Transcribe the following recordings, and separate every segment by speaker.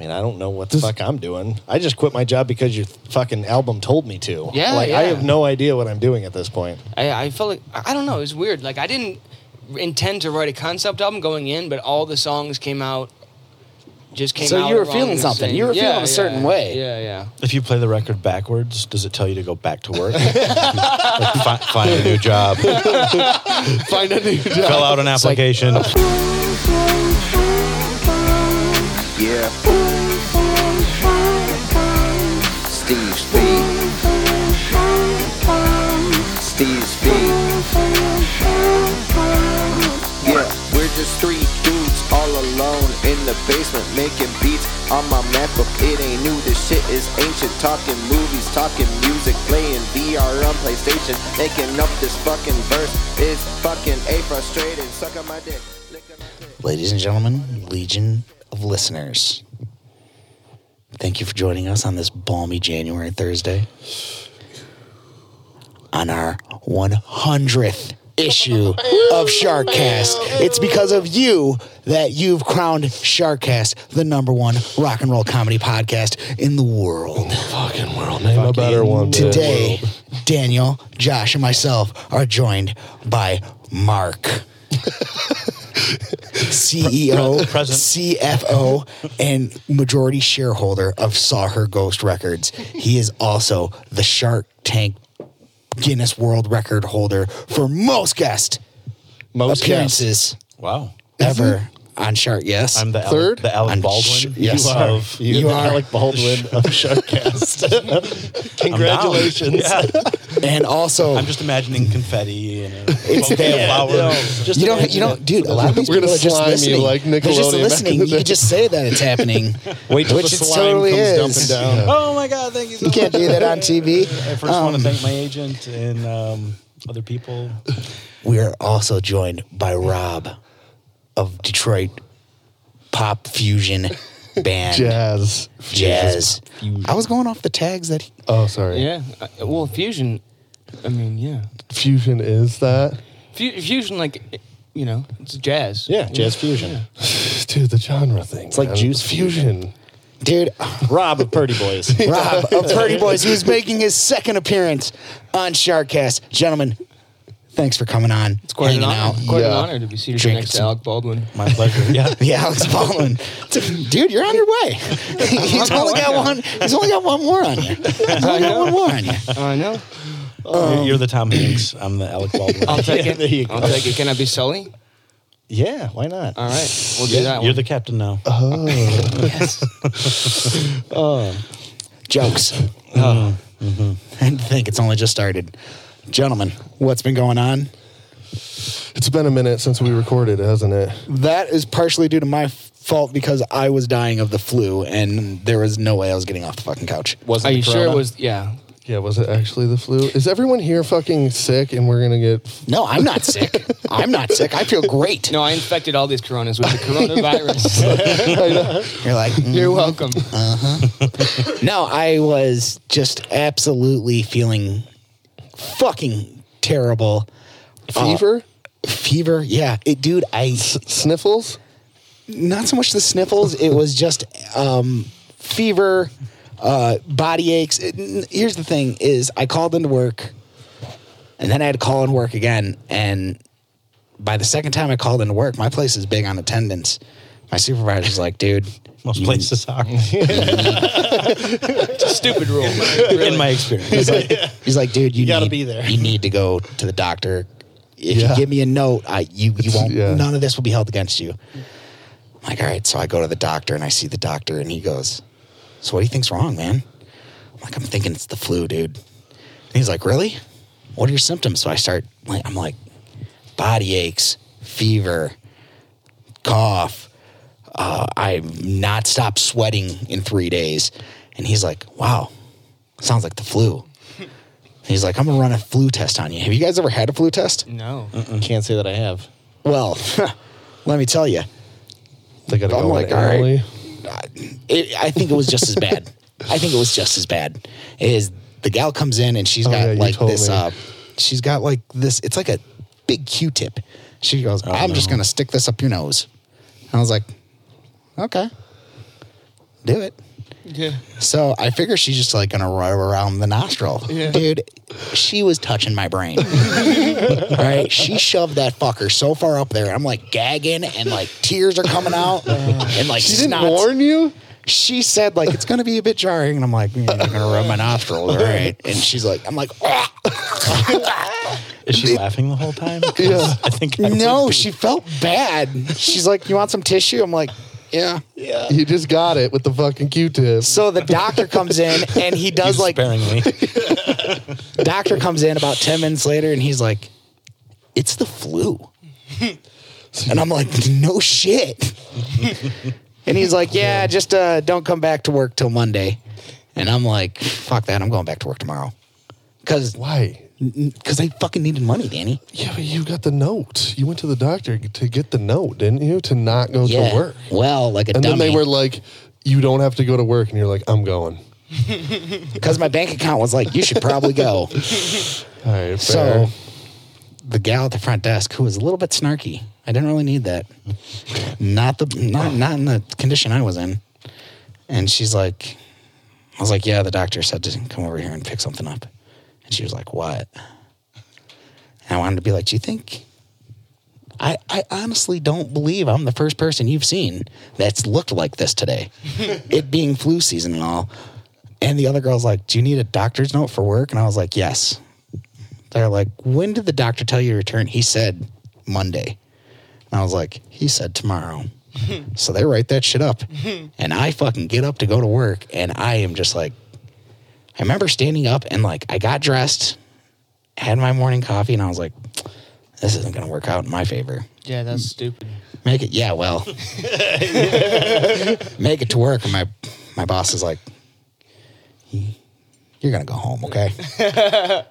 Speaker 1: man, I don't know what the fuck I'm doing. I just quit my job because your fucking album told me to.
Speaker 2: Yeah,
Speaker 1: like I
Speaker 2: yeah.
Speaker 1: have no idea what I'm doing at this point.
Speaker 2: I, I felt like I I don't know. It was weird. Like I didn't intend to write a concept album going in, but all the songs came out. Just came
Speaker 3: So
Speaker 2: out
Speaker 3: you were
Speaker 2: around
Speaker 3: feeling
Speaker 2: the
Speaker 3: something.
Speaker 2: same-
Speaker 3: You were
Speaker 2: Yeah,
Speaker 3: feeling a certain
Speaker 2: yeah,
Speaker 3: way.
Speaker 2: Yeah, yeah.
Speaker 4: If you play the record backwards, does it tell you to go back to work? Like, fi- find a new job.
Speaker 3: Find a new job.
Speaker 4: Fill out an
Speaker 3: It's like-
Speaker 4: application.
Speaker 5: Yeah. Steve Speed. Steve Speed. Yeah, we're just three dudes all alone in the basement making beats on my MacBook. It ain't new, this shit is ancient. Talking movies, talking music, playing VR on PlayStation, making up this fucking verse. It's fucking a frustrating. Suck on my dick. lick on my dick.
Speaker 3: Ladies and gentlemen, legion of listeners, thank you for joining us on this balmy January Thursday on our 100th issue of Sharkcast. It's because of you that you've crowned Sharkcast the number one rock and roll comedy podcast in the world.
Speaker 1: Fucking world, name a better one dude.
Speaker 3: Today, Daniel, Josh, and myself are joined by Mark, CEO,
Speaker 4: Present.
Speaker 3: CFO, and majority shareholder of Saw Her Ghost Records. He is also the Shark Tank Guinness World Record holder for most guest
Speaker 1: Most guests.
Speaker 3: appearances
Speaker 4: Wow.
Speaker 3: ever on Shark. Yes,
Speaker 4: I'm the
Speaker 1: Third?
Speaker 4: Alec, the Alec
Speaker 3: On
Speaker 4: Baldwin.
Speaker 3: sh- yes.
Speaker 4: you Of,
Speaker 1: You,
Speaker 3: You
Speaker 1: are
Speaker 3: are.
Speaker 1: Alec Baldwin of Sharkcast. Congratulations.
Speaker 4: Yeah.
Speaker 3: and also
Speaker 4: I'm just imagining confetti and a
Speaker 3: It's
Speaker 4: bouquet of
Speaker 3: there.
Speaker 4: flowers.
Speaker 3: you don't, you don't, dude. A lot of these
Speaker 1: We're gonna
Speaker 3: people are just
Speaker 1: slime you
Speaker 3: listening.
Speaker 1: like
Speaker 3: They're just
Speaker 1: Nickelodeon back in
Speaker 3: listening.
Speaker 1: the
Speaker 3: You
Speaker 1: day.
Speaker 3: could just say that it's happening.
Speaker 1: Wait till
Speaker 3: Which
Speaker 1: the
Speaker 3: it
Speaker 1: slime
Speaker 3: totally
Speaker 1: comes
Speaker 3: is.
Speaker 1: dumping down.
Speaker 4: Oh my God! Thank you. So
Speaker 3: You can't do that on TV.
Speaker 4: I first
Speaker 2: um,
Speaker 4: want to thank my agent and um, other people.
Speaker 3: We are also joined by Rob of Detroit pop fusion band
Speaker 1: Jazz.
Speaker 3: Jazz. I was going off the tags that he,
Speaker 1: Oh, sorry.
Speaker 2: Yeah. Uh, Well, fusion. I mean, yeah.
Speaker 1: Fusion is that?
Speaker 2: Fu- Fusion, like, you know, it's jazz.
Speaker 1: Yeah, jazz fusion.
Speaker 6: Dude, the genre thing. It's
Speaker 1: like Juice
Speaker 6: fusion.
Speaker 3: dude.
Speaker 1: Rob of Purdy Boys.
Speaker 3: Rob of Purdy Boys, who's making his second appearance on Sharkcast, gentlemen. Thanks for coming on.
Speaker 2: It's quite, an
Speaker 3: hanging
Speaker 2: honor,
Speaker 3: out.
Speaker 2: quite an
Speaker 6: Yeah.
Speaker 2: honor to be seated
Speaker 3: Drink
Speaker 2: next to
Speaker 3: some-
Speaker 2: Alec Baldwin.
Speaker 4: My pleasure. Yeah.
Speaker 3: Yeah, Alex Baldwin. Dude, you're on your way. He's only got one. He's only got one more on you. He's only got one more on you.
Speaker 2: I know.
Speaker 4: You're- You're the Tom Hanks. I'm the Alec Baldwin.
Speaker 2: um, I'll take
Speaker 1: Yeah,
Speaker 2: it.
Speaker 1: there you
Speaker 2: I'll take it. Can I be Sully?
Speaker 1: yeah, why not?
Speaker 2: All right. We'll do that
Speaker 4: You're
Speaker 2: one. Uh,
Speaker 4: the captain now.
Speaker 3: Jokes. Oh. And Mm-hmm. think it's only just started, gentlemen. What's been going on?
Speaker 6: It's been a minute since we recorded, hasn't it?
Speaker 3: That is partially due to my fault because I was dying of the flu, and there was no way I was getting off the fucking couch.
Speaker 1: Wasn't
Speaker 2: Are
Speaker 1: the
Speaker 2: you sure it
Speaker 1: corona?
Speaker 2: was? Yeah.
Speaker 6: Yeah, was it actually the flu? Is everyone here fucking sick and we're gonna get
Speaker 3: No, I'm not sick. I'm not sick. I feel great.
Speaker 2: No, I infected all these coronas with the coronavirus.
Speaker 3: You're like, mm.
Speaker 2: You're welcome.
Speaker 3: No, I was just absolutely feeling fucking terrible. Uh,
Speaker 6: fever?
Speaker 3: Fever, yeah. It dude, I
Speaker 6: Sniffles?
Speaker 3: not so much the sniffles, it was just um fever, uh body aches. It- n- here's the thing is I called into work and then I had to call in work again and by the second time I called into work, my place is big on attendance. My supervisor's like, dude,
Speaker 4: Most
Speaker 3: you-
Speaker 4: places are,
Speaker 2: Stupid rule.
Speaker 4: in my experience.
Speaker 3: He's like, he's like, dude, you,
Speaker 1: gotta
Speaker 3: need,
Speaker 1: be there.
Speaker 3: You need to go to the doctor. If
Speaker 6: Yeah.
Speaker 3: you give me a note, I you you won't.
Speaker 6: yeah.
Speaker 3: None of this will be held against you. I'm like, all right. So I go to the doctor and I see the doctor and he goes, "So what do you think's wrong, man?" I'm like, I'm thinking it's the flu, dude. And he's like, really? What are your symptoms? So I start like, I'm like, body aches, fever, cough. Uh, I've not stopped sweating in three days. And he's like, wow, sounds like the flu. He's like, I'm gonna run a flu test on you. Have you guys ever had a flu test?
Speaker 2: No.
Speaker 1: Can't say that I have.
Speaker 3: Well, let me tell you,
Speaker 6: They gotta
Speaker 3: I'm
Speaker 6: go
Speaker 3: like,
Speaker 6: like,
Speaker 3: all right.
Speaker 6: early.
Speaker 3: it, I think it was just as bad. I think it was just as bad. Is the gal comes in and she's
Speaker 6: Oh,
Speaker 3: got
Speaker 6: yeah, you
Speaker 3: like
Speaker 6: told
Speaker 3: this?
Speaker 6: me.
Speaker 3: Uh, she's got like this. It's like a big Q-tip. She goes,
Speaker 6: Oh,
Speaker 3: "I'm just gonna stick this up your nose." And I was like, "Okay." do it.
Speaker 2: Yeah.
Speaker 3: So I figure she's just like gonna rub around the nostril. Dude, she was touching my brain. right? She shoved that fucker so far up there. I'm like gagging and like tears are coming out. And like
Speaker 6: Uh, She didn't
Speaker 3: snots.
Speaker 6: warn you?
Speaker 3: She said like it's gonna be a bit jarring. And I'm like, "Mm, you're gonna rub my nostril, all right? And she's like, I'm like, "Ah."
Speaker 4: Is she laughing the whole time? 'Cause
Speaker 6: Yeah.
Speaker 4: I think I would
Speaker 3: no,
Speaker 4: be.
Speaker 3: she felt bad. She's like, You want some tissue? I'm like, Yeah.
Speaker 6: You just got it with the fucking Q-tip.
Speaker 3: So the doctor comes in and he does
Speaker 4: Use
Speaker 3: like
Speaker 4: sparingly.
Speaker 3: doctor comes in about 10 minutes later and he's like, it's the flu. and I'm like, no shit. and he's like, yeah, just uh, don't come back to work till Monday. And I'm like, fuck that. I'm going back to work tomorrow. Cause,
Speaker 6: Why?
Speaker 3: cause they fucking needed money, Danny.
Speaker 6: Yeah, but you got the note. You went to the doctor to get the note, didn't you? To not go
Speaker 3: Yeah.
Speaker 6: to work.
Speaker 3: Well, like a
Speaker 6: And
Speaker 3: dummy.
Speaker 6: then they were like, you don't have to go to work. And you're like, I'm going.
Speaker 3: cause my bank account was like, you should probably go.
Speaker 6: All right,
Speaker 3: So
Speaker 6: fair.
Speaker 3: the gal at the front desk who was a little bit snarky. I didn't really need that. Not the not not in the condition I was in. And she's like I was like, Yeah, the doctor said to come over here and pick something up. And she was like, What? And I wanted to be like, Do you think I, I honestly don't believe I'm the first person you've seen that's looked like this today. it being flu season and all. And the other girl's like, Do you need a doctor's note for work? And I was like, Yes. They're like, when did the doctor tell you to return? He said Monday. And I was like, he said tomorrow. so they write that shit up. and I fucking get up to go to work. And I am just like, I remember standing up and like, I got dressed, had my morning coffee, and I was like, this isn't going to work out in my favor.
Speaker 2: Yeah, that's stupid.
Speaker 3: Make it, yeah, well, make it to work. And my, my boss is like, you're going to go home, okay? and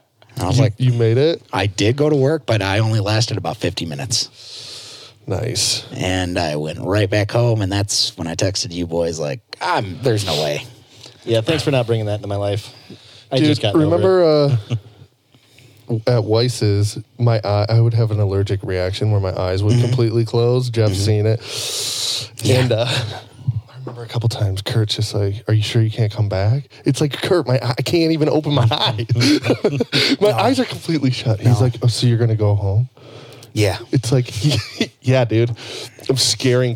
Speaker 3: I was like,
Speaker 6: you made it?
Speaker 3: I did go to work, but I only lasted about 50 minutes.
Speaker 6: Nice.
Speaker 3: And I went right back home. And that's when I texted you boys, like, I'm, there's no way.
Speaker 1: Yeah, thanks for not bringing that into my life. I
Speaker 6: Dude,
Speaker 1: just got
Speaker 6: remember uh, at Weiss's, my eye, I would have an allergic reaction where my eyes would completely close. Jeff's seen it,
Speaker 3: Mm-hmm. Yeah.
Speaker 6: and uh, I remember a couple times Kurt's just like, "Are you sure you can't come back?" It's like Kurt, my eye- I can't even open my eye. my eyes are completely shut.
Speaker 3: No.
Speaker 6: He's like, "Oh, so you're gonna go home?"
Speaker 3: yeah.
Speaker 6: It's like, yeah, dude, I'm scaring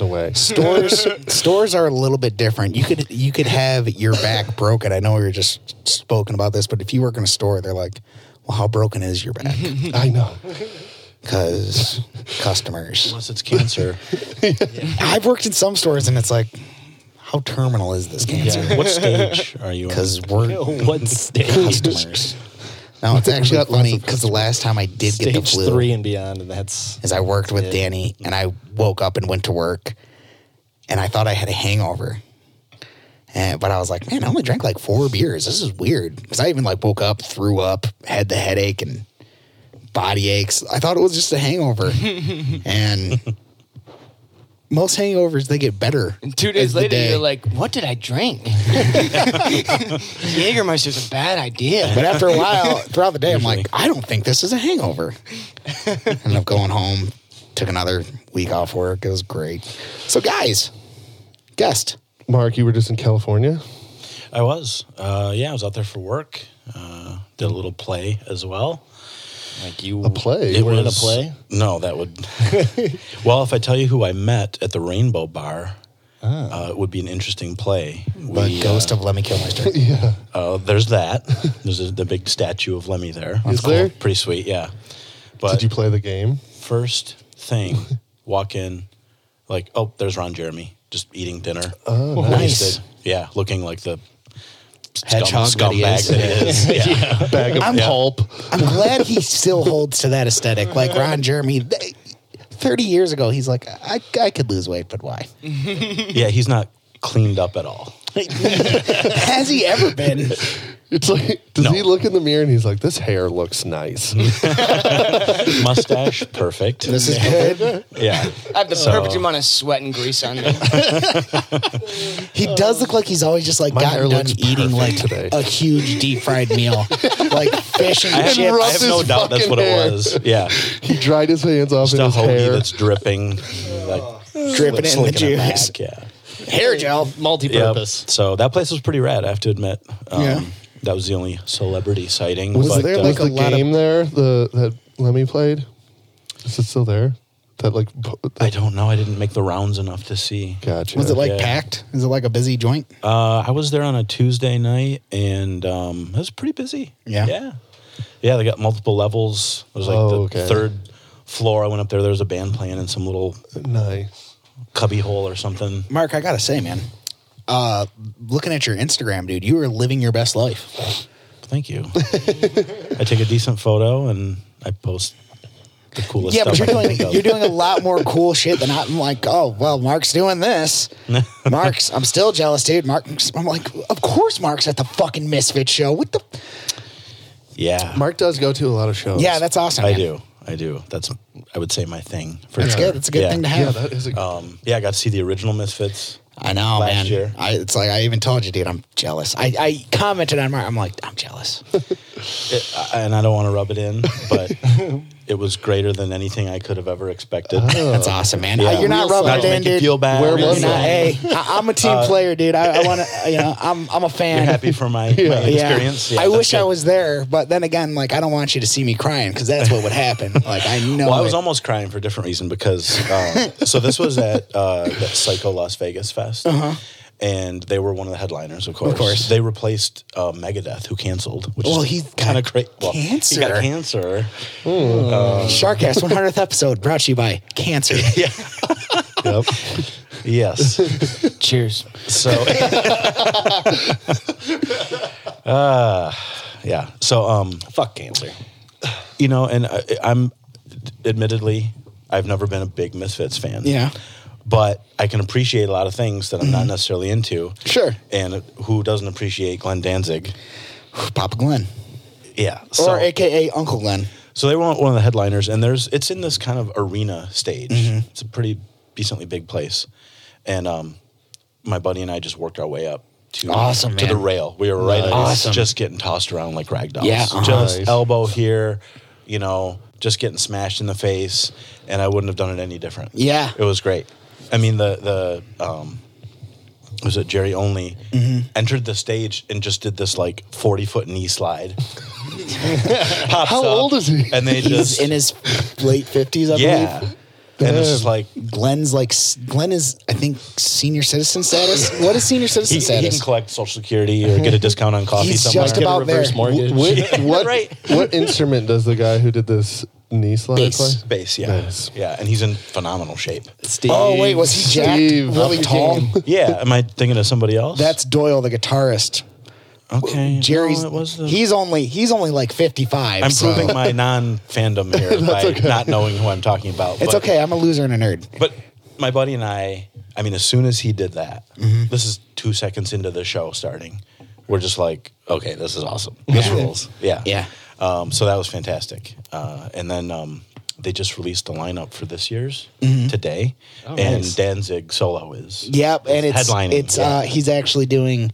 Speaker 6: away.
Speaker 3: Stores, stores are a little bit different. You could, you could have your back broken. I know we were just spoken about this, but if you work in a store, they're like, well, how broken is your back?
Speaker 6: I know.
Speaker 3: Because customers.
Speaker 4: Unless it's cancer.
Speaker 3: I've worked in some stores and it's like, how terminal is this cancer?
Speaker 4: Yeah. What stage are you in?
Speaker 3: because we're
Speaker 4: What stage?
Speaker 3: customers. No, it's actually
Speaker 6: got lots
Speaker 3: funny
Speaker 6: of
Speaker 3: because the last time I did get the
Speaker 1: Stage
Speaker 3: flu
Speaker 1: three and beyond, and that's
Speaker 3: is I worked with Danny and I woke up and went to work and I thought I had a hangover. And, but I was like, man, I only drank like four beers. This is weird because I even like woke up, threw up, had the headache and body aches. I thought it was just a hangover. and most hangovers, they get better.
Speaker 2: And two days
Speaker 3: as the
Speaker 2: later,
Speaker 3: day-
Speaker 2: you're like, "What did I drink?" Jägermeister's a bad idea.
Speaker 3: But after a while, throughout the day, I'm like, I don't think this is a hangover. Ended up going home, took another week off work. It was great. So, guys, guest.
Speaker 6: Mark, you were just in California.
Speaker 4: I was. Uh, yeah, I was out there for work. Uh, did a little play as well.
Speaker 1: like you
Speaker 6: A play?
Speaker 1: You were in a
Speaker 4: was-
Speaker 1: play.
Speaker 4: No, that would. well, if I tell you who I met at the Rainbow Bar, uh, it would be an interesting play.
Speaker 3: Ah. The
Speaker 4: We,
Speaker 3: ghost of Lemmy Kilmister.
Speaker 6: Yeah.
Speaker 4: uh, there's that. There's a, the big statue of Lemmy there.
Speaker 6: Is there?
Speaker 4: Pretty sweet, yeah. But
Speaker 6: Did you play the game?
Speaker 4: first thing, walk in, like, oh, there's Ron Jeremy just eating dinner.
Speaker 6: Oh,
Speaker 3: nice.
Speaker 4: Yeah, looking like the scum-
Speaker 3: Hedgehog that he
Speaker 4: scumbag
Speaker 3: is.
Speaker 4: that he is. yeah.
Speaker 6: Bag of pulp.
Speaker 3: I'm glad he still holds to that aesthetic. Like Ron Jeremy, they- 30 years ago, he's like, I, I could lose weight, but why?
Speaker 4: yeah, he's not cleaned up at all.
Speaker 3: Has he ever been?
Speaker 6: It's like, does
Speaker 4: No.
Speaker 6: he look in the mirror and he's like, this hair looks nice?
Speaker 4: Mustache, perfect.
Speaker 3: This is good.
Speaker 4: yeah.
Speaker 2: I have the
Speaker 4: So-
Speaker 2: perfect amount of sweat and grease on me.
Speaker 3: He does look like he's always just like
Speaker 6: My hair
Speaker 3: gotten done
Speaker 6: looks
Speaker 3: eating
Speaker 6: perfect
Speaker 3: like
Speaker 6: today.
Speaker 3: a huge deep fried meal, like fish and
Speaker 4: I have,
Speaker 3: chips.
Speaker 4: I have no
Speaker 6: his
Speaker 4: doubt that's
Speaker 6: fucking
Speaker 4: what
Speaker 6: hair.
Speaker 4: it was. Yeah.
Speaker 6: he dried his hands off
Speaker 4: Just
Speaker 6: in
Speaker 4: a
Speaker 6: his
Speaker 4: hoagie
Speaker 6: hair.
Speaker 4: that's dripping. Like,
Speaker 3: dripping it in the
Speaker 4: slinking it
Speaker 3: juice.
Speaker 4: back, Yeah.
Speaker 1: hair gel,
Speaker 4: Yep.
Speaker 1: multi-purpose.
Speaker 4: So that place was pretty rad. I have to admit. Um,
Speaker 3: Yeah.
Speaker 4: That was the only celebrity sighting.
Speaker 6: Was
Speaker 4: but,
Speaker 6: there
Speaker 4: uh,
Speaker 6: like
Speaker 3: a
Speaker 6: a
Speaker 3: lot of-
Speaker 6: game there the that Lemmy played? Is it still there? That like po-
Speaker 4: I
Speaker 6: that,
Speaker 4: don't know. I didn't make the rounds enough to see.
Speaker 6: gotcha.
Speaker 3: Was it like
Speaker 4: Yeah.
Speaker 3: packed? Is it like a busy joint?
Speaker 4: Uh, I was there on a Tuesday night, and um, it was pretty busy.
Speaker 3: Yeah.
Speaker 4: yeah, yeah. They got multiple levels. It was like
Speaker 6: Oh,
Speaker 4: the
Speaker 6: okay.
Speaker 4: third floor. I went up there. There was a band playing in some little
Speaker 6: nice?
Speaker 4: cubby hole or something.
Speaker 3: Mark, I gotta say, man, uh, looking at your Instagram, dude, you are living your best life.
Speaker 4: Thank you. I take a decent photo and I post the coolest.
Speaker 3: yeah,
Speaker 4: stuff
Speaker 3: but you're
Speaker 4: I can
Speaker 3: doing
Speaker 4: think of.
Speaker 3: you're doing a lot more cool shit than I'm like, oh well, Mark's doing this. Mark's, I'm still jealous, dude. Mark's, I'm like, of course, Mark's at the fucking Misfit show. What the?
Speaker 4: Yeah,
Speaker 6: Mark does go to a lot of shows.
Speaker 3: Yeah, that's awesome.
Speaker 4: I
Speaker 3: man.
Speaker 4: do. I do. That's I would say my thing. For
Speaker 3: That's
Speaker 4: sure.
Speaker 3: good. That's a good
Speaker 4: Yeah.
Speaker 3: thing to
Speaker 6: yeah,
Speaker 3: have.
Speaker 6: that is a
Speaker 4: Um, yeah, I got to see the original Misfits.
Speaker 3: I know,
Speaker 4: last
Speaker 3: man.
Speaker 4: year.
Speaker 3: I, it's like I even told you, dude. I'm jealous. I, I commented on Mark. I'm like, I'm jealous.
Speaker 4: It, I- uh, and I don't want to rub it in, but it was greater than anything I could have ever expected.
Speaker 3: That's awesome, man.
Speaker 4: Yeah.
Speaker 3: Uh, You're not
Speaker 4: Real
Speaker 3: rubbing
Speaker 4: solid.
Speaker 3: it in,
Speaker 4: Make you
Speaker 3: dude.
Speaker 4: feel bad.
Speaker 3: Where
Speaker 4: Really
Speaker 3: was not,
Speaker 4: solid.
Speaker 3: hey, I, I'm a team player, dude. I, I want to, you know, I'm I'm a fan.
Speaker 4: You're happy for my, my experience. Yeah,
Speaker 3: I
Speaker 4: that's
Speaker 3: wish I
Speaker 4: good.
Speaker 3: was there, but then again, like I don't want you to see me crying because that's what would happen. Like I know.
Speaker 4: Well, I was
Speaker 3: it.
Speaker 4: almost crying for a different reason because uh, so this was at uh, that Psycho Las Vegas Fest, and they were one of the headliners, of course.
Speaker 3: course.
Speaker 4: they replaced uh, Megadeth, who canceled. Which
Speaker 3: Well,
Speaker 4: is
Speaker 3: he
Speaker 4: kind of
Speaker 3: got
Speaker 4: crazy. he
Speaker 3: cancer.
Speaker 4: got cancer.
Speaker 3: Sharkass 100th episode brought to you by cancer.
Speaker 4: Yeah.
Speaker 6: yep.
Speaker 4: yes.
Speaker 2: Cheers.
Speaker 4: So, uh, uh, yeah. So, um,
Speaker 1: Fuck cancer.
Speaker 4: you know, and I, I'm admittedly, I've never been a big Misfits fan.
Speaker 3: Yeah. Mm-hmm.
Speaker 4: But I can appreciate a lot of things that I'm not necessarily into.
Speaker 3: Sure.
Speaker 4: And who doesn't appreciate Glenn Danzig?
Speaker 3: Papa Glenn,
Speaker 4: Yeah.
Speaker 3: or
Speaker 4: So,
Speaker 3: AKA Uncle Glenn.
Speaker 4: so they want one of the headliners, and there's it's in this kind of arena stage.
Speaker 3: Mm-hmm.
Speaker 4: It's a pretty decently big place, and um, my buddy and I just worked our way up to
Speaker 3: Awesome,
Speaker 4: to the
Speaker 3: man.
Speaker 4: rail. We were right at
Speaker 3: Awesome.
Speaker 4: just getting tossed around like rag dolls.
Speaker 3: Yeah, uh-huh.
Speaker 4: just
Speaker 6: Nice.
Speaker 4: elbow here, you know, just getting smashed in the face, and I wouldn't have done it any different.
Speaker 3: Yeah.
Speaker 4: it was great. I mean the the um, was it Jerry only
Speaker 3: Mm-hmm.
Speaker 4: entered the stage and just did this like forty foot knee slide. Pops
Speaker 6: How
Speaker 4: up,
Speaker 6: old is he?
Speaker 4: And they
Speaker 3: He's
Speaker 4: just
Speaker 3: in his late 50s, I
Speaker 4: yeah,
Speaker 3: believe.
Speaker 4: and it's just like
Speaker 3: Glenn's like s- Glenn is, I think, senior citizen status. What is senior citizen
Speaker 4: he, he
Speaker 3: status?
Speaker 4: can collect Social Security or get a discount on coffee
Speaker 3: He's
Speaker 4: somewhere.
Speaker 3: just about there.
Speaker 1: Reverse mortgage.
Speaker 6: What, what,
Speaker 4: right.
Speaker 6: what instrument does the guy who did this knee slide
Speaker 3: Bass.
Speaker 6: play?
Speaker 4: Base, yeah,
Speaker 6: Nice.
Speaker 4: yeah, and he's in phenomenal shape.
Speaker 1: Steve.
Speaker 3: Oh wait, was he jacked?
Speaker 6: Steve
Speaker 3: really tall?
Speaker 6: Upton.
Speaker 4: Yeah, am I thinking of somebody else?
Speaker 3: That's Doyle, the guitarist.
Speaker 4: okay.
Speaker 3: Jerry's.
Speaker 4: No, it was the,
Speaker 3: he's only he's only like 55.
Speaker 4: I'm
Speaker 3: so-
Speaker 4: proving my non-fandom here by not knowing who I'm talking about.
Speaker 3: It's
Speaker 4: but-
Speaker 3: okay. I'm a loser and a nerd.
Speaker 4: But my buddy and I, I mean, as soon as he did that,
Speaker 3: Mm-hmm.
Speaker 4: this is two seconds into the show starting. We're just like, okay, this is awesome. This rules. Yeah.
Speaker 3: Yeah.
Speaker 4: Um, so that was fantastic. Uh, and then um, they just released the lineup for this year's today. and Danzig solo is.
Speaker 3: Mm-hmm. Oh, Yep, and it's
Speaker 4: headlining.
Speaker 3: it's
Speaker 4: Yeah.
Speaker 3: uh, he's actually doing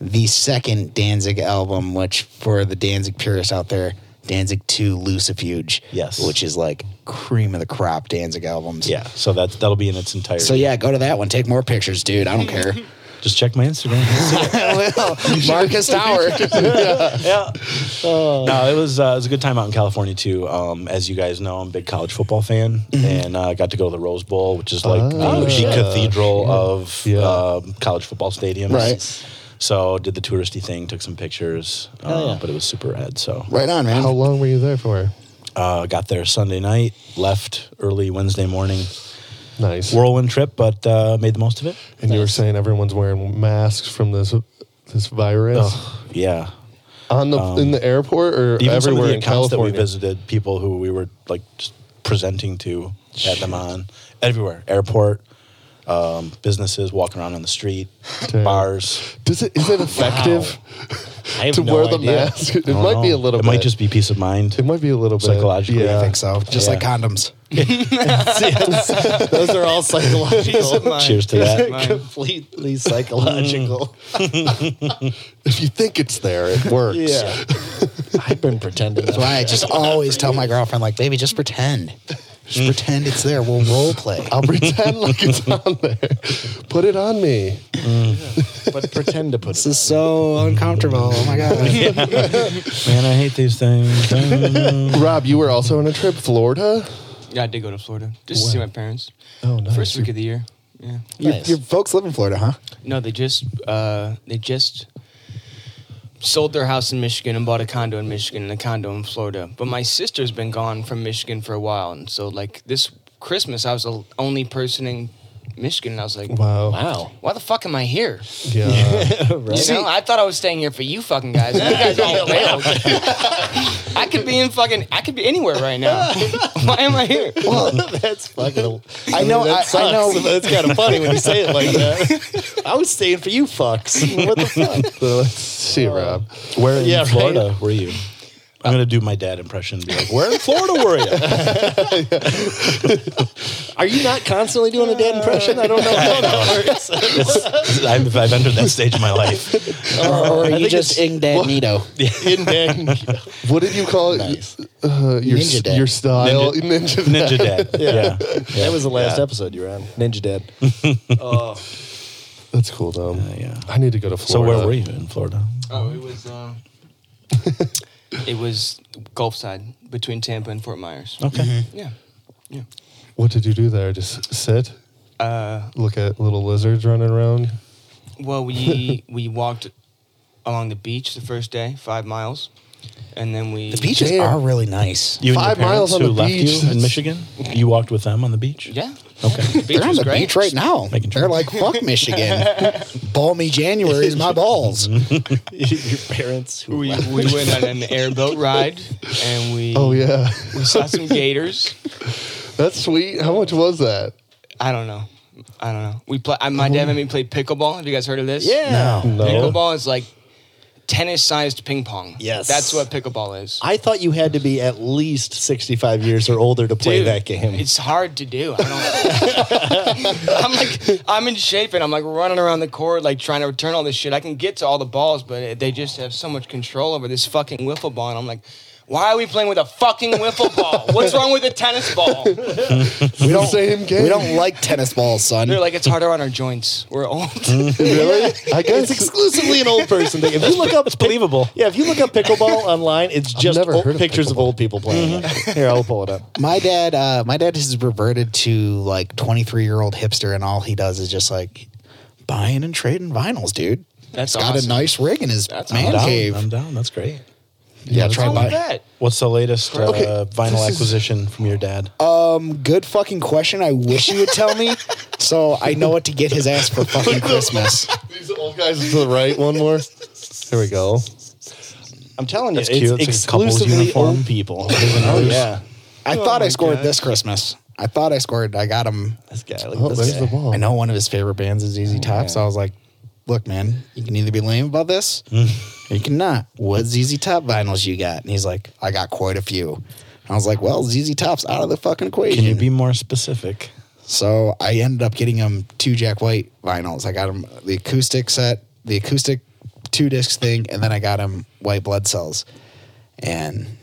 Speaker 3: the second Danzig album, which for the Danzig purists out there, Danzig Two Lucifuge,
Speaker 4: Yes.
Speaker 3: which is like cream of the crop Danzig albums.
Speaker 4: yeah. So that, that'll be in its entirety.
Speaker 3: So yeah, go to that one. Take more pictures, dude. I don't care.
Speaker 4: Just check my Instagram.
Speaker 3: well, Marcus Tower.
Speaker 4: yeah. no, it was uh, it was a good time out in California too. Um, as you guys know, I'm a big college football fan, and uh, I got to go to the Rose Bowl, which is like the,
Speaker 6: Oh,
Speaker 4: the
Speaker 6: shit.
Speaker 4: cathedral of
Speaker 6: Yeah.
Speaker 4: um, college football stadiums.
Speaker 3: Right.
Speaker 4: So did the touristy thing, took some pictures, uh, but it was super rad. So
Speaker 3: right on, man.
Speaker 6: How long were you there for?
Speaker 4: uh, got there Sunday night, left early Wednesday morning.
Speaker 6: Nice.
Speaker 4: Whirlwind trip, but uh, made the most of it.
Speaker 6: and you were saying everyone's wearing masks from this this virus
Speaker 4: Yeah.
Speaker 6: on the in the airport or
Speaker 4: Um, Even
Speaker 6: everywhere
Speaker 4: some of the
Speaker 6: in
Speaker 4: accounts
Speaker 6: California.
Speaker 4: that we visited, people who we were like just presenting to had them on everywhere, airport, um, businesses, walking around on the street,
Speaker 6: Damn.
Speaker 4: bars.
Speaker 6: Does it is it effective
Speaker 1: I have
Speaker 6: to
Speaker 1: no
Speaker 6: wear the
Speaker 1: idea.
Speaker 6: mask? It
Speaker 4: I don't
Speaker 6: might be
Speaker 4: know.
Speaker 6: a little.
Speaker 4: Oh. It
Speaker 6: bit.
Speaker 4: might just be peace of mind.
Speaker 6: It might be a little bit
Speaker 4: Psychologically, I
Speaker 6: Yeah.
Speaker 3: I think so. Just like condoms.
Speaker 1: Those are all psychological.
Speaker 4: Cheers to that.
Speaker 1: Completely psychological.
Speaker 6: If you think it's there, it works.
Speaker 1: Mm. I've been pretending.
Speaker 3: That's why I just always tell my girlfriend, like, baby, just pretend. Just pretend it's there. We'll role play.
Speaker 6: I'll pretend like it's on there. Put it on me.
Speaker 1: but pretend to put
Speaker 3: This
Speaker 1: it.
Speaker 3: is so uncomfortable. Oh my god.
Speaker 4: Man, I hate these things. Mm.
Speaker 6: Rob, you were also on a trip, Florida.
Speaker 2: Yeah, I did go to Florida just to see my parents.
Speaker 6: Oh, nice.
Speaker 2: First week of the year. Yeah.
Speaker 3: Your,
Speaker 1: Nice.
Speaker 3: your folks live in Florida, huh?
Speaker 2: No, they just uh, they just sold their house in Michigan and bought a condo in Michigan and a condo in Florida. But my sister's been gone from Michigan for a while, and so like this Christmas, I was the only person in Michigan, and I was like,
Speaker 6: Wow.
Speaker 1: Wow.
Speaker 2: "Why the fuck am I here?"
Speaker 6: Yeah.
Speaker 1: right?
Speaker 2: You know, I thought I was staying here for you fucking guys. You guys all bailed. I could be in fucking. I could be anywhere right now. Why am I here?
Speaker 1: that's fucking.
Speaker 3: I know,
Speaker 1: that
Speaker 3: I- I
Speaker 1: sucks.
Speaker 3: know.
Speaker 1: That's kind of funny when you say it like that. I was staying for you, fucks. What the fuck?
Speaker 6: so let's see, Rob.
Speaker 4: Where in
Speaker 1: Yeah, right.
Speaker 4: Florida were you? I'm gonna do my dad impression. And be like, where in Florida were you?
Speaker 1: Are you not constantly doing a dad impression? Uh, I don't know how that works.
Speaker 4: I've, I've entered that stage of my life.
Speaker 3: Or, or are
Speaker 1: I
Speaker 3: you
Speaker 1: think
Speaker 3: just
Speaker 1: it's-
Speaker 3: incognito?
Speaker 1: In bed.
Speaker 6: What did you call it? Uh, your,
Speaker 3: Ninja
Speaker 6: s-
Speaker 3: dad.
Speaker 6: your style,
Speaker 4: Ninja-
Speaker 6: ninja,
Speaker 4: Ninja dad. Yeah.
Speaker 1: That was the last episode you were on. Ninja Dad.
Speaker 6: That's cool, though.
Speaker 4: yeah.
Speaker 6: I need to go to
Speaker 4: So
Speaker 6: Florida.
Speaker 4: where were you in Florida?
Speaker 2: Oh, it was. Uh, it was Gulfside between Tampa and Fort Myers.
Speaker 4: Okay.
Speaker 2: Yeah. Yeah.
Speaker 6: What did you do there? Just sit,
Speaker 2: Uh,
Speaker 6: look at little lizards running around.
Speaker 2: well, we we walked along the beach the first day, five miles, and then we
Speaker 3: The beaches
Speaker 6: Damn.
Speaker 3: are really nice.
Speaker 4: You
Speaker 6: Five
Speaker 4: and your parents
Speaker 6: miles on
Speaker 4: who
Speaker 6: the
Speaker 4: left
Speaker 6: beach,
Speaker 4: you in
Speaker 6: that's-
Speaker 4: Michigan. You walked with them on the beach.
Speaker 2: Yeah.
Speaker 4: Okay.
Speaker 2: The beach
Speaker 3: They're on
Speaker 2: was
Speaker 3: the
Speaker 2: great.
Speaker 3: beach right now.
Speaker 4: Making
Speaker 3: They're
Speaker 4: sure.
Speaker 3: like, fuck Michigan. Balmy January is my balls.
Speaker 1: Your parents who
Speaker 2: We, we went on an airboat ride and we
Speaker 6: Oh yeah,
Speaker 2: we saw some gators.
Speaker 6: that's sweet. How much was that?
Speaker 2: I don't know. I don't know. We play. I- My dad made me play pickleball. Have you guys heard of this?
Speaker 1: Yeah.
Speaker 6: No.
Speaker 2: Pickleball is like tennis-sized ping pong.
Speaker 1: Yes.
Speaker 2: That's what pickleball is.
Speaker 1: I thought you had to be at least 65 years or older to play
Speaker 2: Dude,
Speaker 1: that game.
Speaker 2: It's hard to do. I don't. I'm like, I'm in shape and I'm like running around the court, like trying to return all this shit. I can get to all the balls, but it- they just have so much control over this fucking wiffle ball. And I'm like, why are we playing with a fucking wiffle ball? What's wrong with a tennis ball?
Speaker 6: We don't same game.
Speaker 3: We don't like tennis balls, son.
Speaker 2: They're like, it's harder on our joints. We're old.
Speaker 1: really?
Speaker 6: I
Speaker 1: It's
Speaker 6: guess
Speaker 1: exclusively an old person thing. If you look up, it's
Speaker 4: believable.
Speaker 1: Yeah, if you look up pickleball online, it's just
Speaker 6: never
Speaker 1: old
Speaker 6: heard of
Speaker 1: pictures of old people playing.
Speaker 6: Mm-hmm.
Speaker 1: it. Here, I'll pull it up.
Speaker 3: my dad, uh, my dad has reverted to like 23 year old hipster, and all he does is just like buying and trading vinyls, dude.
Speaker 2: That's
Speaker 3: He's got a
Speaker 2: awesome.
Speaker 3: nice rig in his man
Speaker 4: I'm down.
Speaker 3: cave.
Speaker 4: I'm down. That's great.
Speaker 3: yeah, try
Speaker 2: What's wrong with
Speaker 3: buy.
Speaker 2: that?
Speaker 4: What's the latest uh,
Speaker 6: Okay,
Speaker 4: vinyl
Speaker 6: this is-
Speaker 4: acquisition from your dad?
Speaker 3: um, Good fucking question. I wish you would tell me, so I know what to get his ass for fucking Christmas.
Speaker 1: Oh,
Speaker 6: these old guys to the right. One more. There we go.
Speaker 1: I'm telling you,
Speaker 4: That's
Speaker 1: it's
Speaker 4: cute. It's like a couple's
Speaker 1: exclusively
Speaker 4: uniform.
Speaker 1: old people. oh yeah,
Speaker 3: I thought I
Speaker 2: my
Speaker 3: scored
Speaker 2: God.
Speaker 3: this Christmas. I thought I scored. I got him.
Speaker 1: this guy. Look
Speaker 6: Oh,
Speaker 1: at this
Speaker 6: there's
Speaker 1: guy.
Speaker 6: the ball.
Speaker 3: I know one of his favorite bands is Easy Top, so I was like, "Look, man, you can either be lame about this,
Speaker 1: Mm.
Speaker 3: or you cannot." What ZZ Top vinyls you got? And he's like, "I got quite a few." And I was like, "Well, ZZ Top's out of the fucking equation."
Speaker 4: Can you be more specific?
Speaker 3: so I ended up getting him two Jack White vinyls. I got him the acoustic set, the acoustic two discs thing, and then I got him White Blood Cells. And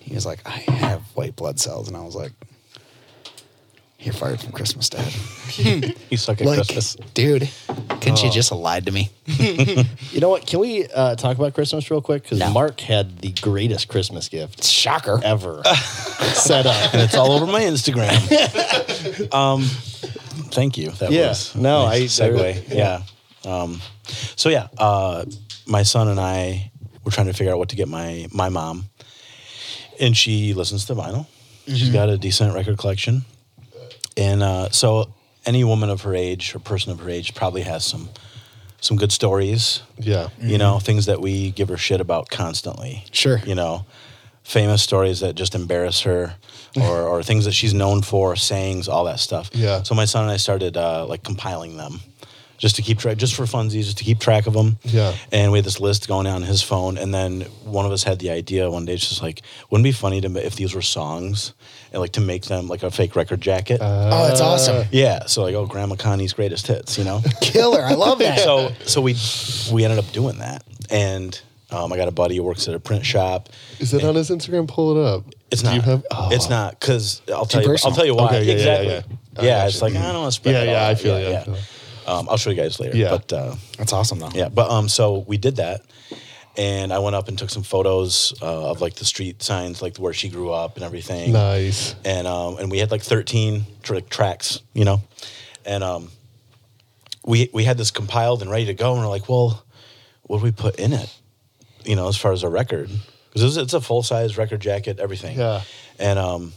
Speaker 3: he was like, "I have White Blood Cells," and I was like, "You're fired from Christmas, Dad."
Speaker 4: You suck at
Speaker 3: like,
Speaker 4: Christmas. Oh.
Speaker 3: dude, couldn't you just have lied to me?
Speaker 1: You know what? Can we uh, talk about Christmas real quick? Because
Speaker 3: No.
Speaker 1: Mark had the greatest Christmas gift
Speaker 3: Shocker.
Speaker 1: ever set up.
Speaker 4: It's all over my Instagram. um, thank you. That
Speaker 1: Yeah.
Speaker 4: was
Speaker 1: No, I- I
Speaker 4: segue.
Speaker 1: really-
Speaker 4: yeah. Um, so yeah, uh, my son and I were trying to figure out what to get my my mom, and she listens to vinyl. She's
Speaker 1: Mm-hmm.
Speaker 4: got a decent record collection, and uh, so any woman of her age or person of her age probably has some some good stories
Speaker 6: Yeah.
Speaker 4: you know
Speaker 6: Mm-hmm.
Speaker 4: things that we give her shit about constantly
Speaker 3: Sure.
Speaker 4: you know famous stories that just embarrass her or, or things that she's known for sayings all that stuff
Speaker 6: Yeah.
Speaker 4: so my son and i started uh, like compiling them just to keep track just for funsies just to keep track of them
Speaker 6: Yeah.
Speaker 4: and we had this list going on his phone and then one of us had the idea one day it's just like wouldn't it be funny to ma- if these were songs and like to make them like a fake record jacket
Speaker 6: Uh.
Speaker 3: Oh, that's awesome.
Speaker 4: yeah so like oh grandma connie's greatest hits you know
Speaker 3: Killer. I love that.
Speaker 4: so so we we ended up doing that, and um, I got a buddy who works at a print shop.
Speaker 6: Is it on his Instagram? Pull it up.
Speaker 4: It's
Speaker 6: Do
Speaker 4: not.
Speaker 6: you have-
Speaker 4: It's
Speaker 6: Oh.
Speaker 4: not because I'll tell you.
Speaker 3: personal.
Speaker 4: I'll tell you why.
Speaker 6: Okay, yeah, yeah,
Speaker 4: exactly. Yeah,
Speaker 6: yeah. I got
Speaker 4: it's
Speaker 6: you.
Speaker 4: like I don't want to spread.
Speaker 6: Yeah,
Speaker 4: it
Speaker 6: yeah,
Speaker 4: all
Speaker 6: I
Speaker 4: out.
Speaker 6: feel you, I
Speaker 4: Yeah,
Speaker 6: feel
Speaker 4: yeah. Um, I'll show you guys later.
Speaker 6: Yeah.
Speaker 4: But uh,
Speaker 3: That's awesome though.
Speaker 4: yeah, but um, so we did that, and I went up and took some photos uh, of like the street signs, like where she grew up and everything.
Speaker 6: Nice.
Speaker 4: And um, and we had like thirteen tra- tracks, you know, and um, we we had this compiled and ready to go, and we're like, well, what do we put in it? You know, as far as a record, because it's a full size record jacket, everything.
Speaker 6: Yeah.
Speaker 4: And um,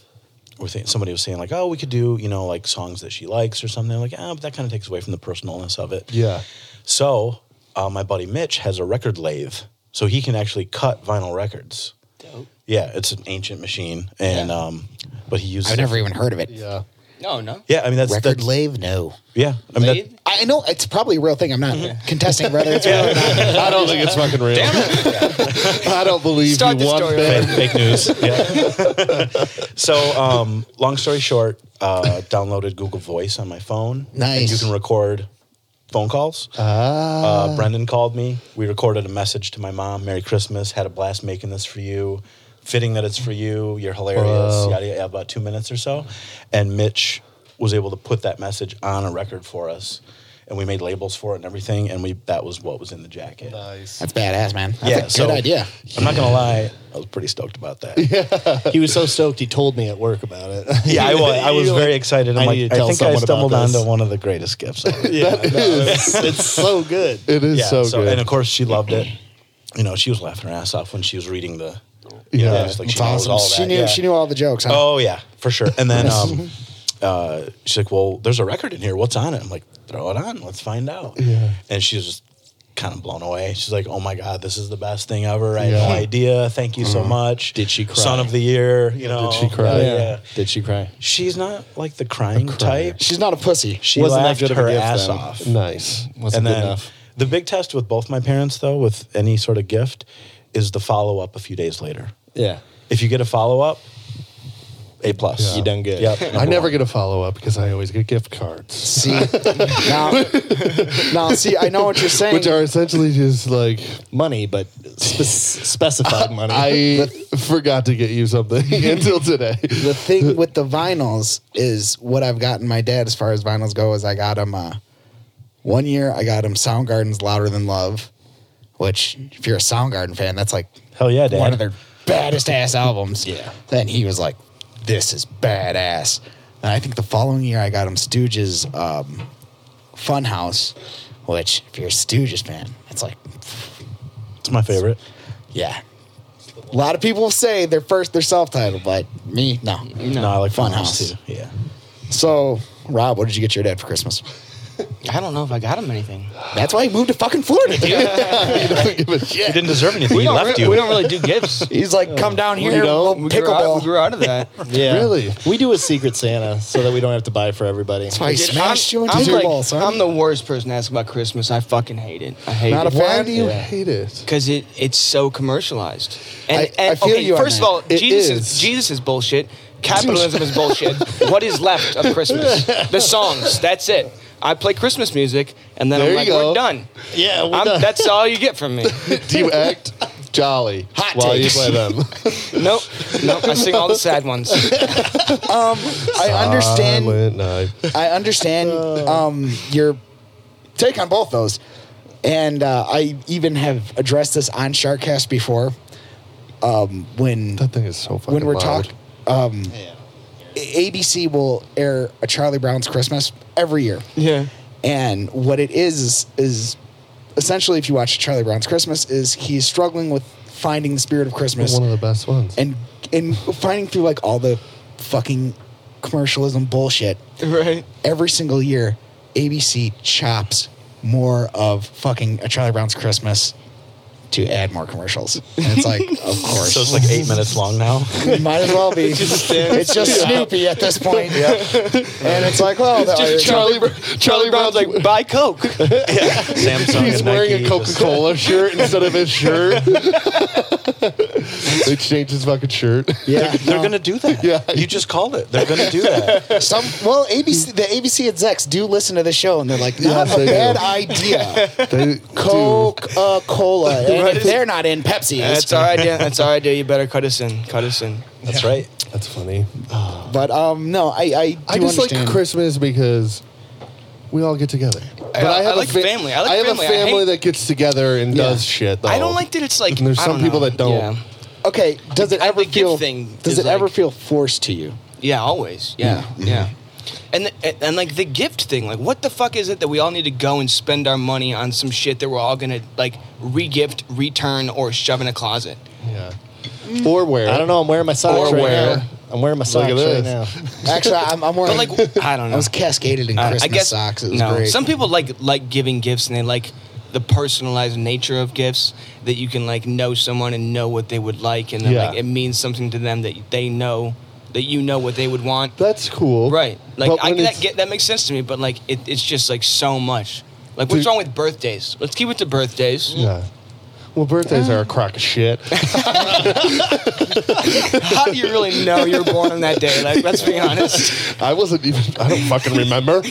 Speaker 4: we're thinking, somebody was saying like, oh, we could do you know like songs that she likes or something. I'm like, ah, but that kind of takes away from the personalness of it.
Speaker 6: Yeah.
Speaker 4: So uh, my buddy Mitch has a record lathe, so he can actually cut vinyl records.
Speaker 2: Dope.
Speaker 4: Yeah, it's an ancient machine, and
Speaker 2: Yeah.
Speaker 4: um, but he uses.
Speaker 3: I've never even heard of it.
Speaker 6: Yeah.
Speaker 2: No, no.
Speaker 4: Yeah, I mean that's
Speaker 3: Record
Speaker 4: that's-
Speaker 3: lave? No.
Speaker 4: Yeah, I mean
Speaker 2: Lathe?
Speaker 4: that,
Speaker 3: I know it's probably a real thing. I'm not contesting whether it's real or not.
Speaker 6: I don't think it's fucking real. I don't believe
Speaker 2: Start
Speaker 6: you
Speaker 2: the
Speaker 6: one
Speaker 2: story
Speaker 6: bit.
Speaker 4: fake, fake news. Yeah. so, um, long story short, uh, downloaded Google Voice on my phone. And
Speaker 3: Nice. Ah.
Speaker 4: you can record phone calls. Uh, Brendan called me. We recorded a message to my mom. Merry Christmas. Had a blast making this for you. Fitting that it's for you. You're hilarious.
Speaker 6: Wow.
Speaker 4: Yada yada. About two minutes or so, and Mitch was able to put that message on a record for us, and we made labels for it and everything. And we that was what was in the jacket.
Speaker 6: Nice.
Speaker 3: That's badass, man. That's a
Speaker 4: Yeah,
Speaker 3: good
Speaker 4: so-
Speaker 3: idea.
Speaker 4: I'm not gonna lie. I was pretty stoked about that. Yeah,
Speaker 1: He was so stoked. He told me at work about it.
Speaker 4: I was. I was very excited. I'm
Speaker 1: I
Speaker 4: like,
Speaker 1: need to
Speaker 4: I
Speaker 1: tell
Speaker 4: think
Speaker 1: someone
Speaker 4: I
Speaker 1: about
Speaker 4: stumbled
Speaker 1: this.
Speaker 4: onto one of the greatest gifts. ever.
Speaker 1: Yeah, no, it's, it's so good.
Speaker 6: It is so, good.
Speaker 4: and of course she loved it. You know, she was laughing her ass off when she was reading the.
Speaker 6: Yeah.
Speaker 4: Yeah, just like
Speaker 3: That's
Speaker 4: she knows
Speaker 3: awesome.
Speaker 4: all
Speaker 3: she
Speaker 4: that,
Speaker 3: knew
Speaker 4: yeah.
Speaker 3: she knew all the jokes. Huh?
Speaker 4: Oh yeah, for sure. And then um, uh, she's like, "Well, there's a record in here. What's on it?" I'm like, "Throw it on. Let's find out."
Speaker 6: Yeah.
Speaker 4: And she's just kind of blown away. She's like, "Oh my god, this is the best thing ever. I had
Speaker 6: Yeah.
Speaker 4: no idea. Thank you so much."
Speaker 1: Did she cry?
Speaker 4: Son of the year. You know?
Speaker 6: she cry?
Speaker 4: Yeah.
Speaker 1: Yeah. Did she cry?
Speaker 4: She's not like the crying
Speaker 6: crier.
Speaker 4: type.
Speaker 3: She's not a pussy.
Speaker 4: She
Speaker 1: Wasn't that
Speaker 4: laughed
Speaker 1: good of a
Speaker 4: her
Speaker 1: gift,
Speaker 4: ass
Speaker 1: then.
Speaker 4: off.
Speaker 6: nice.
Speaker 1: Wasn't
Speaker 4: and
Speaker 1: good
Speaker 4: then
Speaker 1: enough.
Speaker 4: the big test with both my parents, though, with any sort of gift, is the follow up a few days later.
Speaker 1: Yeah.
Speaker 4: If you get a follow up, a plus.
Speaker 6: Yeah. You
Speaker 1: done good.
Speaker 4: Yep.
Speaker 6: I never get a follow up because I always get gift cards,
Speaker 3: See now, now, see, I know what you're saying.
Speaker 6: which are essentially just like
Speaker 1: Money, but spe- specified money.
Speaker 6: I forgot to get you something until today.
Speaker 3: the thing with the vinyls is what I've gotten my dad as far as vinyls go is I got him uh, one year I got him Soundgarden's Louder Than Love, which if you're a Soundgarden fan, that's like
Speaker 4: Hell yeah, Dad.
Speaker 3: one of their baddest ass albums.
Speaker 1: Yeah.
Speaker 3: Then he was like, This is badass. And I think the following year I got him Stooges um Funhouse, which if you're a Stooges fan, it's like
Speaker 4: It's my favorite.
Speaker 3: yeah. A lot of people say their first their self titled, but me, no.
Speaker 4: No, I like
Speaker 3: Funhouse.
Speaker 4: Funhouse too. Yeah.
Speaker 3: So, Rob, what did you get your dad for Christmas?
Speaker 2: I don't know if I got him anything.
Speaker 3: That's why he moved to fucking Florida, dude.
Speaker 4: He didn't deserve anything.
Speaker 2: We
Speaker 4: He
Speaker 2: don't,
Speaker 4: left
Speaker 2: re-
Speaker 4: you.
Speaker 2: we don't really do gifts.
Speaker 3: He's like, come down here,
Speaker 2: You know,
Speaker 3: we'll
Speaker 2: we grew, out, we
Speaker 3: pickleball.
Speaker 2: grew out of that.
Speaker 1: yeah.
Speaker 6: Really?
Speaker 1: We do a secret Santa so that we don't have to buy for everybody.
Speaker 3: That's why he
Speaker 2: Dude,
Speaker 3: smashed
Speaker 2: I'm,
Speaker 3: you into
Speaker 2: I'm
Speaker 3: your
Speaker 2: like-
Speaker 3: balls, huh?
Speaker 2: I'm the worst person to ask about Christmas. I fucking hate it. I hate
Speaker 3: Not
Speaker 2: it.
Speaker 3: a fan?
Speaker 6: Why do you
Speaker 1: Yeah.
Speaker 6: hate it?
Speaker 2: Because it, it's so commercialized. And,
Speaker 3: I-
Speaker 2: and
Speaker 3: I feel
Speaker 2: okay,
Speaker 3: you on
Speaker 2: first
Speaker 3: that.
Speaker 2: of all,
Speaker 6: It
Speaker 2: Jesus is.
Speaker 6: is.
Speaker 2: Jesus is bullshit. Capitalism is bullshit. What is left of Christmas? The songs. That's it. I play Christmas music, and then
Speaker 6: There
Speaker 2: I'm
Speaker 6: you
Speaker 2: like,
Speaker 6: go.
Speaker 2: we're done.
Speaker 1: yeah. we're
Speaker 2: I'm,
Speaker 1: done.
Speaker 2: That's all you get from me.
Speaker 6: Do you act jolly
Speaker 3: Hot
Speaker 6: while
Speaker 3: takes.
Speaker 6: you play them?
Speaker 2: Nope, nope. I sing all the sad ones.
Speaker 3: um, I understand.
Speaker 6: Silent night.
Speaker 3: I understand
Speaker 2: Uh.
Speaker 3: um, your take on both those, and uh, I even have addressed this on Sharkcast before. Um, when
Speaker 6: That thing is so fucking
Speaker 3: when we're
Speaker 6: loud.
Speaker 3: talking, um, ABC will air a Charlie Brown's Christmas every year.
Speaker 2: Yeah.
Speaker 3: And what it is is essentially, if you watch Charlie Brown's Christmas, is he's struggling with finding the spirit of Christmas
Speaker 6: one of the best ones.
Speaker 3: and and finding through like all the fucking commercialism bullshit.
Speaker 2: Right.
Speaker 3: Every single year, ABC chops more of fucking a Charlie Brown's Christmas to add more commercials. And it's like, of course,
Speaker 4: So it's like eight minutes long now.
Speaker 3: might as well be. it's just Snoopy at this point. And it's like, well, the-
Speaker 2: Just Charlie, Br- Charlie Brown's like, buy Coke.
Speaker 4: Samsung.
Speaker 6: He's
Speaker 4: and
Speaker 6: wearing
Speaker 4: Nike,
Speaker 6: a Coca
Speaker 4: just-
Speaker 6: Cola shirt instead of his shirt. they changed his fucking shirt.
Speaker 3: yeah,
Speaker 4: They're
Speaker 3: no.
Speaker 4: gonna do that.
Speaker 6: Yeah.
Speaker 4: You just called it. They're gonna do that.
Speaker 3: Some well, ABC the ABC and Zex do listen to the show, and they're like, "Not
Speaker 6: Yes,
Speaker 3: a
Speaker 6: they
Speaker 3: bad
Speaker 6: do.
Speaker 3: idea."
Speaker 6: They,
Speaker 3: Coca Cola. And if they're not in, Pepsi is.
Speaker 2: That's all right, Dan. That's all right, dude. You better cut us in. Cut us in.
Speaker 4: That's right.
Speaker 6: That's funny.
Speaker 3: But um, no, I I, do
Speaker 6: I just
Speaker 3: understand.
Speaker 6: like Christmas because we all get together. But
Speaker 2: I like family. I like
Speaker 6: have
Speaker 2: family.
Speaker 6: a
Speaker 2: I hate-
Speaker 6: family that gets together and does shit. Though.
Speaker 2: I don't like that. It's like
Speaker 6: And there's
Speaker 2: I
Speaker 6: some
Speaker 2: don't
Speaker 6: people
Speaker 2: know.
Speaker 6: that don't.
Speaker 2: Yeah,
Speaker 3: Okay, does it
Speaker 2: I
Speaker 3: ever
Speaker 2: think your
Speaker 3: feel?
Speaker 2: thing
Speaker 3: does
Speaker 2: is
Speaker 3: it ever
Speaker 2: like-
Speaker 3: feel forced to you?
Speaker 2: yeah, always. Yeah, yeah. And, the, and and like the gift thing, like what the fuck is it that we all need to go and spend our money on some shit that we're all gonna like re-gift, return, or shove in a closet?
Speaker 6: Yeah. Or where?
Speaker 1: I don't know. I'm wearing my socks
Speaker 2: Or
Speaker 1: right
Speaker 2: wear.
Speaker 1: now. I'm wearing my socks right
Speaker 6: this.
Speaker 1: now.
Speaker 3: Actually, I'm, I'm
Speaker 2: But
Speaker 3: wearing.
Speaker 2: like, I don't know.
Speaker 3: I was cascaded in
Speaker 2: Uh,
Speaker 3: Christmas socks. It was
Speaker 2: no.
Speaker 3: great.
Speaker 2: Some people like like giving gifts and they like the personalized nature of gifts that you can like know someone and know what they would like and then,
Speaker 6: Yeah.
Speaker 2: like it means something to them that they know that you know what they would want.
Speaker 6: That's cool.
Speaker 2: Right. Like
Speaker 6: But
Speaker 2: I,
Speaker 6: when
Speaker 2: that
Speaker 6: it's-
Speaker 2: get that makes sense to me, but like it, it's just like so much. Like what's
Speaker 6: Dude.
Speaker 2: wrong with birthdays? Let's keep it to birthdays.
Speaker 6: Yeah. Well, birthdays are a crock of shit.
Speaker 2: How do you really know you were born on that day? Like let's be honest.
Speaker 6: I wasn't even. I don't fucking remember.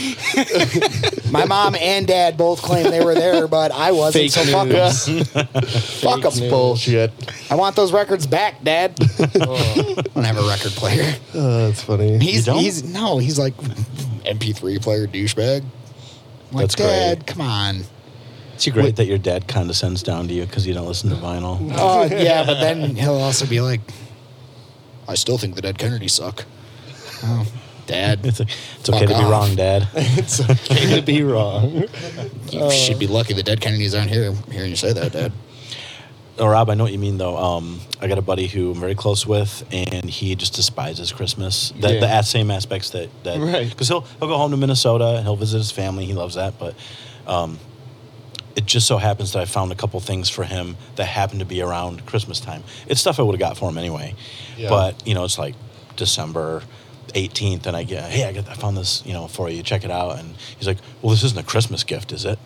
Speaker 3: My mom and dad both claim they were there, but I
Speaker 2: Fake
Speaker 3: wasn't. so fuck
Speaker 2: news.
Speaker 3: them.
Speaker 6: Fuck up bullshit.
Speaker 3: I want those records back, Dad. I don't have a record player.
Speaker 6: Uh, that's funny.
Speaker 3: He's
Speaker 4: Oh. don't?
Speaker 3: he's no, he's like MP3 player douchebag. I'm Like
Speaker 4: That's great.
Speaker 3: Dad, come on.
Speaker 4: It's great that your dad condescends down to you because you don't listen to vinyl.
Speaker 3: Oh yeah, but then he'll also be like, I still think the Dead Kennedys suck. Oh, Dad,
Speaker 4: It's, it's
Speaker 3: Fuck
Speaker 4: okay to be
Speaker 3: off.
Speaker 4: wrong, Dad.
Speaker 1: It's okay to be wrong.
Speaker 3: you
Speaker 4: Uh.
Speaker 3: should be lucky the Dead Kennedys aren't here. Hearing you say that, Dad.
Speaker 4: Oh, Rob, I know what you mean though. Um, I got a buddy who I'm very close with, and he just despises Christmas. The,
Speaker 2: Yeah.
Speaker 4: the as- same aspects that that
Speaker 2: Right.
Speaker 4: because he'll he'll go home to Minnesota and he'll visit his family. He loves that, but um, it just so happens that I found a couple things for him that happened to be around Christmas time. It's stuff I would have got for him anyway,
Speaker 6: Yeah.
Speaker 4: but you know, it's like December. 18th and I get hey I got I found this you know for you check it out and he's like well this isn't a Christmas gift is it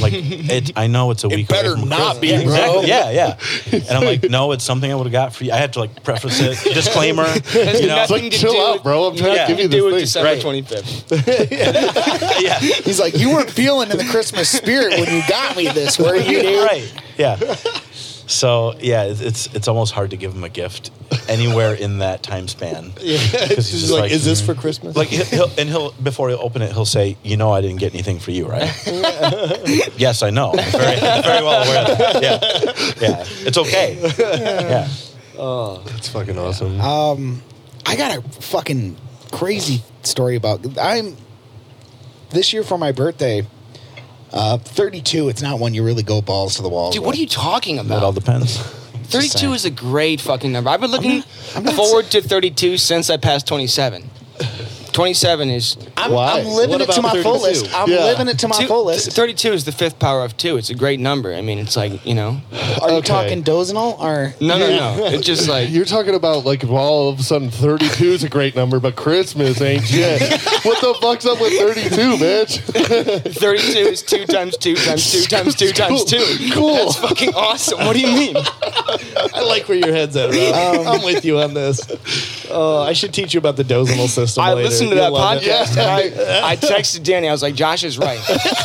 Speaker 4: like it, I know it's a week away
Speaker 3: better
Speaker 4: from
Speaker 3: not
Speaker 4: Christmas.
Speaker 3: be,
Speaker 4: Yeah,
Speaker 3: bro.
Speaker 4: exactly yeah, yeah. And I'm like, no, it's something I would have got for you. I had to like preface it, disclaimer.
Speaker 2: It's
Speaker 4: you know,
Speaker 2: nothing
Speaker 6: like,
Speaker 2: to
Speaker 6: chill
Speaker 2: do
Speaker 6: out,
Speaker 2: with-
Speaker 6: bro. I'm trying
Speaker 4: to
Speaker 2: yeah,
Speaker 4: give
Speaker 6: you
Speaker 2: do
Speaker 6: this
Speaker 2: with
Speaker 6: thing.
Speaker 2: December
Speaker 4: Right.
Speaker 2: twenty fifth.
Speaker 4: yeah,
Speaker 3: He's like, you weren't feeling in the Christmas spirit when you got me this, were you, dude?
Speaker 4: right, yeah. So yeah, it's, it's it's almost hard to give him a gift anywhere in that time span. Yeah,
Speaker 1: It's just like, mm. is this for Christmas?
Speaker 4: Like he'll, he'll and he'll before he'll open it, he'll say, "You know, I didn't get anything for you, right?" yes, I know. I'm very, I'm very well aware. Of that. Yeah, yeah. It's okay. Yeah.
Speaker 6: That's fucking awesome.
Speaker 3: Um, I got a fucking crazy story about. I'm this year for my birthday. Uh, 32. It's not one you really go balls to the wall.
Speaker 2: Dude,
Speaker 3: with.
Speaker 2: what are you talking
Speaker 4: It all
Speaker 2: about?
Speaker 4: depends.
Speaker 2: 32 is a great fucking number. I've been looking forward to 32 since I passed 27. 27 is
Speaker 3: I'm,
Speaker 6: Why?
Speaker 3: I'm living
Speaker 1: What
Speaker 3: it to
Speaker 1: about
Speaker 3: my fullest.
Speaker 1: 32?
Speaker 3: I'm
Speaker 6: Yeah.
Speaker 3: living it to my
Speaker 2: Two-
Speaker 3: fullest.
Speaker 2: 32 is the fifth power of 2. It's a great number. I mean, it's like, you know.
Speaker 3: Are you
Speaker 6: Okay.
Speaker 3: talking dozenal or?
Speaker 2: No, no, no. It's just like
Speaker 6: You're talking about like well, all of a sudden 32 is a great number, but Christmas ain't shit. what the fuck's up with 32, bitch?
Speaker 2: 32 is 2 times 2 times 2 times 2 times 2.
Speaker 6: Cool.
Speaker 2: That's fucking awesome. What do you mean?
Speaker 1: I like where your head's at, Rob. I'm with you on this. Oh, Um, I should teach you about the dozenal system.
Speaker 2: I
Speaker 1: later.
Speaker 2: listened to
Speaker 1: You'll
Speaker 2: that
Speaker 1: love it.
Speaker 2: podcast and I, I texted Danny. I was like, Josh is right.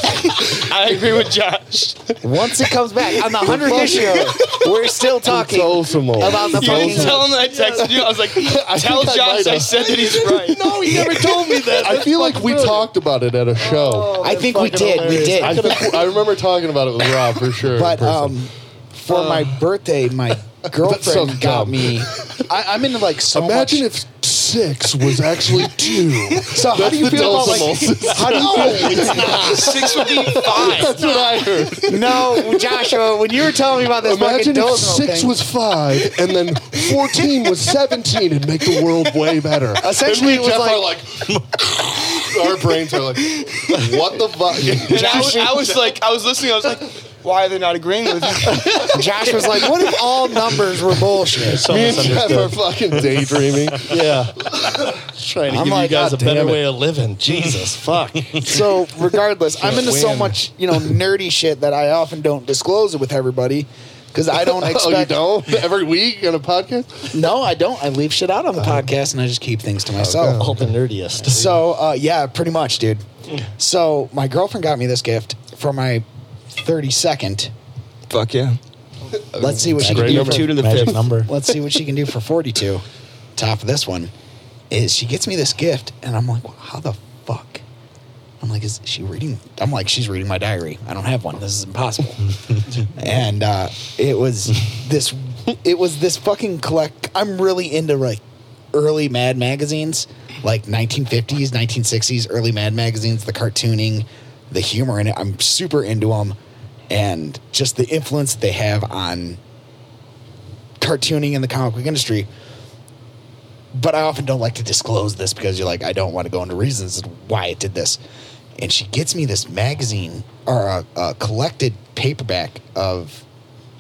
Speaker 2: I agree with Josh.
Speaker 3: Once it comes back on the hundredth issue, we're still talking
Speaker 6: awesome.
Speaker 3: about the
Speaker 2: You
Speaker 3: fucking.
Speaker 2: didn't tell him that I texted you. I was like, tell
Speaker 6: think I might
Speaker 2: Josh I
Speaker 6: have.
Speaker 2: said that he's right.
Speaker 1: No, he never told me that.
Speaker 6: I feel like we talked about it at a show.
Speaker 3: Oh. I think we
Speaker 1: Fucking
Speaker 3: did. We
Speaker 1: hilarious.
Speaker 3: did.
Speaker 6: I, think- I remember talking about it with Rob for sure. in
Speaker 3: But
Speaker 6: person.
Speaker 3: um, for my birthday, my girlfriend got
Speaker 6: dumb.
Speaker 3: me. I, I'm into like so
Speaker 6: imagine
Speaker 3: much.
Speaker 6: if six was actually two.
Speaker 3: so how
Speaker 6: That's
Speaker 3: do you
Speaker 6: the
Speaker 3: feel about
Speaker 6: decimal
Speaker 3: like?
Speaker 6: system.
Speaker 3: How do you feel?
Speaker 2: Six would be five.
Speaker 6: That's what I heard.
Speaker 3: no, Joshua, when you were telling me about this
Speaker 6: Imagine
Speaker 3: fucking
Speaker 6: if
Speaker 3: dozenal
Speaker 6: six
Speaker 3: thing,
Speaker 6: was five and then 14 was 17 it'd make the world way better.
Speaker 3: Essentially,
Speaker 6: And me
Speaker 3: it
Speaker 6: and
Speaker 3: was
Speaker 6: Jeff are like, our brains are like, what the fuck?
Speaker 2: And I was, I was like, I was listening. I was like, why are they not agreeing with me?
Speaker 3: Josh was like, "What if all numbers were bullshit?"
Speaker 4: So
Speaker 6: Me and Jeff
Speaker 4: misunderstood.
Speaker 6: are fucking daydreaming.
Speaker 1: Yeah. Trying to
Speaker 3: I'm
Speaker 1: give
Speaker 3: like,
Speaker 1: you guys
Speaker 3: "God
Speaker 1: a better
Speaker 3: damn it."
Speaker 1: way of living. Jesus, fuck.
Speaker 3: So regardless, I'm into so
Speaker 1: win.
Speaker 3: much you know nerdy shit that I often don't disclose it with everybody because I don't
Speaker 6: Oh, you
Speaker 3: expect.
Speaker 6: don't? Every week on a podcast?
Speaker 3: No, I don't. I leave shit out on the podcast and I just keep things to myself.
Speaker 1: All the nerdiest.
Speaker 3: So uh, yeah, pretty much, dude. So my girlfriend got me this gift for my 32nd.
Speaker 2: Fuck yeah.
Speaker 3: Let's see what she can
Speaker 1: Great
Speaker 3: do.
Speaker 1: number.
Speaker 3: For,
Speaker 1: Two to the
Speaker 4: Magic
Speaker 1: fifth.
Speaker 4: number.
Speaker 3: let's see what she can do for 42. Top of this one is she gets me this gift, and I'm like, how the fuck? I'm like, is she reading? I'm like, she's reading my diary. I don't have one. This is impossible. and uh, it was this. It was this fucking collect. I'm really into like early Mad magazines, like 1950s, 1960s, early Mad magazines. The cartooning, the humor in it. I'm super into them, and just the influence they have on cartooning in the comic book industry. But I often don't like to disclose this because you're like, I don't want to go into reasons why it did this. And she gets me this magazine or a, a collected paperback of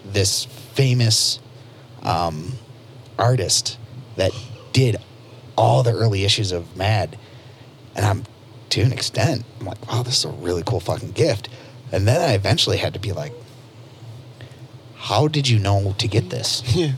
Speaker 3: this famous um, artist that did all the early issues of Mad. And I'm to an extent, I'm like, wow, this is a really cool fucking gift. And then I eventually had to be like, how did you know to get this?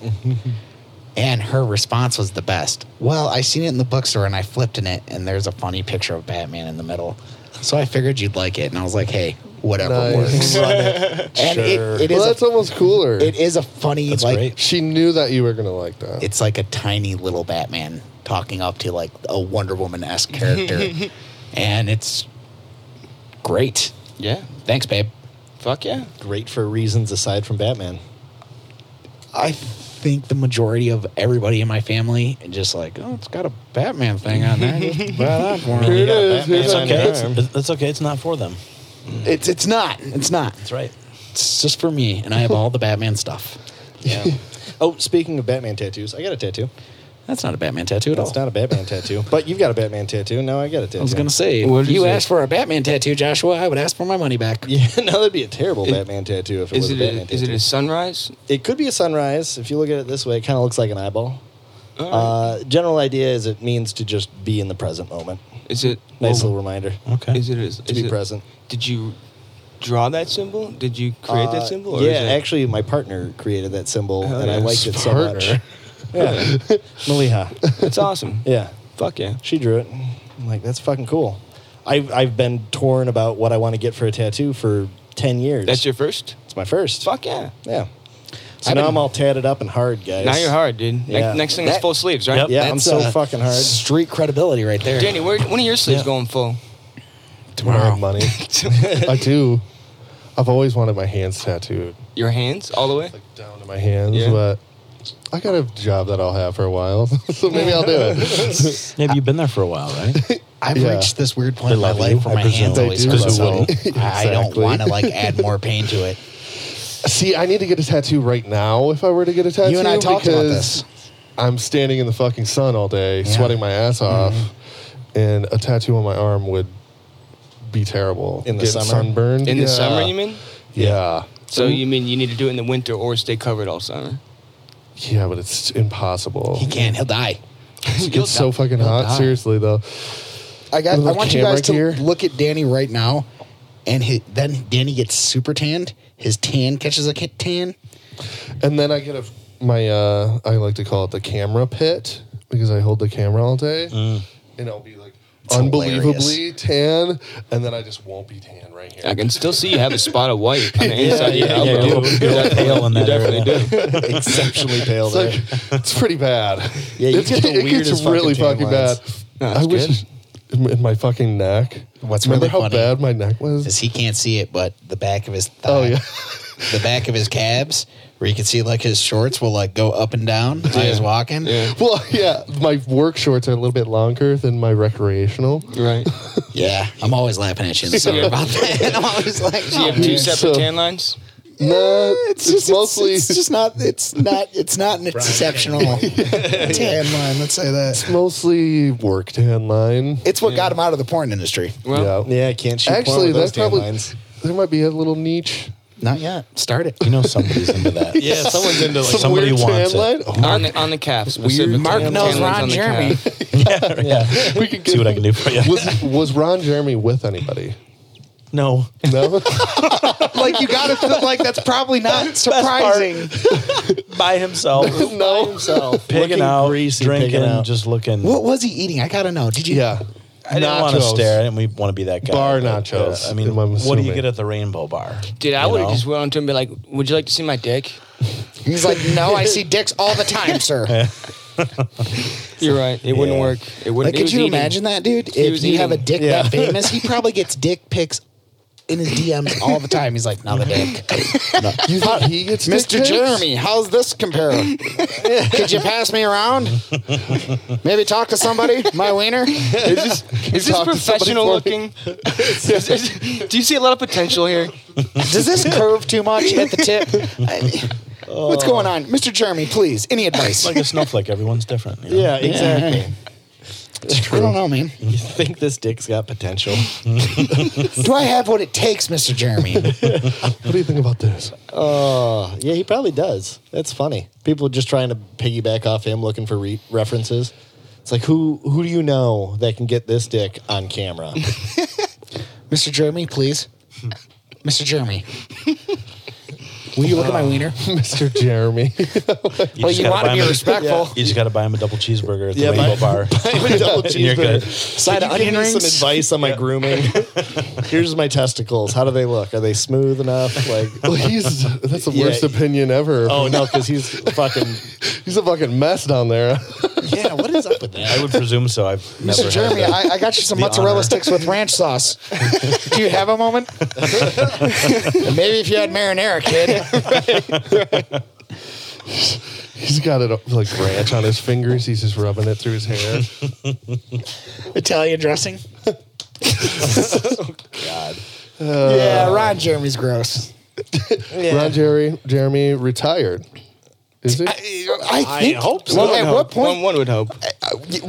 Speaker 3: and her response was the best. Well, I seen it in the bookstore and I flipped in it, and there's a funny picture of Batman in the middle. So I figured you'd like it, and I was like, hey, whatever works.
Speaker 6: Nice. Love it.
Speaker 3: And
Speaker 1: Sure.
Speaker 3: it, it,
Speaker 6: well,
Speaker 3: is
Speaker 6: that's
Speaker 3: a,
Speaker 6: almost cooler.
Speaker 3: it is a funny,
Speaker 4: That's
Speaker 3: like,
Speaker 4: great.
Speaker 6: she knew that you were gonna like that.
Speaker 3: it's like a tiny little Batman talking up to like a Wonder Woman esque character, and it's great.
Speaker 2: Yeah.
Speaker 3: Thanks, babe.
Speaker 2: Fuck yeah.
Speaker 1: Great for reasons aside from Batman.
Speaker 3: I think the majority of everybody in my family just like, oh, it's got a Batman thing on there. Just buy that for me."
Speaker 6: Here it
Speaker 1: Yeah, Batman.
Speaker 6: is.
Speaker 4: It's
Speaker 6: Here's
Speaker 1: It's
Speaker 6: a-
Speaker 4: okay.
Speaker 1: okay.
Speaker 4: It's, it's okay. It's not for them.
Speaker 3: It's it's not. It's not.
Speaker 4: That's right.
Speaker 3: It's just for me, and I have all the Batman stuff.
Speaker 1: Yeah. oh, speaking of Batman tattoos, I got a tattoo.
Speaker 3: That's not a Batman tattoo at all.
Speaker 1: That's not a Batman tattoo, but you've got a Batman tattoo. Now Oh. I got a tattoo.
Speaker 3: I was gonna say,
Speaker 2: What
Speaker 3: if
Speaker 2: is
Speaker 3: you
Speaker 2: it?
Speaker 3: asked for a Batman tattoo, Joshua, I would ask for my money back.
Speaker 1: Yeah, no, that'd be a terrible Batman tattoo if it
Speaker 2: Is
Speaker 1: was
Speaker 2: it
Speaker 1: a Batman
Speaker 2: a, is
Speaker 1: tattoo.
Speaker 2: it a sunrise?
Speaker 1: it could be a sunrise if you look at it this way. It kind of looks like an eyeball.
Speaker 2: Oh.
Speaker 1: Uh, general idea is it means to just be in the present moment.
Speaker 2: Is it
Speaker 1: Nice
Speaker 2: well,
Speaker 1: little reminder
Speaker 4: Okay.
Speaker 2: Is it is,
Speaker 1: to be
Speaker 2: it,
Speaker 1: present.
Speaker 2: Did you draw that symbol? Did you create
Speaker 1: Uh,
Speaker 2: that symbol?
Speaker 1: yeah,
Speaker 2: is it-
Speaker 1: actually, my partner created that symbol,
Speaker 2: Hell
Speaker 1: and I
Speaker 2: yeah.
Speaker 1: liked it so
Speaker 6: Partner.
Speaker 1: much. Yeah, Maliha.
Speaker 2: That's awesome.
Speaker 1: Yeah,
Speaker 2: Fuck yeah.
Speaker 1: she drew it. I'm like, that's fucking cool. I've I've been torn about what I want to get for a tattoo for ten years.
Speaker 2: That's your first?
Speaker 1: It's my first.
Speaker 2: Fuck yeah.
Speaker 1: Yeah. So
Speaker 3: I've
Speaker 1: now
Speaker 3: been-
Speaker 1: I'm all tatted up and hard, guys.
Speaker 2: Now you're hard, dude. Ne-
Speaker 1: Yeah.
Speaker 2: Next thing is
Speaker 3: That-
Speaker 2: full sleeves, right?
Speaker 4: Yep.
Speaker 1: Yeah, I'm
Speaker 3: That's,
Speaker 1: so
Speaker 3: uh,
Speaker 1: fucking hard.
Speaker 3: Street credibility right there.
Speaker 2: Danny, where, when are your sleeves
Speaker 4: Yeah.
Speaker 2: going full?
Speaker 6: Tomorrow, money. I do. I've always wanted my hands tattooed.
Speaker 2: Your hands all the way?
Speaker 6: down to my hands,
Speaker 2: Yeah.
Speaker 6: but I got a job that I'll have for a while, so maybe I'll do it.
Speaker 4: Maybe you've been there for a while, right?
Speaker 3: I've
Speaker 6: Yeah.
Speaker 3: reached this weird point
Speaker 4: They
Speaker 3: in my
Speaker 4: love
Speaker 3: life
Speaker 4: you,
Speaker 3: where
Speaker 4: I
Speaker 3: my
Speaker 4: presume.
Speaker 3: hands
Speaker 4: They
Speaker 3: always
Speaker 6: do
Speaker 3: hurt.
Speaker 6: love
Speaker 3: So
Speaker 6: you.
Speaker 3: I don't
Speaker 6: Exactly.
Speaker 3: want to like add more pain to it.
Speaker 6: See, I need to get a tattoo right now if I were to get a tattoo.
Speaker 3: You and I talked about this.
Speaker 6: because I'm standing in the fucking sun all day,
Speaker 3: Yeah. Mm-hmm.
Speaker 6: sweating my ass off, and a tattoo on my arm would be terrible.
Speaker 1: In the
Speaker 6: Getting
Speaker 1: summer?
Speaker 6: sunburned
Speaker 2: In the
Speaker 6: Yeah.
Speaker 2: summer, you mean?
Speaker 6: Yeah,
Speaker 2: So
Speaker 4: Mm-hmm.
Speaker 2: you mean you need to do it in the winter or stay covered all summer?
Speaker 6: yeah, but it's impossible.
Speaker 3: He can. He'll die.
Speaker 6: It's so fucking
Speaker 3: He'll
Speaker 6: hot.
Speaker 3: die.
Speaker 6: Seriously though,
Speaker 3: I got.
Speaker 6: Little
Speaker 3: I want you
Speaker 6: camera
Speaker 3: guys to
Speaker 6: gear.
Speaker 3: look at Danny right now, and he, then Danny gets super tanned. His tan catches a ca- tan.
Speaker 6: and then I get a my uh, I like to call it the camera pit because I hold the camera all day, and I'll be like.
Speaker 3: It's
Speaker 6: unbelievably tan, and then I just won't be tan right here.
Speaker 2: I can still see you have a spot of white on the inside of your
Speaker 1: yeah,
Speaker 2: elbow.
Speaker 1: you
Speaker 4: You're that pale in that area.
Speaker 1: exceptionally pale there.
Speaker 6: It's like it's pretty bad.
Speaker 1: Yeah, you
Speaker 6: It's-
Speaker 1: get the
Speaker 6: it gets
Speaker 1: weirdest
Speaker 6: really
Speaker 1: fucking tan
Speaker 6: fucking
Speaker 1: lines.
Speaker 6: bad. I wish in in my fucking neck.
Speaker 3: What's
Speaker 6: remember
Speaker 3: really
Speaker 6: how
Speaker 3: funny
Speaker 6: bad my neck was?
Speaker 3: Is he can't see it, but the back of his thigh,
Speaker 6: oh yeah,
Speaker 3: the back of his calves, where you can see like his shorts will like go up and down as he's walking.
Speaker 2: Yeah.
Speaker 6: well yeah. My work shorts are a little bit longer than my recreational.
Speaker 2: Right.
Speaker 3: Yeah, I'm always laughing at you in the summer about that. I'm always like,
Speaker 2: Do you have
Speaker 3: "Oh,
Speaker 2: two
Speaker 3: man."
Speaker 2: separate
Speaker 6: So-
Speaker 2: tan lines?
Speaker 6: No, it's,
Speaker 3: It's just
Speaker 6: mostly
Speaker 3: it's, just not it's not it's not an exceptional tan line. Let's say that
Speaker 6: mostly work tan line.
Speaker 3: it's what got him out of the porn industry.
Speaker 2: Well,
Speaker 1: yeah, I can't shoot porn
Speaker 6: Actually,
Speaker 1: with those
Speaker 6: that's
Speaker 1: tan
Speaker 6: probably
Speaker 1: lines.
Speaker 6: there might be a little niche.
Speaker 3: Not yet. Start it.
Speaker 4: You know somebody's into that.
Speaker 1: Yeah, someone's into like
Speaker 4: Some- Somebody
Speaker 6: weird
Speaker 4: wants it.
Speaker 6: tan line. Oh,
Speaker 2: on the on the calf specifically.
Speaker 3: Mark
Speaker 2: Tan
Speaker 3: knows
Speaker 2: lines
Speaker 3: Ron
Speaker 2: on the
Speaker 3: Jeremy.
Speaker 2: calf.
Speaker 4: yeah, yeah.
Speaker 6: Oh, we could
Speaker 4: See what I can do for you.
Speaker 6: Was was Ron Jeremy with anybody?
Speaker 4: No.
Speaker 6: No.
Speaker 3: like you got to feel like that's probably not surprising.
Speaker 4: By himself.
Speaker 6: no.
Speaker 1: himself
Speaker 4: Pigging
Speaker 1: looking
Speaker 4: out,
Speaker 1: greasy,
Speaker 4: drinking,
Speaker 1: pigging out.
Speaker 4: just looking.
Speaker 3: What was he eating? I gotta know. Did you?
Speaker 6: Yeah.
Speaker 4: I didn't want to
Speaker 6: Nachos.
Speaker 4: stare. I didn't we want to be that guy.
Speaker 6: Bar
Speaker 4: But, uh,
Speaker 6: nachos,
Speaker 4: I mean,
Speaker 6: I'm
Speaker 4: what do you
Speaker 6: assuming.
Speaker 4: get at the Rainbow Bar?
Speaker 2: Dude, I
Speaker 4: You
Speaker 2: would have
Speaker 4: know?
Speaker 2: just went on to him and be like, "Would you like to see my dick?"
Speaker 3: He's like, no, I see dicks all the time, sir.
Speaker 2: You're right. It wouldn't work. It
Speaker 3: Like,
Speaker 2: wouldn't.
Speaker 3: could you imagine that, dude? If
Speaker 2: was
Speaker 3: you have a
Speaker 2: eating.
Speaker 3: dick
Speaker 1: Yeah.
Speaker 3: that famous, he probably gets dick pics in his DMs all the time. He's like, not a dick.
Speaker 6: You think he gets dick
Speaker 3: Mr.
Speaker 6: pics?
Speaker 3: Jeremy, how's this compare? Could you pass me around? Maybe talk to somebody? My wiener?
Speaker 2: Is this, is this
Speaker 6: talk to somebody
Speaker 2: professional
Speaker 6: for
Speaker 2: looking? Is- is- do you see a lot of potential here?
Speaker 3: Does this curve too much at the tip? I mean, what's going on? Mr. Jeremy, please, any advice?
Speaker 4: Like a snowflake, everyone's different. you
Speaker 1: Yeah,
Speaker 4: know?
Speaker 1: exactly.
Speaker 3: I don't know, man.
Speaker 1: You think this dick's got potential?
Speaker 3: Do I have what it takes, Mr. Jeremy?
Speaker 6: What do you think about this?
Speaker 1: Oh, yeah, he probably does. That's funny. People just trying to piggyback off him, looking for re- references. It's like who who do you know that can get this dick on camera?
Speaker 3: Mr. Jeremy, please. Mr. Jeremy. Will you look at my wiener?
Speaker 6: Mr. Jeremy.
Speaker 4: You
Speaker 3: Well,
Speaker 4: just
Speaker 3: you
Speaker 4: gotta
Speaker 3: want to
Speaker 4: buy
Speaker 3: be
Speaker 4: him a-
Speaker 3: respectful.
Speaker 4: You just got to buy him a double cheeseburger at the
Speaker 1: Yeah,
Speaker 4: Rainbow
Speaker 1: buy-
Speaker 4: Bar.
Speaker 1: I'm a double
Speaker 4: And you're good.
Speaker 1: cheeseburger. So
Speaker 3: Side of
Speaker 1: I give
Speaker 3: onion
Speaker 1: me some
Speaker 3: rings?
Speaker 1: advice on my grooming. Here's my testicles. How do they look? Are they smooth enough? Like,
Speaker 6: well, he's that's the
Speaker 1: Yeah.
Speaker 6: worst opinion ever.
Speaker 1: oh no, because he's fucking.
Speaker 6: He's a fucking mess down there.
Speaker 1: Yeah, what is up with that?
Speaker 4: I would presume so. I've never
Speaker 3: Mr.
Speaker 4: had
Speaker 3: Jeremy,
Speaker 4: that.
Speaker 3: I, I got you some
Speaker 4: The
Speaker 3: mozzarella
Speaker 4: honor.
Speaker 3: sticks with ranch sauce. Do you have a moment? Maybe if you had marinara, kid.
Speaker 6: he's got it like ranch on his fingers. He's just rubbing it through his hair.
Speaker 3: Italian dressing. God. yeah, Ron Jeremy's gross.
Speaker 6: Ron Jerry, Jeremy retired. Is he?
Speaker 3: I think.
Speaker 4: hope so.
Speaker 3: well, at what
Speaker 2: One,
Speaker 3: point?
Speaker 2: one would hope.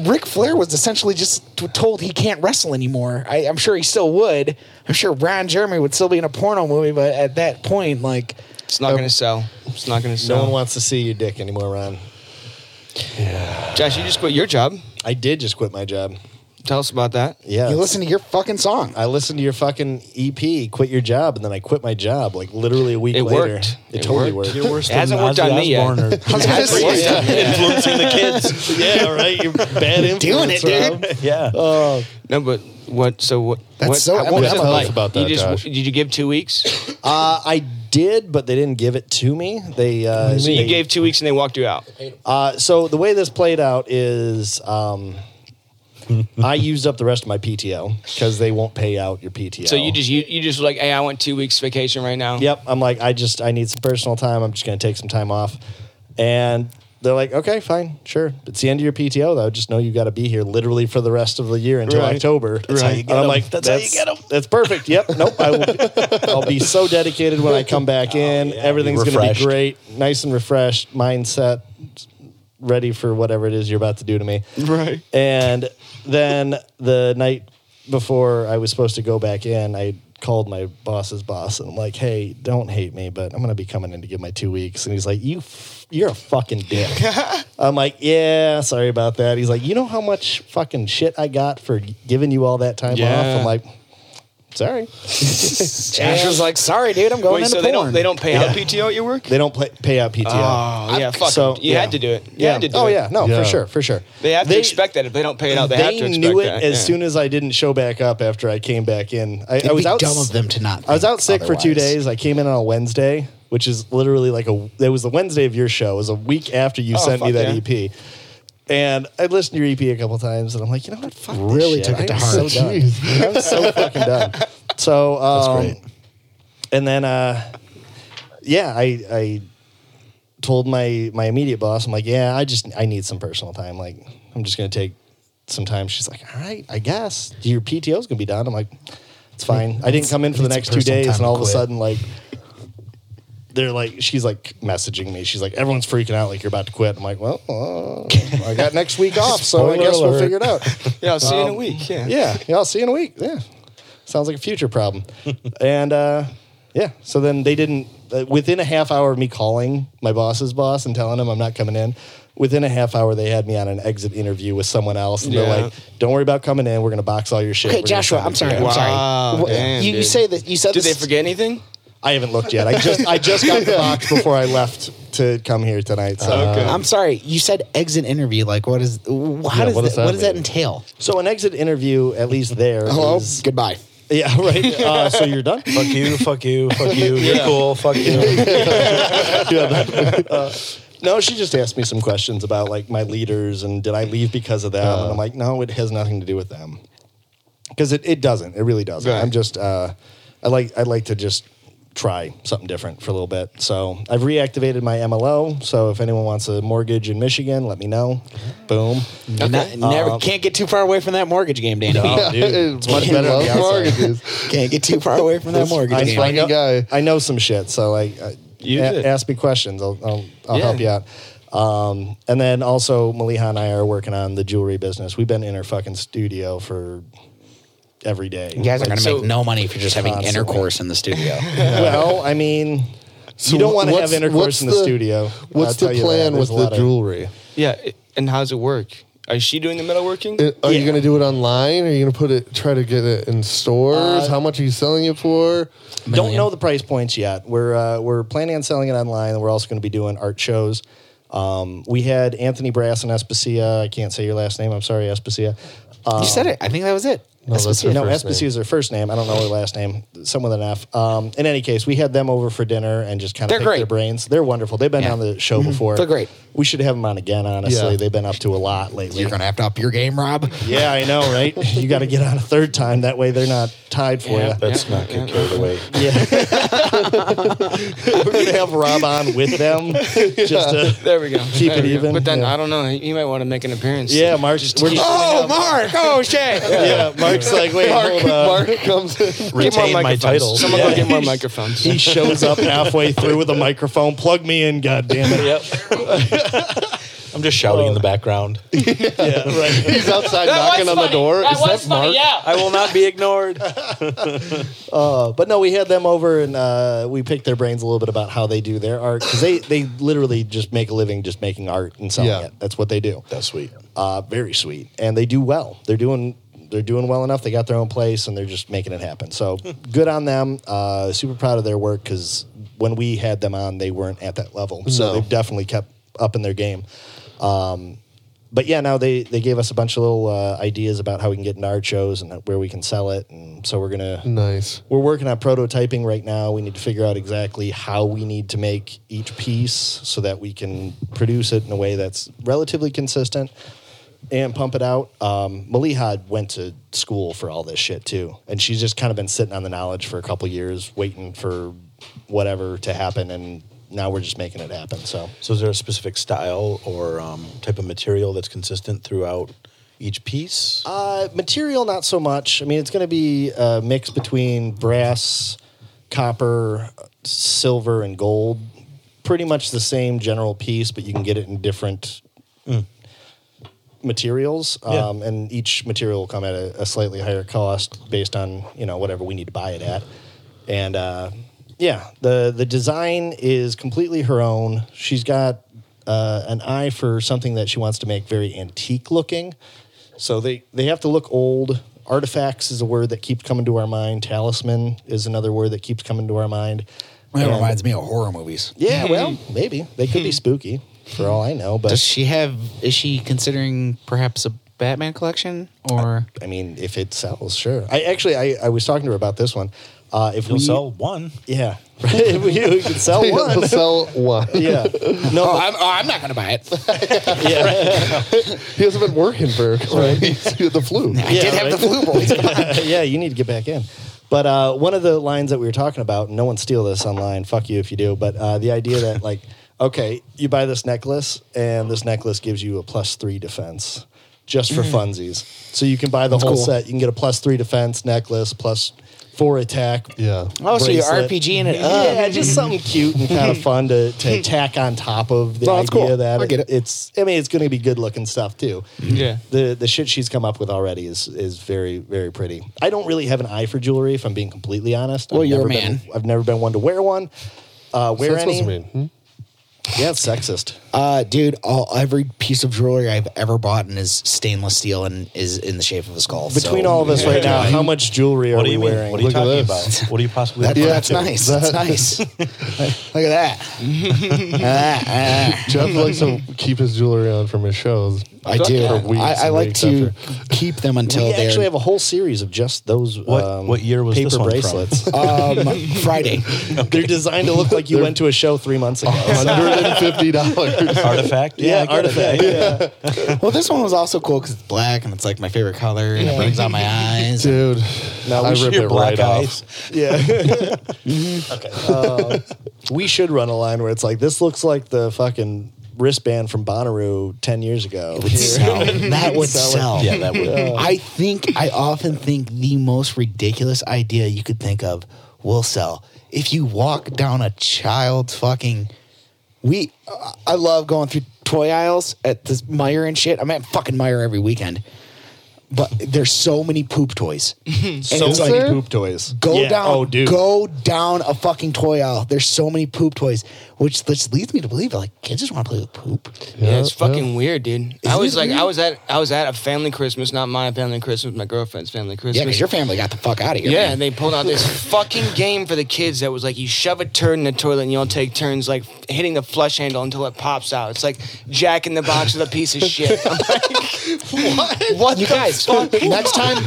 Speaker 3: Ric Flair was essentially just t- told he can't wrestle anymore. I, I'm sure he still would. I'm sure Ron Jeremy would still be in a porno movie, but at that point, like,
Speaker 2: It's not going to sell. It's not going to
Speaker 1: No one
Speaker 2: sell.
Speaker 1: wants to see your dick anymore, Ron.
Speaker 2: Josh, you just quit your job.
Speaker 1: I did just quit my job.
Speaker 2: Tell us about that.
Speaker 1: Yeah,
Speaker 3: you listen to your fucking song.
Speaker 1: I listened to your fucking EP, quit your job, and then I quit my job like literally a week
Speaker 2: It
Speaker 1: later.
Speaker 2: worked.
Speaker 1: It,
Speaker 2: It
Speaker 1: totally
Speaker 2: worked.
Speaker 1: worked.
Speaker 4: You're worse
Speaker 2: It
Speaker 4: than
Speaker 2: hasn't worked
Speaker 4: Ozzy
Speaker 2: on me yet.
Speaker 4: Osbourne or-
Speaker 3: I was gonna say,
Speaker 4: influencing the kids.
Speaker 1: yeah, right. You're bad influence.
Speaker 3: doing it, dude.
Speaker 1: Rob.
Speaker 4: Yeah.
Speaker 2: No, but what? So what?
Speaker 3: That's
Speaker 2: what,
Speaker 3: so-
Speaker 2: what
Speaker 3: I'm
Speaker 2: was
Speaker 6: gonna
Speaker 2: it
Speaker 6: tell
Speaker 2: like?
Speaker 6: us about
Speaker 2: You
Speaker 6: that,
Speaker 2: just-
Speaker 6: Josh.
Speaker 2: Did you give two weeks?
Speaker 1: Uh, I did, but they didn't give it to me. They uh,
Speaker 2: So you
Speaker 1: they-
Speaker 2: gave two weeks and they walked you out.
Speaker 1: Uh, so the way this played out is, um, I used up the rest of my PTO because they won't pay out your PTO.
Speaker 2: So you just you, you just like, hey, I want two weeks vacation right now.
Speaker 1: Yep. I'm like, I just I need some personal time. I'm just gonna take some time off. And they're like, okay, fine, sure. It's the end of your PTO though. Just know you got to be here literally for the rest of the year until
Speaker 4: Right.
Speaker 1: October.
Speaker 4: That's how you get
Speaker 1: and I'm
Speaker 4: 'em.
Speaker 1: like,
Speaker 4: That's
Speaker 1: that's,
Speaker 4: how you get 'em.
Speaker 1: That's perfect. Yep. Nope. I will, I'll be so dedicated when I come back in.
Speaker 4: Oh, yeah,
Speaker 1: Everything's
Speaker 4: be
Speaker 1: gonna be
Speaker 4: refreshed.
Speaker 1: great. Nice and refreshed. Mindset ready for whatever it is you're about to do to me.
Speaker 2: Right.
Speaker 1: And then the night before I was supposed to go back in, I called my boss's boss and I'm like, "Hey, don't hate me, but I'm gonna be coming in to give my two weeks." And he's like, "You, f- you're a fucking dick." I'm like, "Yeah, sorry about that." He's like, "You know how much fucking shit I got for giving you all that time
Speaker 2: Yeah.
Speaker 1: off?" I'm like, "Sorry,
Speaker 3: Josh was like, sorry, dude, I'm going
Speaker 2: Wait,
Speaker 3: into
Speaker 2: so
Speaker 3: porn.
Speaker 2: they don't they don't pay out PTO at your work?
Speaker 1: they don't play, pay out PTO."
Speaker 2: Oh yeah, fuck.
Speaker 1: so-
Speaker 2: So, you
Speaker 1: yeah.
Speaker 2: had to do it. You
Speaker 1: yeah.
Speaker 2: had to do
Speaker 1: oh
Speaker 2: it.
Speaker 1: yeah. No,
Speaker 6: Yeah.
Speaker 1: for sure, for sure.
Speaker 2: They have to expect that if they don't pay it out, they, have
Speaker 1: they
Speaker 2: to expect
Speaker 1: knew it
Speaker 2: that.
Speaker 1: as
Speaker 2: yeah.
Speaker 1: soon as I didn't show back up after I came back in. I, I was out.
Speaker 3: dumb of them to not.
Speaker 1: I was
Speaker 3: think
Speaker 1: out sick for two
Speaker 3: otherwise.
Speaker 1: days. I came in on a Wednesday, which is literally like a. It was the Wednesday of your show. It was a week after you
Speaker 2: Oh,
Speaker 1: sent me
Speaker 2: fuck
Speaker 1: that
Speaker 2: yeah.
Speaker 1: EP, and I listened to your EP a couple times, and I'm like, you know what? Fuck this
Speaker 3: Really
Speaker 1: shit.
Speaker 3: took it
Speaker 1: I
Speaker 3: to
Speaker 1: am
Speaker 3: heart.
Speaker 1: So done. I'm so fucking done. So um,
Speaker 4: great.
Speaker 1: and then uh, yeah, I I told my my immediate boss, I'm like, yeah, I just I need some personal time. Like, I'm just gonna take some time. She's like, all right, I guess your PTO's gonna be done. I'm like, it's fine. I didn't come in for the
Speaker 3: Need some
Speaker 1: next two
Speaker 3: personal
Speaker 1: days,
Speaker 3: time
Speaker 1: and
Speaker 3: to
Speaker 1: all of a
Speaker 3: quit.
Speaker 1: sudden, like, they're like, she's like messaging me. She's like, everyone's freaking out, like you're about to quit. I'm like, well, uh, I got next week off, so I
Speaker 6: Spoiler
Speaker 1: guess we'll
Speaker 6: alert.
Speaker 1: figure it out.
Speaker 2: Yeah, I'll see you in a week. Yeah.
Speaker 1: Yeah, yeah, I'll see you in a week. Yeah, sounds like a future problem. and uh, yeah, so then they didn't. Uh, within a half hour of me calling my boss's boss and telling him I'm not coming in, within a half hour they had me on an exit interview with someone else, and
Speaker 2: Yeah.
Speaker 1: they're like, "Don't worry about coming in. We're gonna box all your shit." We're
Speaker 3: Okay,
Speaker 1: gonna
Speaker 3: Joshua,
Speaker 1: send it
Speaker 3: I'm
Speaker 1: to
Speaker 3: sorry.
Speaker 1: you."
Speaker 3: I'm sorry.
Speaker 2: Wow,
Speaker 3: Wha-
Speaker 2: damn,
Speaker 3: you, you
Speaker 2: dude.
Speaker 3: say that you said
Speaker 2: Did they
Speaker 3: this-
Speaker 2: forget anything?
Speaker 1: I haven't looked yet. I just I just got the box before I left to come here tonight. So.
Speaker 3: I'm sorry. You said exit interview. Like, what is? wh- How
Speaker 6: Yeah,
Speaker 3: does
Speaker 6: what does
Speaker 3: that,
Speaker 6: that
Speaker 3: what does that
Speaker 6: mean?
Speaker 3: entail?
Speaker 1: so an exit interview, at least there.
Speaker 2: Oh.
Speaker 3: Hello.
Speaker 1: is-
Speaker 3: Goodbye.
Speaker 1: yeah, right. Uh, so you're done.
Speaker 4: Fuck you, fuck you, fuck you. You're cool, fuck you.
Speaker 1: No, she just asked me some questions about like my leaders and did I leave because of them? and I'm like, no, it has nothing to do with them. Because it, it doesn't. It really doesn't.
Speaker 6: Right.
Speaker 1: I'm just uh, I like I like to just try something different for a little bit. So I've reactivated my MLO. So if anyone wants a mortgage in Michigan, let me know. Boom.
Speaker 3: Not- never
Speaker 1: Um,
Speaker 3: can't get too far away from that mortgage game, Danny.
Speaker 1: Oh, dude, it's much better. than the
Speaker 6: Love
Speaker 1: outside.
Speaker 6: mortgages.
Speaker 3: Can't get too far away from that mortgage
Speaker 1: I,
Speaker 3: game.
Speaker 1: I know,
Speaker 6: guy.
Speaker 1: I know some shit, so like, I,
Speaker 4: Use it.
Speaker 1: a- ask me questions. I'll I'll, I'll
Speaker 2: Yeah.
Speaker 1: help you out. Um, and then also Maliha and I are working on the jewelry business. We've been in her fucking studio for every day.
Speaker 3: You guys are gonna
Speaker 2: So-
Speaker 3: make no money if you're just having
Speaker 1: Constantly.
Speaker 3: intercourse in the studio.
Speaker 1: Well, I mean, you don't want to have
Speaker 6: what's-
Speaker 1: intercourse
Speaker 6: what's
Speaker 1: in the, studio.
Speaker 6: What's
Speaker 1: I'll
Speaker 6: the
Speaker 1: tell you that.
Speaker 6: plan
Speaker 1: There's
Speaker 6: with
Speaker 1: a
Speaker 6: the
Speaker 1: lot of-
Speaker 6: jewelry?
Speaker 2: Yeah, i- and how's it work? Is she doing the metalworking?
Speaker 6: Uh, Are you
Speaker 1: Yeah.
Speaker 6: going to do it online? Are you going to put it? Try to get it in stores?
Speaker 1: Uh,
Speaker 6: How much are you selling it for?
Speaker 1: Don't know the price points yet. We're uh, we're planning on selling it online, and we're also going to be doing art shows. Um, we had Anthony Brass and Especia. I can't say your last name. I'm sorry, Especia.
Speaker 3: you said it. I think that was it.
Speaker 6: No, that's her
Speaker 1: no,
Speaker 6: first
Speaker 1: SBC
Speaker 6: name.
Speaker 1: is their first name. I don't know her last name. Someone with an F. Um, in any case, we had them over for dinner and just kind
Speaker 3: They're
Speaker 1: of picked their
Speaker 3: great.
Speaker 1: brains. They're wonderful. They've been
Speaker 3: Yeah.
Speaker 1: on the show before.
Speaker 3: They're great.
Speaker 1: We should have them on again. Honestly,
Speaker 6: Yeah.
Speaker 1: they've been up to a lot lately.
Speaker 3: You're gonna have to up your game, Rob.
Speaker 1: yeah, I know, right? you got to get on a third time. That way, they're not tied for you.
Speaker 2: Yeah.
Speaker 4: Let's not get carried away.
Speaker 1: Yeah. We're gonna have Rob on with them just to.
Speaker 2: There we go.
Speaker 1: Keep
Speaker 2: There
Speaker 1: it
Speaker 2: we go.
Speaker 1: even,
Speaker 2: But then
Speaker 1: yeah.
Speaker 2: I don't know. He might want to make an appearance.
Speaker 1: Yeah, Mark. We're just,
Speaker 3: Oh, Mark! Oh shit!
Speaker 1: yeah, Mark's like, wait, hold on.
Speaker 6: Mark comes in.
Speaker 4: Retain my title.
Speaker 2: Someone go get more microphones.
Speaker 1: He shows up halfway through with a microphone. Plug me in, God damn it.
Speaker 4: Yep. I'm just shouting in the background.
Speaker 1: Yeah, right.
Speaker 6: He's outside knocking on the door. Is that Mark?
Speaker 4: I will not be ignored.
Speaker 1: But no, we had them over and uh, we picked their brains a little bit about how they do their art because they, they literally just make a living just making art and selling
Speaker 6: Yeah.
Speaker 1: it. That's what they do.
Speaker 4: That's sweet.
Speaker 1: Uh, very sweet, and they do well. They're doing they're doing well enough. They got their own place and they're just making it happen. So
Speaker 6: Hmm.
Speaker 1: good on them. Uh, super proud of their work because when we had them on, they weren't at that level. So
Speaker 6: No.
Speaker 1: they've definitely kept up in their game. Um, but yeah, now they they gave us a bunch of little uh, ideas about how we can get into art shows and where we can sell it, and so we're gonna
Speaker 6: Nice.
Speaker 1: we're working on prototyping right now. We need to figure out exactly how we need to make each piece so that we can produce it in a way that's relatively consistent and pump it out. Um, Maliha went to school for all this shit too, and she's just kind of been sitting on the knowledge for a couple years, waiting for whatever to happen, and now we're just making it happen. So
Speaker 4: So, is there a specific style or um, type of material that's consistent throughout each piece?
Speaker 1: Uh, material, not so much. I mean, it's going to be a mix between brass, copper, silver, and gold. Pretty much the same general piece, but you can get it in different materials,
Speaker 4: Yeah.
Speaker 1: um, and each material will come at a, a slightly higher cost based on you know whatever we need to buy it at. And uh, yeah, the the design is completely her own. She's got uh, an eye for something that she wants to make very antique looking. So they they have to look old. Artifacts is a word that keeps coming to our mind. Talisman is another word that keeps coming to our mind.
Speaker 3: That
Speaker 1: And-
Speaker 3: reminds me of horror movies.
Speaker 1: yeah, well, maybe they could be spooky for all I know, but
Speaker 3: Hmm. Does she have? Is she considering perhaps a Batman collection or?
Speaker 1: I mean, if it sells, sure. I actually, I, I was talking to her about this one. Uh, if
Speaker 4: You'll
Speaker 1: we
Speaker 4: sell one.
Speaker 1: yeah, right? if we, we could sell
Speaker 6: He'll
Speaker 1: one,
Speaker 6: sell one.
Speaker 1: yeah, no,
Speaker 3: Oh, I'm, oh, I'm not going to buy it.
Speaker 1: yeah,
Speaker 6: He hasn't been working for right. He's got the flu.
Speaker 3: I did have
Speaker 1: right.
Speaker 3: the flu boys.
Speaker 1: yeah. You need to get back in. But uh, one of the lines that we were talking about, no one steal this online. Fuck you if you do. But uh, the idea that like, okay, you buy this necklace, and this necklace gives you a plus three defense. Just for funsies, so you can buy the whole
Speaker 3: Mm-hmm. cool.
Speaker 1: set. You can get a plus three defense necklace, plus four attack,
Speaker 6: Yeah.
Speaker 3: Oh, so you're
Speaker 1: Bracelet.
Speaker 3: RPG in it.
Speaker 1: yeah, just something cute and kind of fun to, to tack on top of the
Speaker 3: No,
Speaker 1: idea
Speaker 3: that's cool.
Speaker 1: that
Speaker 3: I get it.
Speaker 1: it's. I mean, it's going to be good looking stuff too.
Speaker 2: Yeah.
Speaker 1: The the shit she's come up with already is is very very pretty. I don't really have an eye for jewelry, if I'm being completely honest.
Speaker 3: Well,
Speaker 1: I've
Speaker 3: you're a
Speaker 1: never
Speaker 3: man.
Speaker 1: Been, I've never been one to wear one. Uh, wear
Speaker 6: What's that
Speaker 1: any?
Speaker 6: supposed to mean? Hmm?
Speaker 1: Yeah, it's sexist.
Speaker 3: Uh, dude, all, every piece of jewelry I've ever bought is stainless steel and is in the shape of a skull. so-
Speaker 1: Between all of us right now, how much jewelry are
Speaker 4: What do
Speaker 1: we
Speaker 4: you mean?
Speaker 1: wearing?
Speaker 4: What are you
Speaker 6: Look at
Speaker 4: talking
Speaker 6: this.
Speaker 4: about? What do you possibly?
Speaker 3: That-
Speaker 4: look
Speaker 3: that's
Speaker 4: up to?
Speaker 3: nice. That's nice. Look at that. Ah,
Speaker 6: hmm? Jeff likes to keep his jewelry on from his shows.
Speaker 3: ah. I do.
Speaker 6: For weeks
Speaker 3: I, I
Speaker 6: and
Speaker 3: like
Speaker 6: weeks
Speaker 3: to keep them until
Speaker 1: we actually
Speaker 3: they're
Speaker 1: have a whole series of just those.
Speaker 4: What-
Speaker 1: um,
Speaker 4: what year was
Speaker 1: paper
Speaker 4: this one from?
Speaker 1: bracelets?
Speaker 3: um, Friday.
Speaker 1: They're designed to look like you went to a show three months ago.
Speaker 6: Hundred and fifty dollars.
Speaker 4: Artifact.
Speaker 1: Yeah,
Speaker 4: I get it.
Speaker 1: artifact,
Speaker 4: Yeah.
Speaker 3: Well, this one was also cool because it's black and it's like my favorite color and it brings out my eyes.
Speaker 6: Dude,
Speaker 1: Now
Speaker 6: I
Speaker 1: we should,
Speaker 6: rip
Speaker 4: Your
Speaker 6: it
Speaker 4: black
Speaker 6: right
Speaker 4: eyes.
Speaker 6: off.
Speaker 1: yeah. okay. Uh, we should run a line where it's like this looks like the fucking wristband from Bonnaroo ten years ago.
Speaker 3: would sell. That would
Speaker 1: Sell it.
Speaker 3: sell.
Speaker 4: Yeah, that would.
Speaker 3: I think I often think the most ridiculous idea you could think of will sell. If you walk down a child's fucking, we, uh, I love going through toy aisles at this Meyer and shit. I'm at fucking Meyer every weekend, but there's so many poop toys. And
Speaker 1: So
Speaker 3: it's
Speaker 1: many
Speaker 3: like,
Speaker 1: poop toys.
Speaker 3: Go
Speaker 1: Yeah.
Speaker 3: down,
Speaker 1: Oh, dude.
Speaker 3: go down a fucking toy aisle. There's so many poop toys, which which leads me to believe like kids just want to play with poop.
Speaker 2: Yeah, it's
Speaker 6: Yeah, yeah.
Speaker 2: fucking weird, dude. I was like, I was at, I was at a family Christmas, not my family Christmas, my girlfriend's family Christmas.
Speaker 3: Yeah, because your family got the fuck out of here.
Speaker 2: Yeah,
Speaker 3: man.
Speaker 2: and they pulled out this fucking game for the kids that was like you shove a turd in the toilet and you all take turns like hitting the flush handle until it pops out. It's like Jack in the Box with a piece of shit. I'm like, what? What
Speaker 3: you
Speaker 2: the
Speaker 3: guys.
Speaker 2: fuck?
Speaker 3: Next time,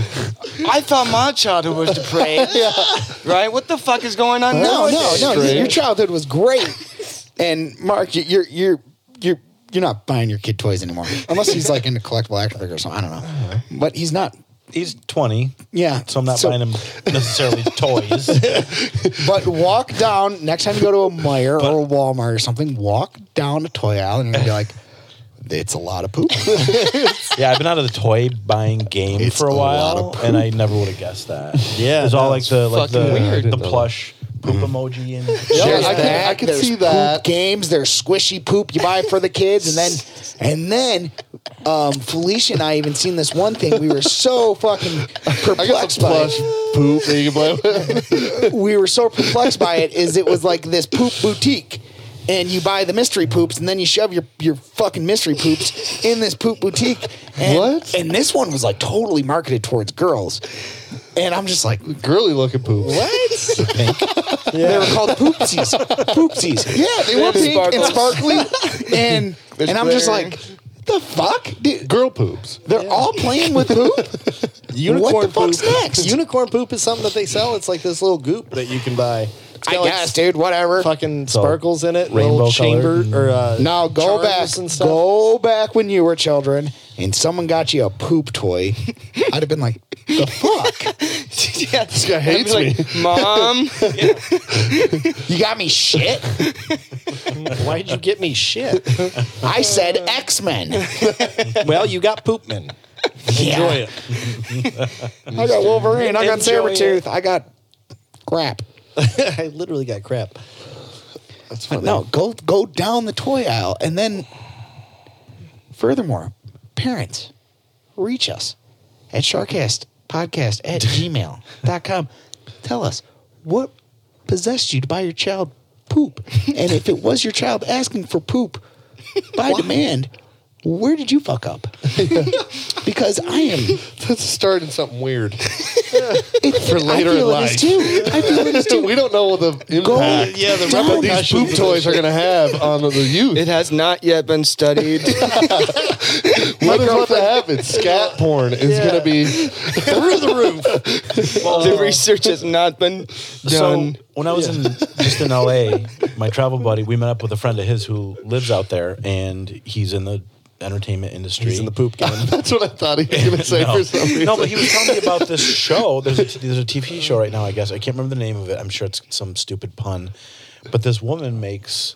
Speaker 2: I thought my childhood was depraved. Right? What the fuck is going on
Speaker 3: no,
Speaker 2: now?
Speaker 3: no, no. Your childhood was great, and Mark, you- you're you're you're you're not buying your kid toys anymore, unless he's like into collectible action figures or something. I don't know, but he's not.
Speaker 4: He's 20.
Speaker 3: Yeah,
Speaker 4: So I'm not buying him necessarily toys.
Speaker 3: But walk down next time you go to a Meyer or a Walmart or something. Walk down a toy aisle and you're gonna be like, "It's a lot of poop."
Speaker 4: Yeah, I've been out of the toy buying game
Speaker 3: It's
Speaker 4: for a
Speaker 3: a lot
Speaker 4: while,
Speaker 3: of
Speaker 4: and I never would have guessed that.
Speaker 1: Yeah,
Speaker 4: it's all
Speaker 1: no,
Speaker 4: like
Speaker 1: it's
Speaker 4: the like the,
Speaker 2: fucking weird.
Speaker 4: the plush poop
Speaker 1: Mm-hmm.
Speaker 4: emoji and
Speaker 3: There's
Speaker 6: I can-
Speaker 3: that.
Speaker 6: I can
Speaker 3: there's
Speaker 6: see
Speaker 3: poop
Speaker 6: that.
Speaker 3: games. There's squishy poop you buy for the kids, and then and then um, Felicia and I even seen this one thing. We were so fucking
Speaker 6: I got
Speaker 3: perplexed
Speaker 6: some
Speaker 3: by.
Speaker 6: plush
Speaker 3: It.
Speaker 6: poop that you can play with.
Speaker 3: We were so perplexed by it. Is it was like this poop boutique. And you buy the mystery poops, and then you shove your, your fucking mystery poops in this poop boutique. And,
Speaker 6: What?
Speaker 3: And this one was like totally marketed towards girls. And I'm just like,
Speaker 6: Girly looking poops.
Speaker 3: what? They
Speaker 1: Yeah.
Speaker 3: were called poopsies. poopsies. Yeah, they were pink and sparkly. And
Speaker 6: There's
Speaker 3: and I'm just
Speaker 6: glitter.
Speaker 3: like, the fuck? Dude,
Speaker 6: Girl poops.
Speaker 3: they're all playing with poop.
Speaker 1: Unicorn
Speaker 3: what the
Speaker 1: poop.
Speaker 3: fuck's next?
Speaker 1: Unicorn poop is something that they sell. It's like this little goop that you can buy. It's
Speaker 3: I
Speaker 1: got, like,
Speaker 3: guess, dude. Whatever.
Speaker 1: Fucking
Speaker 4: So,
Speaker 1: sparkles in it,
Speaker 4: rainbow
Speaker 1: little
Speaker 4: colored
Speaker 1: chamber
Speaker 4: and-
Speaker 1: or uh,
Speaker 3: Now Mm. go
Speaker 1: charms
Speaker 3: back.
Speaker 1: and stuff.
Speaker 3: Go back when you were children, and someone got you a poop toy. I'd have been like, the fuck?
Speaker 2: yeah. This
Speaker 6: guy hates
Speaker 2: like, Mom,
Speaker 3: You got me shit.
Speaker 1: Why'd you get me shit?
Speaker 3: I said X Men.
Speaker 1: well, you got Poopman. Enjoy
Speaker 3: Yeah.
Speaker 1: it.
Speaker 3: I got Wolverine. I got
Speaker 2: Enjoy
Speaker 3: Sabretooth. I got crap.
Speaker 1: I literally got crap.
Speaker 3: But
Speaker 6: That's funny.
Speaker 3: no, go go down the toy aisle, and then, furthermore, parents, reach us at podcast at gmail.com. Tell us what possessed you to buy your child poop, and if it was your child asking for poop by demand, where did you fuck up? because I am
Speaker 6: That's starting something weird.
Speaker 3: it's,
Speaker 6: For later
Speaker 3: I feel
Speaker 6: in
Speaker 3: it is too. I feel it is too.
Speaker 6: we don't know the impact
Speaker 3: Go
Speaker 1: Yeah, the
Speaker 3: down
Speaker 6: that these poop toys are going to have on the youth.
Speaker 2: it has not yet been studied.
Speaker 6: what is about to happen? Scat porn is going to be.
Speaker 1: Through the roof.
Speaker 2: the research has not been done.
Speaker 4: So when I was in just in LA, my travel buddy, we met up with a friend of his who lives out there, and he's in the entertainment industry.
Speaker 1: He's in the poop game.
Speaker 6: That's what I thought he was going to say
Speaker 4: no.
Speaker 6: for some reason.
Speaker 4: No, but he was telling me about this show. There's a, there's a TV show right now, I guess. I can't remember the name of it. I'm sure it's some stupid pun. But this woman makes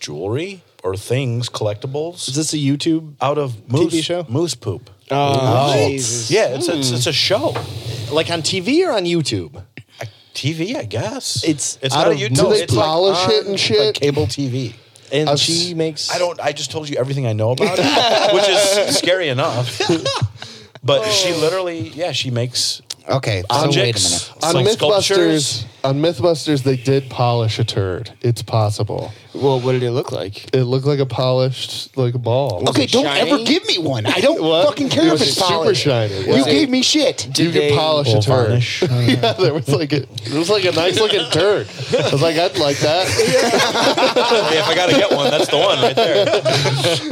Speaker 4: jewelry or things, collectibles.
Speaker 1: Is this a YouTube?
Speaker 4: out of moose,
Speaker 1: show? Hmm.
Speaker 4: moose poop.
Speaker 3: Uh,
Speaker 2: Oh,
Speaker 4: Yeah, it's, it's, it's a show.
Speaker 1: Like on TV or on YouTube?
Speaker 4: A TV, I guess.
Speaker 1: It's
Speaker 4: it's
Speaker 1: out
Speaker 4: not a
Speaker 1: of-
Speaker 4: YouTube.
Speaker 6: Do they
Speaker 4: it's like
Speaker 6: polish
Speaker 1: Ah,
Speaker 4: on,
Speaker 6: it and shit?
Speaker 4: Like cable TV.
Speaker 1: And
Speaker 6: I've
Speaker 1: she
Speaker 6: s-
Speaker 1: makes.
Speaker 4: I don't. I just told you everything I know about
Speaker 6: Oh.
Speaker 4: it, which is scary enough. But she literally, yeah, she makes
Speaker 3: Okay. So wait a
Speaker 4: Objects.
Speaker 3: minute.
Speaker 6: On
Speaker 4: like
Speaker 6: MythBusters,
Speaker 4: sculptures.
Speaker 6: on MythBusters, they did polish a turd. It's possible.
Speaker 2: Well, what did it look like?
Speaker 6: It looked like a polished like ball.
Speaker 3: Okay,
Speaker 2: it
Speaker 3: don't
Speaker 2: shiny?
Speaker 3: ever give me one. I don't
Speaker 6: What?
Speaker 3: fucking care
Speaker 6: It
Speaker 3: if
Speaker 6: was
Speaker 3: it's
Speaker 6: super
Speaker 3: polished.
Speaker 6: shiny.
Speaker 3: You
Speaker 6: Was
Speaker 3: gave me shit.
Speaker 2: Did
Speaker 6: you could
Speaker 2: they-
Speaker 6: polish a
Speaker 4: Or
Speaker 6: turd.
Speaker 4: varnish.
Speaker 6: yeah, there was like a, it was like a nice looking turd. I was like, I'd like that.
Speaker 4: Hey, if I gotta get one, that's the one right there.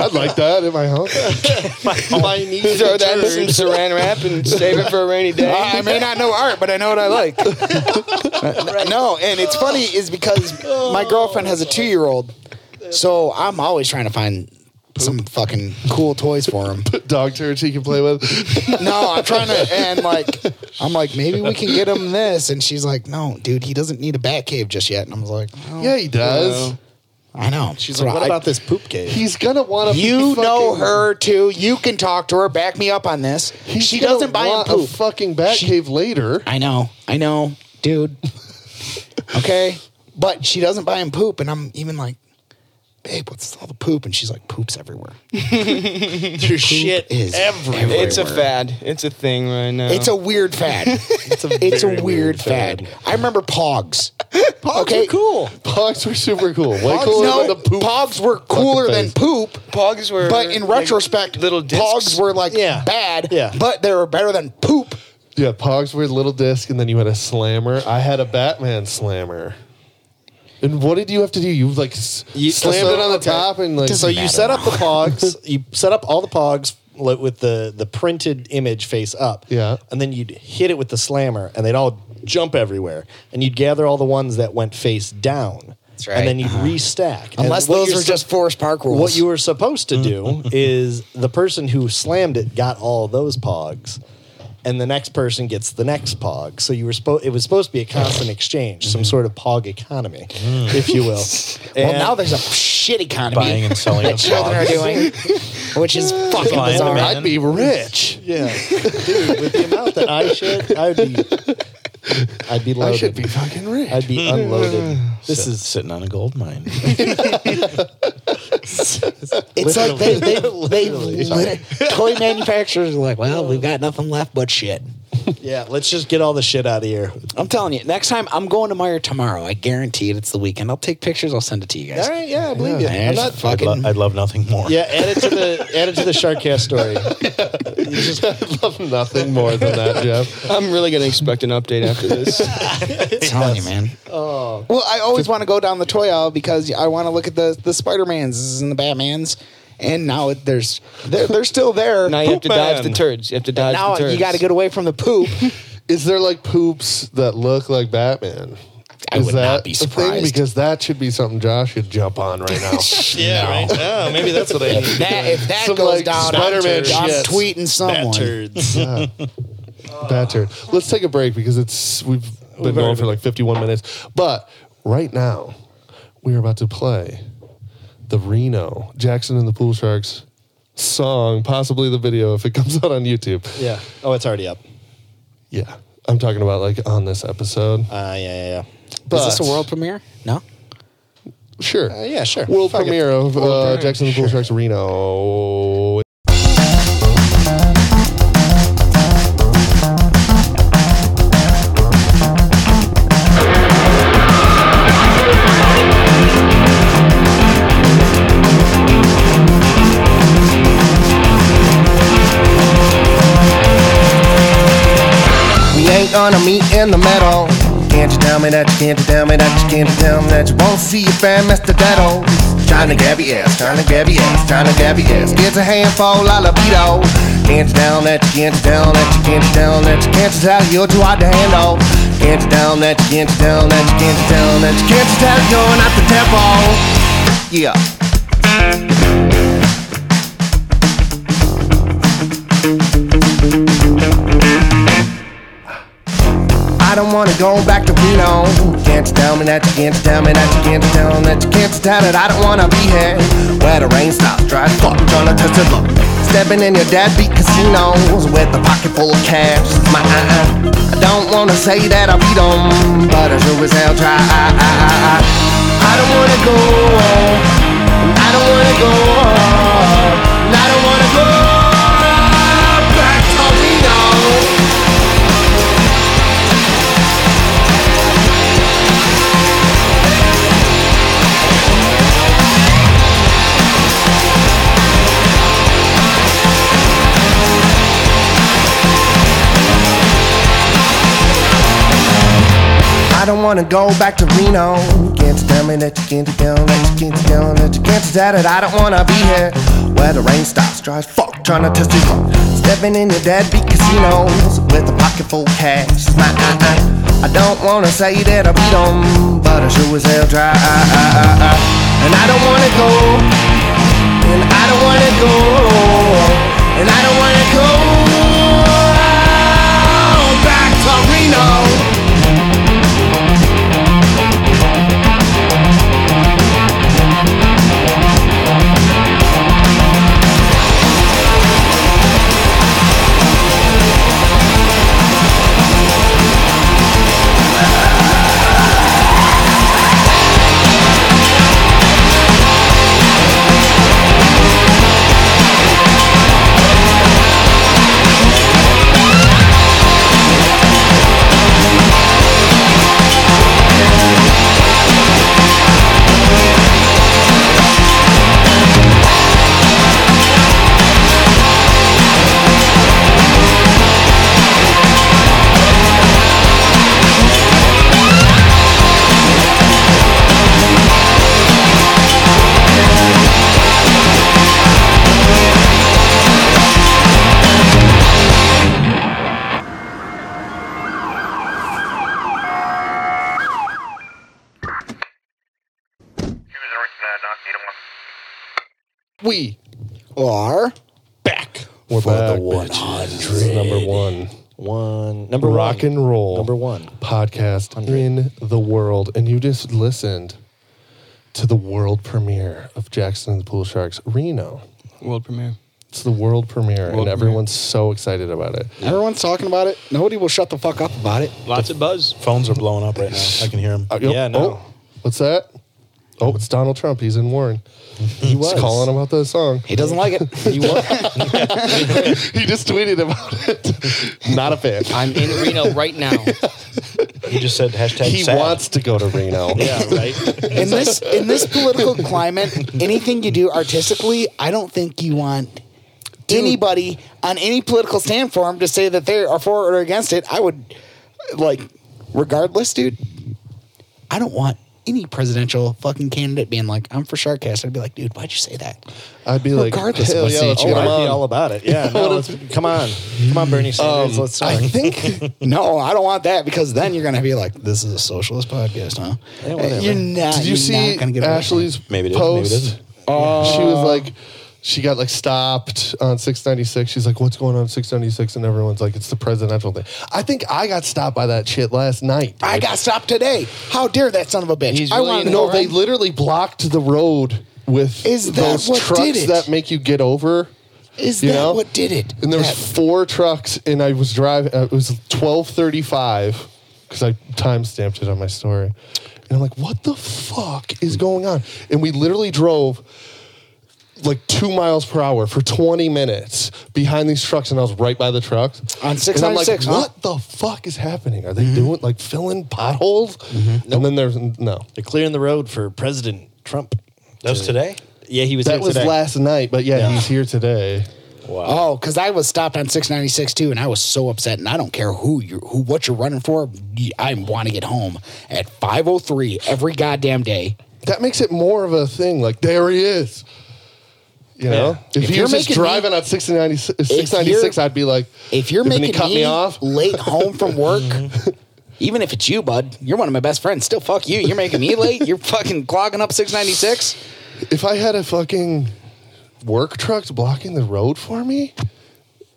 Speaker 6: I'd like that in my house.
Speaker 1: My knees
Speaker 2: Throw that in some saran wrap and save it for a rainy day.
Speaker 3: I I may not know art, but I know what I like. no, and it's funny is because my girlfriend has a two year old, so I'm always trying to find some fucking cool toys for him.
Speaker 6: Dog turds he can play with.
Speaker 3: No, I'm trying to, and like, I'm like, maybe we can get him this, and she's like, no, dude, he doesn't need a bat cave just yet, and I'm like, oh,
Speaker 6: yeah, he does.
Speaker 3: I know.
Speaker 1: She's like, what about this poop cave?
Speaker 6: He's gonna want to.
Speaker 3: You know her too. You can talk to her. Back me up on this. she doesn't buy him
Speaker 6: want
Speaker 3: poop.
Speaker 6: a fucking bat
Speaker 3: She-
Speaker 6: cave later.
Speaker 3: I know, I know, dude. okay, but she doesn't buy him poop, and I'm even like, babe, what's all the poop? And she's like, poop's everywhere.
Speaker 1: Your shit
Speaker 3: is
Speaker 1: everywhere.
Speaker 2: It's a fad. It's a thing right now.
Speaker 3: It's a weird fad. it's a, weird, fad. I remember Pogs. Pogs okay?
Speaker 1: Cool.
Speaker 6: Pogs were super cool. Way
Speaker 3: Pogs,
Speaker 6: cooler
Speaker 3: no,
Speaker 6: than the poop.
Speaker 3: Pogs were cooler
Speaker 6: Fucking
Speaker 3: than
Speaker 6: face.
Speaker 3: poop.
Speaker 2: Pogs were.
Speaker 3: But in
Speaker 2: like,
Speaker 3: retrospect,
Speaker 2: little discs.
Speaker 3: Pogs were like
Speaker 1: Yeah.
Speaker 3: bad,
Speaker 1: Yeah.
Speaker 3: but they were better than poop.
Speaker 6: Yeah, Pogs were little disc, and then you had a slammer. I had a Batman slammer. And what did you have to do? You like s-
Speaker 1: You-
Speaker 6: slammed
Speaker 1: so-
Speaker 6: it on the
Speaker 1: okay.
Speaker 6: top and like.
Speaker 1: so you set up the pogs you set up all the pogs li- with the the printed image face up
Speaker 6: Yeah.
Speaker 1: and then you'd hit it with the slammer and they'd all jump everywhere and you'd gather all the ones that went face down that's
Speaker 3: right.
Speaker 1: and then you'd restack And
Speaker 3: Unless
Speaker 1: what
Speaker 3: those
Speaker 1: you're
Speaker 3: were
Speaker 1: sup-
Speaker 3: just Forest Park rules.
Speaker 1: what you were supposed to do is the person who slammed it got all those pogs and the next person gets the next pog so you were supposed it was supposed to be a constant exchange some sort of pog economy if you will
Speaker 3: well,
Speaker 1: And-
Speaker 3: now there's a shit economy.
Speaker 4: Buying and selling
Speaker 3: that
Speaker 4: of
Speaker 3: children are
Speaker 4: Pogs.
Speaker 3: doing, which is fucking
Speaker 4: Supply and
Speaker 3: bizarre.
Speaker 4: demand.
Speaker 6: I'd be rich.
Speaker 1: Yeah, dude, with the amount that I shit, I'd be, I'd be
Speaker 6: I
Speaker 1: loaded.
Speaker 6: should be fucking rich.
Speaker 1: I'd be unloaded. This
Speaker 4: Sit-
Speaker 1: is
Speaker 4: sitting on a gold mine.
Speaker 3: It's like they, they, they,
Speaker 1: Literally.
Speaker 3: lit- toy manufacturers are like, well, we've got nothing left but shit.
Speaker 1: yeah. Let's just get all the shit out of here.
Speaker 3: I'm telling you, next time I'm going to Meyer tomorrow. I guarantee it. It's the weekend. I'll take pictures. I'll send it to you guys.
Speaker 1: All right, yeah, I believe you.
Speaker 3: There's
Speaker 1: I'm not.
Speaker 4: I'd,
Speaker 3: fucking.
Speaker 4: lo- I'd love nothing more.
Speaker 1: Yeah, add it to the add it to the Sharkcast story.
Speaker 6: love nothing more than that, Jeff.
Speaker 2: I'm really gonna expect an update after this.
Speaker 3: telling you, man. Oh. Well, I always want to go down the toy aisle because I want to look at the the Spider Mans and the Batmans, and now it, there's they're, they're still there.
Speaker 2: now you have to dodge the turds. You have to dodge
Speaker 3: now
Speaker 2: the turds.
Speaker 3: you got to get away from the poop.
Speaker 6: Is there like poops that look like Batman?
Speaker 3: I
Speaker 6: Is
Speaker 3: would not
Speaker 6: that
Speaker 3: be
Speaker 6: a thing?
Speaker 3: surprised.
Speaker 6: Because that should be something Josh should jump on right now.
Speaker 1: Yeah, right. Oh, maybe that's what I need.
Speaker 3: That, if that
Speaker 6: Some,
Speaker 3: goes
Speaker 6: like,
Speaker 3: down,
Speaker 6: Spider-Man
Speaker 3: I'm, I'm
Speaker 6: shits.
Speaker 3: tweeting someone.
Speaker 6: Bad turn. Let's take a break because it's we've been going for like 51 minutes. But right now, we are about to play the Reno Jackson and the Pool Sharks song, possibly the video if it comes out on YouTube.
Speaker 1: Yeah. Oh, it's already up.
Speaker 6: Yeah. I'm talking about like on this episode.
Speaker 1: Uh, yeah, yeah,
Speaker 6: But-
Speaker 3: Is this a world premiere? No.
Speaker 6: Sure.
Speaker 1: yeah. Uh, yeah, sure.
Speaker 6: World
Speaker 1: Fuck it.
Speaker 6: premiere of uh, Jackson and the Pool Sharks Reno.
Speaker 7: We ain't gonna meet in the middle. Can't you tell me that you can't you tell me that you can't you tell me that you won't see your friend, Mr. Dedo? Trying to grab your ass, trying to grab your ass, trying to grab your ass. Gets a handful of libido. Can't you tell that you can't you tell that you can't you tell that you can't you tell you're too hard to handle? Can't you tell that you can't you tell that you can't you tell that you can't you tell you're not the tempo? Yeah. I don't wanna go back to Reno. Can't you tell me that you can't you tell me that you can't you tell me that you can't you tell that I don't wanna be here. Where the rain stops, dry as fuck, tryna touch the look. Stepping in your deadbeat casinos with a pocket full of cash. My uh-uh. I don't wanna say that I beat 'em, but I sure as hell try. I, I, I, I. I don't wanna go. I don't wanna go. I don't wanna go back to Reno. wanna go back to Reno. Can't you tell me that you can't you down, that you can't you down, that you can't you down, that I don't wanna be here. Where the rain stops, dries, fuck, trying to test it. Stepping in your deadbeat casinos with a pocket full of cash. It's my I, I, I don't wanna say that I beat 'em, but I sure as hell try. And I don't wanna go and I don't wanna go. And I don't wanna go back to Reno.
Speaker 6: We
Speaker 3: Or
Speaker 6: back. We're
Speaker 4: For
Speaker 6: back,
Speaker 4: the
Speaker 6: bitches. This is number one
Speaker 1: One number
Speaker 6: rock
Speaker 1: one.
Speaker 6: and roll
Speaker 1: Number one.
Speaker 6: podcast in the world, and you just listened to the world premiere of Jackson and the Pool Sharks Reno.
Speaker 2: World premiere.
Speaker 6: It's the world premiere,
Speaker 2: World
Speaker 6: and
Speaker 2: premiere.
Speaker 6: everyone's so excited about it.
Speaker 3: everyone's talking about it. Nobody will shut the fuck up about it.
Speaker 2: Lots of buzz.
Speaker 4: Phones are blowing up right now. I can hear them.
Speaker 6: Uh, yep.
Speaker 1: Yeah, no.
Speaker 6: Oh, what's that? Oh, it's Donald Trump. He's in Warren.
Speaker 1: He was
Speaker 6: He's calling about the song.
Speaker 3: He doesn't like it.
Speaker 1: He was.
Speaker 6: he just tweeted about it. Not a fan.
Speaker 2: I'm in Reno right now.
Speaker 4: He just said hashtag
Speaker 6: He
Speaker 4: sad.
Speaker 6: wants to go to Reno.
Speaker 1: yeah, right.
Speaker 3: in this in this political climate, anything you do artistically, I don't think you want anybody on any political stand for 'em to say that they are for or against it. I would like, regardless, dude. I don't want any presidential fucking candidate being like, "I'm for Sharkcast." I'd be like, "Dude, why'd you say that?"
Speaker 6: I'd be like,
Speaker 3: Regardless of
Speaker 6: hell
Speaker 3: what
Speaker 6: yeah,
Speaker 3: state
Speaker 6: let's
Speaker 3: you
Speaker 1: Oh,
Speaker 6: go
Speaker 3: are.
Speaker 6: to
Speaker 1: I'd be
Speaker 6: Reno.
Speaker 1: all about it. Yeah, no, let's, come on, come on, Bernie Sanders, let's talk.
Speaker 3: I think no, I don't want that because then you're gonna be like, "This is a socialist podcast, huh?"
Speaker 1: whatever.
Speaker 3: you're not.
Speaker 6: Did you
Speaker 3: you're
Speaker 6: see
Speaker 3: not gonna get Uh, away with it.
Speaker 6: Ashley's
Speaker 4: Maybe it is, maybe it
Speaker 6: post?
Speaker 4: isn't.
Speaker 6: she was like, she got like stopped on 696. She's like, what's going on 696? And everyone's like, it's the presidential thing. I think I got stopped by that shit last night.
Speaker 3: I got stopped today. How dare that son of a bitch!
Speaker 2: He's
Speaker 3: I
Speaker 2: really
Speaker 3: want to
Speaker 2: in
Speaker 3: know
Speaker 6: No,
Speaker 2: Warren?
Speaker 6: they literally blocked the road with
Speaker 3: Is that
Speaker 6: those
Speaker 3: what
Speaker 6: trucks
Speaker 3: did it?
Speaker 6: that make you get over.
Speaker 3: Is
Speaker 6: You
Speaker 3: that
Speaker 6: know?
Speaker 3: what did it?
Speaker 6: And there was
Speaker 3: That-
Speaker 6: four trucks, and I was driving. Uh, it was twelve thirty-five because I time stamped it on my story. And I'm like, "What the fuck is going on?" And we literally drove like two miles per hour for 20 minutes behind these trucks, and I was right by the trucks
Speaker 3: On
Speaker 6: And I'm like,
Speaker 3: 696, huh?
Speaker 6: "What the fuck is happening? Are they doing like filling potholes?" And then there's no.
Speaker 1: They're clearing the road for President Trump.
Speaker 4: That was today.
Speaker 1: Yeah, he was
Speaker 6: That
Speaker 1: here
Speaker 6: was
Speaker 1: today.
Speaker 6: last night, but yeah, he's here today.
Speaker 3: Oh, because I was stopped on 696 too, and I was so upset. And I don't care who you, who, what you're running for. y- I want to get home at 5:03 every goddamn day.
Speaker 6: that makes it more of a thing. Like there he is. You know, if,
Speaker 3: If
Speaker 6: he
Speaker 3: you're
Speaker 6: was just
Speaker 3: making me-
Speaker 6: driving at 696, 696
Speaker 3: you're-
Speaker 6: I'd be like,
Speaker 3: If you're
Speaker 6: "Doesn't
Speaker 3: making
Speaker 6: he cut me, off, Mm-hmm.
Speaker 3: late home from work, even if it's you, bud, you're one of my best friends. Still, fuck you. You're making me late. You're fucking clogging up 696.
Speaker 6: if I had a fucking work truck blocking the road for me,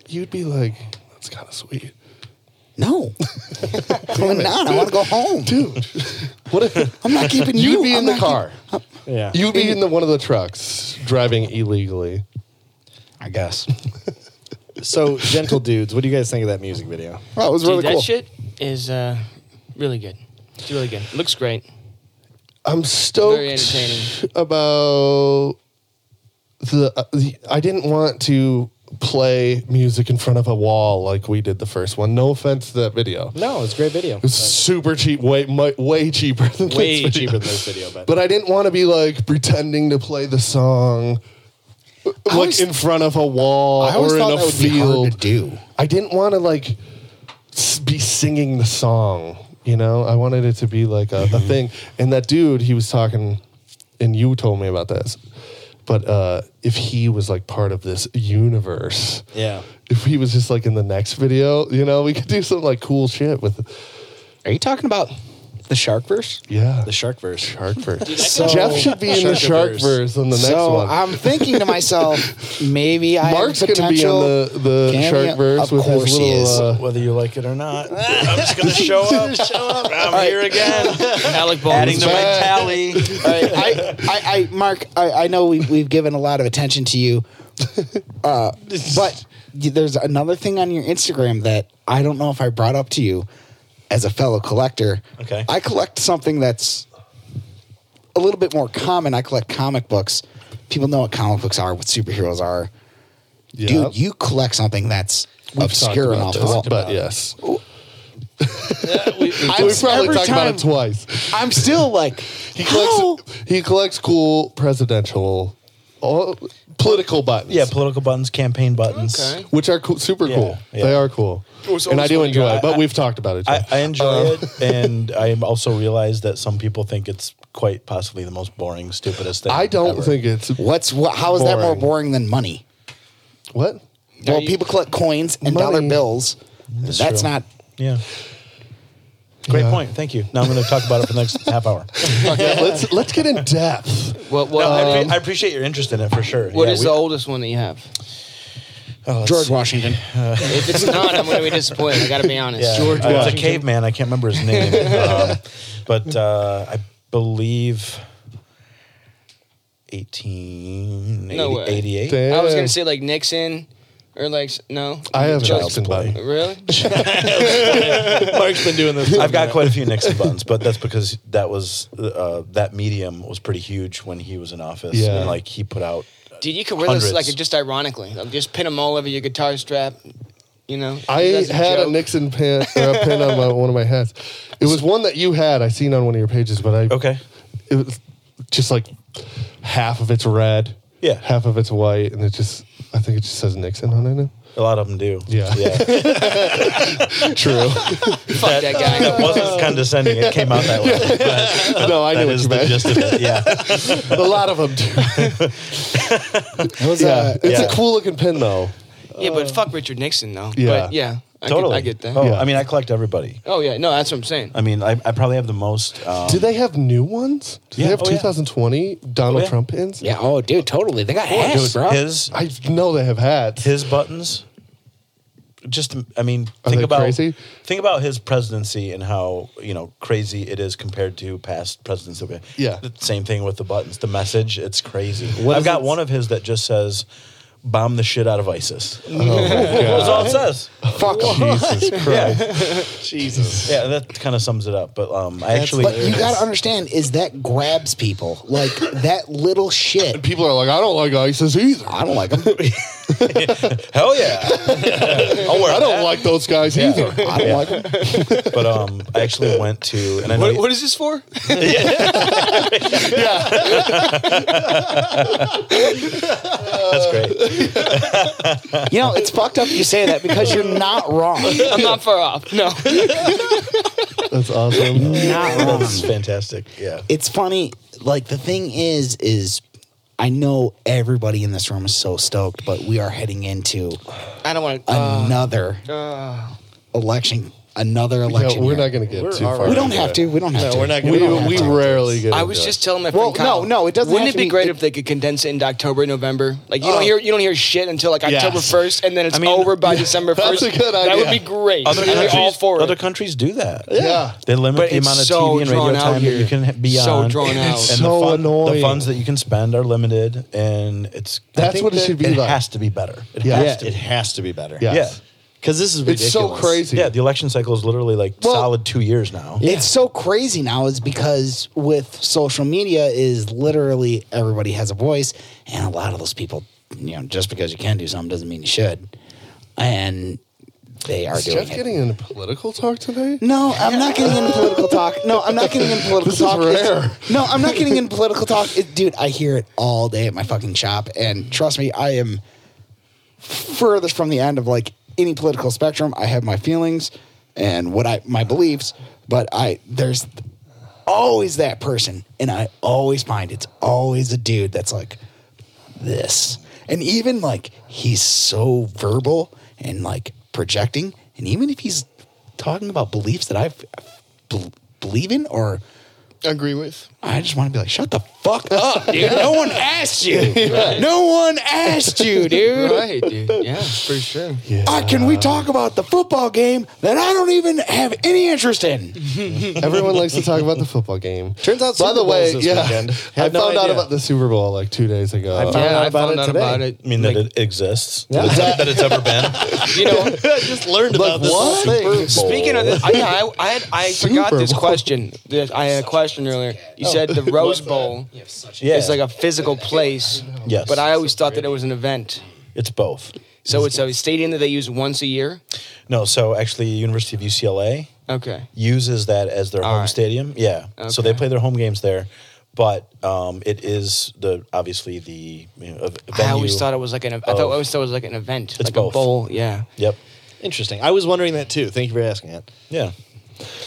Speaker 6: you'd be like, that's kind of sweet,
Speaker 3: No, I'm not. I want to go home.
Speaker 6: dude. What if
Speaker 3: I'm not keeping you.
Speaker 6: you'd be in
Speaker 3: I'm
Speaker 6: the
Speaker 3: not
Speaker 6: car?
Speaker 1: Yeah.
Speaker 6: You'd be in the one of the trucks driving illegally.
Speaker 3: keep- I guess.
Speaker 1: so, gentle dudes, what do you guys think of that music video?
Speaker 3: Well, it was
Speaker 2: Dude,
Speaker 3: really
Speaker 2: that
Speaker 3: cool.
Speaker 2: shit is uh, really good. It's really good. Looks great.
Speaker 6: I'm stoked
Speaker 2: Very entertaining.
Speaker 6: about the, uh, the. I didn't want to play music in front of a wall like we did the first one. No offense to that video. It
Speaker 1: No, it's a great video.
Speaker 6: was super cheap, way mu- way cheaper than
Speaker 1: way
Speaker 6: this video.
Speaker 1: cheaper than this video, but,
Speaker 6: But I didn't want to be like pretending to play the song like
Speaker 3: always-
Speaker 6: in front of a wall
Speaker 3: I always
Speaker 6: or in
Speaker 3: thought
Speaker 6: a
Speaker 3: that would be
Speaker 6: field.
Speaker 3: hard to do.
Speaker 6: I didn't want to like s- be singing the song You know, I wanted it to be like a,
Speaker 3: Mm-hmm.
Speaker 6: a thing. And that dude, he was talking, and you told me about this. But uh, if he was like part of this universe,
Speaker 1: Yeah.
Speaker 6: if he was just like in the next video, you know, we could do some like cool shit with,
Speaker 3: Are you talking about the shark verse?
Speaker 6: yeah,
Speaker 1: The shark verse.
Speaker 6: shark verse. Jeff should be in the shark verse on the next
Speaker 3: so
Speaker 6: one.
Speaker 3: I'm thinking to myself, maybe I
Speaker 6: Mark's
Speaker 3: have
Speaker 6: going to be
Speaker 3: potential.
Speaker 6: on the, the
Speaker 3: Cameo-
Speaker 6: shark verse
Speaker 3: Of
Speaker 6: with
Speaker 3: course
Speaker 6: his
Speaker 3: he
Speaker 6: little.
Speaker 3: is.
Speaker 6: Uh,
Speaker 4: Whether you like it or not, I'm just gonna show up. I'm here again,
Speaker 2: Alec
Speaker 4: adding
Speaker 2: Baldwin's
Speaker 4: to my
Speaker 2: back.
Speaker 4: tally.
Speaker 3: All right, I, I, I, Mark, I, I know we've, we've given a lot of attention to you, uh, but y- there's another thing on your Instagram that I don't know if I brought up to you as a fellow collector.
Speaker 4: Okay.
Speaker 3: I collect something that's a little bit more common. I collect comic books. People know what comic books are, what superheroes are.
Speaker 6: yeah.
Speaker 3: Dude, you collect something that's
Speaker 6: We've talked
Speaker 3: obscure and
Speaker 6: about
Speaker 3: off the
Speaker 6: this,
Speaker 3: wall.
Speaker 6: But yes,
Speaker 3: I'm,
Speaker 6: we've probably
Speaker 3: every
Speaker 6: talked about
Speaker 3: time,
Speaker 6: it twice.
Speaker 3: I'm still like,
Speaker 6: He
Speaker 3: how?
Speaker 6: collects, he collects cool presidential, all, political buttons.
Speaker 4: Yeah, political buttons, campaign buttons.
Speaker 2: Okay.
Speaker 6: which are cool, super
Speaker 4: Yeah,
Speaker 6: cool.
Speaker 4: yeah.
Speaker 6: They are cool,
Speaker 4: was
Speaker 6: and I
Speaker 4: always
Speaker 6: do
Speaker 4: funny,
Speaker 6: enjoy.
Speaker 4: I-
Speaker 6: it, but
Speaker 4: I-
Speaker 6: we've talked about it.
Speaker 4: I,
Speaker 6: Jeff.
Speaker 4: I enjoy
Speaker 6: Uh,
Speaker 4: it, and I also realize that some people think it's quite possibly the most boring, stupidest thing.
Speaker 6: I don't
Speaker 4: ever.
Speaker 6: think it's
Speaker 3: What's what? How is that more
Speaker 6: Boring.
Speaker 3: boring than money?
Speaker 6: what.
Speaker 3: well,
Speaker 2: you-
Speaker 3: people collect coins and
Speaker 6: Money.
Speaker 3: dollar bills. That's,
Speaker 4: true.
Speaker 3: not.
Speaker 4: Yeah. Great
Speaker 6: Yeah.
Speaker 4: point. Thank you. Now I'm going to talk about it for the next half hour.
Speaker 6: Yeah, let's let's get in depth.
Speaker 2: What, what,
Speaker 4: No, I,
Speaker 2: what is
Speaker 6: um,
Speaker 4: appre- I appreciate your interest in it for sure. Yeah, we-
Speaker 2: the oldest one that you have?
Speaker 4: oh,
Speaker 3: George
Speaker 4: it's-
Speaker 3: Washington.
Speaker 2: If it's not, I'm going to be disappointed. I got to be honest.
Speaker 4: Yeah,
Speaker 2: George
Speaker 4: I was a
Speaker 2: Washington.
Speaker 4: caveman. I can't remember his name, um, but uh, I believe. 1888.
Speaker 2: No way. I was going to say like Nixon or like s- no.
Speaker 6: I have
Speaker 2: George-
Speaker 6: Jackson button.
Speaker 2: Really?
Speaker 1: Mark's been doing this.
Speaker 4: I've got quite a few Nixon buttons, but that's because that was uh, that medium was pretty huge when he was in office.
Speaker 6: Yeah.
Speaker 4: And, like he put out.
Speaker 2: Dude, you could wear this like
Speaker 4: Hundreds.
Speaker 2: just ironically. Like, just pin them all over your guitar strap. You know.
Speaker 6: I
Speaker 2: That's
Speaker 6: had a
Speaker 2: joke.
Speaker 6: Nixon pin or a pin on my, one of my hats. It was one that you had. I seen on one of your pages, but I
Speaker 4: Okay.
Speaker 6: It was just like half of it's red,
Speaker 4: Yeah.
Speaker 6: half of it's white, and it just I think it just says Nixon on it.
Speaker 4: A lot of them do.
Speaker 6: Yeah.
Speaker 4: Yeah.
Speaker 6: True.
Speaker 2: Fuck that guy.
Speaker 4: that wasn't condescending. It came out that way. But
Speaker 6: no, I
Speaker 4: that
Speaker 6: knew what
Speaker 4: is
Speaker 6: you
Speaker 4: the
Speaker 6: meant.
Speaker 4: gist of it. Yeah.
Speaker 6: a lot of them. Do.
Speaker 3: It was,
Speaker 6: Yeah,
Speaker 3: uh,
Speaker 6: it's
Speaker 4: yeah.
Speaker 6: a cool looking pin though.
Speaker 2: Yeah, but fuck Richard Nixon though.
Speaker 6: Yeah.
Speaker 2: But yeah, I
Speaker 4: totally.
Speaker 2: Get, I get that.
Speaker 4: Oh,
Speaker 2: Oh.
Speaker 6: Yeah.
Speaker 4: I mean, I collect everybody.
Speaker 2: yeah, no, that's what I'm saying.
Speaker 4: I mean, I, I probably have the most. Um,
Speaker 6: Do they have new ones? Do
Speaker 4: Yeah.
Speaker 6: they have
Speaker 4: Oh, yeah.
Speaker 6: 2020 Donald
Speaker 4: yeah.
Speaker 6: Trump pins?
Speaker 3: yeah. Oh, dude, totally. They got
Speaker 4: his,
Speaker 3: hats, bro.
Speaker 4: his
Speaker 6: I know they have hats.
Speaker 4: his buttons. Just, I mean,
Speaker 6: Are
Speaker 4: think
Speaker 6: they
Speaker 4: about
Speaker 6: crazy?
Speaker 4: think about his presidency and how you know crazy it is compared to past presidents. that we-
Speaker 6: Yeah.
Speaker 4: The same thing with the buttons. The message, it's crazy.
Speaker 6: What
Speaker 4: I've
Speaker 6: is
Speaker 4: got
Speaker 6: it-
Speaker 4: one of his that just says, "Bomb the shit out of ISIS." That's all it says.
Speaker 3: Fuck 'em.
Speaker 6: Jesus Christ.
Speaker 1: Jesus.
Speaker 4: Yeah, that kind of sums it up. But um, I actually,
Speaker 3: But you gotta understand is that grabs people like that little shit.
Speaker 6: People are like, I don't like ISIS either.
Speaker 3: I don't like them.
Speaker 4: hell yeah. I'll wear
Speaker 6: I
Speaker 4: that.
Speaker 6: don't like those guys either.
Speaker 3: I don't like them.
Speaker 4: But um, I actually went to, and I know
Speaker 2: What,
Speaker 4: you-
Speaker 2: what is this for?
Speaker 4: that's great.
Speaker 3: You know, it's fucked up you say that because you're not wrong.
Speaker 2: I'm not far off. No.
Speaker 6: That's awesome.
Speaker 3: Not wrong.
Speaker 4: That's fantastic. Yeah.
Speaker 3: it's funny. Like the thing is, is I know everybody in this room is so stoked, but we are heading into
Speaker 2: I don't uh, want to.
Speaker 3: Uh, another election, another
Speaker 6: Yeah,
Speaker 3: election.
Speaker 6: we're
Speaker 3: year.
Speaker 6: not going to get too far.
Speaker 3: We don't have to. We don't have
Speaker 1: No,
Speaker 3: to.
Speaker 1: we're not
Speaker 6: We,
Speaker 1: We don't
Speaker 6: we
Speaker 3: have to.
Speaker 6: rarely get.
Speaker 2: I
Speaker 6: into
Speaker 2: was
Speaker 6: it.
Speaker 2: just telling my
Speaker 3: Well,
Speaker 2: friend Kyle.
Speaker 3: no, no, it doesn't
Speaker 2: Wouldn't
Speaker 3: have
Speaker 2: it be
Speaker 3: to be-
Speaker 2: great
Speaker 3: it-
Speaker 2: if they could condense it into October, November? Like you don't hear you don't hear shit until like
Speaker 6: Yes.
Speaker 2: October first, and then it's
Speaker 4: I mean,
Speaker 2: over by December
Speaker 6: That's
Speaker 2: first.
Speaker 6: a good
Speaker 2: That would
Speaker 6: idea.
Speaker 2: be great.
Speaker 4: Other
Speaker 2: I'd be
Speaker 4: countries,
Speaker 2: all for it.
Speaker 4: other countries do that.
Speaker 6: Yeah.
Speaker 4: They limit
Speaker 2: But
Speaker 4: the
Speaker 2: it's
Speaker 4: amount of
Speaker 2: so
Speaker 4: TV and radio
Speaker 2: drawn out
Speaker 4: time that you
Speaker 2: here.
Speaker 4: can ha- be
Speaker 2: So
Speaker 4: on.
Speaker 2: drawn out.
Speaker 4: And
Speaker 6: so
Speaker 4: the, fun-
Speaker 6: annoying.
Speaker 4: the funds that you can spend are limited, and it's I
Speaker 6: That's
Speaker 4: think
Speaker 6: what it
Speaker 4: that
Speaker 6: should be
Speaker 4: It
Speaker 6: like.
Speaker 4: has to be better. It
Speaker 6: Yeah.
Speaker 4: has
Speaker 1: Yeah,
Speaker 4: to.
Speaker 1: it has to be better.
Speaker 6: Yes.
Speaker 1: Because this is ridiculous.
Speaker 6: It's so crazy.
Speaker 4: Yeah, the election cycle is literally like
Speaker 3: Well-
Speaker 4: solid two years now.
Speaker 3: It's so crazy now is because with social media is literally everybody has a voice and a lot of those people, you know, just because you can do something doesn't mean you should. And they are
Speaker 6: Is
Speaker 3: doing
Speaker 6: Jeff
Speaker 3: it.
Speaker 6: getting into political talk today?
Speaker 3: No, I'm not getting into political talk. No, I'm not getting into political
Speaker 6: This is
Speaker 3: talk. It's-
Speaker 6: rare.
Speaker 3: No, I'm not getting into political talk. It- dude, I hear it all day at my fucking shop. And trust me, I am furthest from the end of like any political spectrum. I have my feelings and what I my beliefs, But I there's always that person, and I always find it's always a dude that's like this, and even like he's so verbal and like projecting, and even if he's talking about beliefs that I've bel believe in or
Speaker 2: Agree with.
Speaker 3: I just want to be like, shut the fuck up, dude. No one asked you. No one asked you, dude.
Speaker 2: Right, dude. Yeah, for sure.
Speaker 3: Uh, can we talk about the football game that I don't even have any interest in?
Speaker 6: Everyone likes to talk about the football game.
Speaker 1: Turns out
Speaker 6: By
Speaker 1: Super
Speaker 6: the
Speaker 1: Bowl's
Speaker 6: way,
Speaker 1: this
Speaker 6: yeah,
Speaker 1: weekend.
Speaker 6: I
Speaker 1: Had no
Speaker 6: found out
Speaker 1: idea.
Speaker 6: about the Super Bowl like two days ago.
Speaker 1: I found-
Speaker 2: Yeah,
Speaker 1: out
Speaker 2: I
Speaker 1: about
Speaker 2: found
Speaker 1: it
Speaker 2: out
Speaker 1: today.
Speaker 2: about it.
Speaker 4: I mean, that
Speaker 2: Like,
Speaker 4: it exists.
Speaker 1: Yeah.
Speaker 4: That, it's, that it's ever been.
Speaker 2: you know,
Speaker 1: just learned about this
Speaker 6: what?
Speaker 1: thing.
Speaker 6: Super Bowl.
Speaker 2: Speaking of this, I, yeah, I, I, had, I
Speaker 6: Super
Speaker 2: forgot this
Speaker 6: Bowl.
Speaker 2: question. This, I had a question earlier. You said the Rose Bowl
Speaker 4: Yeah.
Speaker 2: is like a physical place,
Speaker 4: Yes.
Speaker 2: but I always thought that it was an event.
Speaker 4: it's both.
Speaker 2: So it's a stadium that they use once a year.
Speaker 4: No, so actually, University of UCLA
Speaker 2: Okay.
Speaker 4: uses that as their home
Speaker 2: right.
Speaker 4: stadium. Yeah. So they
Speaker 2: Okay.
Speaker 4: play their home games there, but um, it is the obviously the you know, ev- venue.
Speaker 2: I always thought it was like an. I thought I
Speaker 4: of-
Speaker 2: always thought it was like an event.
Speaker 4: It's
Speaker 2: like a
Speaker 4: both.
Speaker 2: bowl. Yeah.
Speaker 4: Yep.
Speaker 1: Interesting. I was wondering that too. Thank you for asking it.
Speaker 4: Yeah.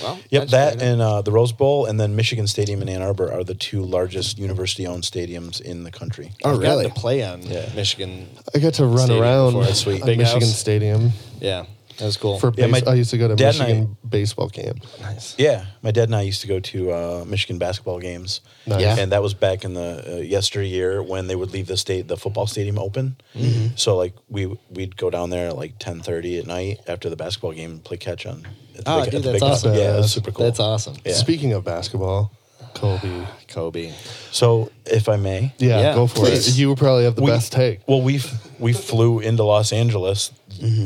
Speaker 2: Well.
Speaker 4: Yep,
Speaker 2: that's
Speaker 4: that
Speaker 2: good.
Speaker 4: and uh, the Rose Bowl, and then Michigan Stadium in Ann Arbor are the two largest university-owned stadiums in the country.
Speaker 1: Oh,
Speaker 3: really?
Speaker 1: To play on
Speaker 4: Yeah.
Speaker 1: Michigan.
Speaker 6: I got to run
Speaker 1: Stadium
Speaker 6: around
Speaker 1: before. That's sweet.
Speaker 6: at
Speaker 1: Big
Speaker 6: Michigan
Speaker 1: house.
Speaker 6: Stadium
Speaker 1: Yeah, that was cool.
Speaker 6: for
Speaker 4: Yeah,
Speaker 6: base-
Speaker 4: my
Speaker 6: I used to go to
Speaker 4: dad and I-
Speaker 6: Michigan baseball camp.
Speaker 1: nice.
Speaker 4: Yeah, my dad and I used to go to uh, Michigan basketball games.
Speaker 6: Nice.
Speaker 3: Yeah.
Speaker 4: and that was back in the uh, yesteryear when they would leave the state the football stadium open.
Speaker 1: Mm-hmm.
Speaker 4: So like we we'd go down there at like ten thirty at night after the basketball game and play catch on. at the
Speaker 1: Oh,
Speaker 4: big-
Speaker 1: dude,
Speaker 4: at the
Speaker 1: that's
Speaker 4: big-
Speaker 1: awesome.
Speaker 4: Yeah, it was super cool.
Speaker 1: That's awesome.
Speaker 4: Yeah.
Speaker 6: Speaking of basketball, Kobe.
Speaker 1: Kobe.
Speaker 4: So if I may,
Speaker 6: Yeah,
Speaker 1: Yeah,
Speaker 6: go for
Speaker 1: please.
Speaker 6: it. You probably have the
Speaker 4: we-
Speaker 6: best take.
Speaker 4: Well, we f- we flew into Los Angeles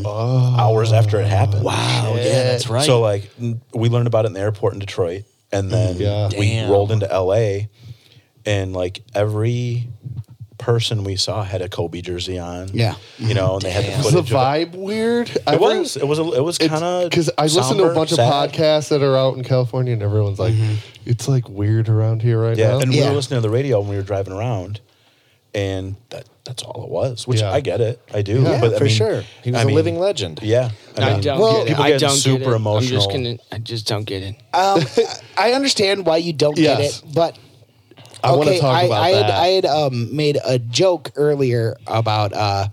Speaker 4: uh, hours after it happened.
Speaker 1: Wow. Yeah, that's right.
Speaker 4: So like n- we learned about it in the airport in Detroit, and then
Speaker 6: Yeah.
Speaker 4: we
Speaker 1: Damn.
Speaker 4: rolled into L.A. and like every person we saw had a Kobe jersey on.
Speaker 3: Yeah.
Speaker 4: you know, and they had the
Speaker 6: Is the
Speaker 4: footage. of it.
Speaker 6: vibe weird? I
Speaker 4: It
Speaker 6: think
Speaker 4: was. It was. a- It was
Speaker 6: it's-
Speaker 4: kind of
Speaker 6: because I listen to a bunch of podcasts that are out in California, and everyone's like, "It's like weird around here right
Speaker 4: Mm-hmm. Yeah,
Speaker 6: now."
Speaker 4: and we
Speaker 3: Yeah.
Speaker 4: were listening to the radio when we were driving around, and that that's all it was. Which
Speaker 6: Yeah.
Speaker 4: I get it. I do.
Speaker 6: Yeah,
Speaker 4: but I
Speaker 1: for
Speaker 4: mean,
Speaker 1: sure. He was
Speaker 4: I
Speaker 1: a
Speaker 4: mean,
Speaker 1: living legend.
Speaker 4: Yeah,
Speaker 2: I, don't
Speaker 3: well,
Speaker 2: get it.
Speaker 4: people
Speaker 2: I
Speaker 4: get
Speaker 2: don't
Speaker 4: super
Speaker 2: get it. I'm
Speaker 4: emotional.
Speaker 2: just gonna. I just don't get it.
Speaker 3: Um, I understand why you don't
Speaker 6: Yes.
Speaker 3: get it, but
Speaker 6: I wanna talk
Speaker 3: I,
Speaker 6: about
Speaker 3: I had,
Speaker 6: that.
Speaker 3: I had um, made a joke earlier about uh,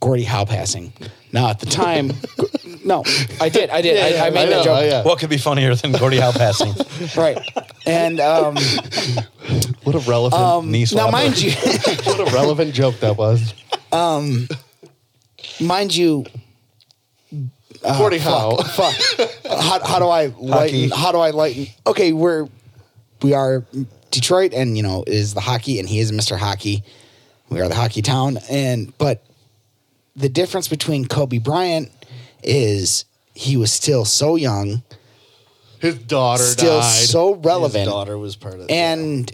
Speaker 3: Gordy Howe passing. Now at the time, no,
Speaker 2: I did. I did. I, I made
Speaker 6: I know,
Speaker 2: that joke.
Speaker 3: uh,
Speaker 6: yeah.
Speaker 4: What could be funnier than Gordy Howe passing?
Speaker 3: right, and um,
Speaker 6: What a relevant,
Speaker 4: Knee
Speaker 3: now
Speaker 4: slapper.
Speaker 3: mind you,
Speaker 6: what a relevant joke that was.
Speaker 3: mind you, uh,
Speaker 6: Forty how?
Speaker 3: fuck. How, how do I lighten?
Speaker 4: Hockey.
Speaker 3: How do I lighten? Okay, we're we are Detroit, and you know is the hockey, and he is Mister Hockey. We are the hockey town, and but the difference between Kobe Bryant is he was still so young,
Speaker 6: His daughter
Speaker 3: still
Speaker 6: died.
Speaker 3: so
Speaker 1: His
Speaker 3: relevant,
Speaker 1: daughter was part of.
Speaker 3: and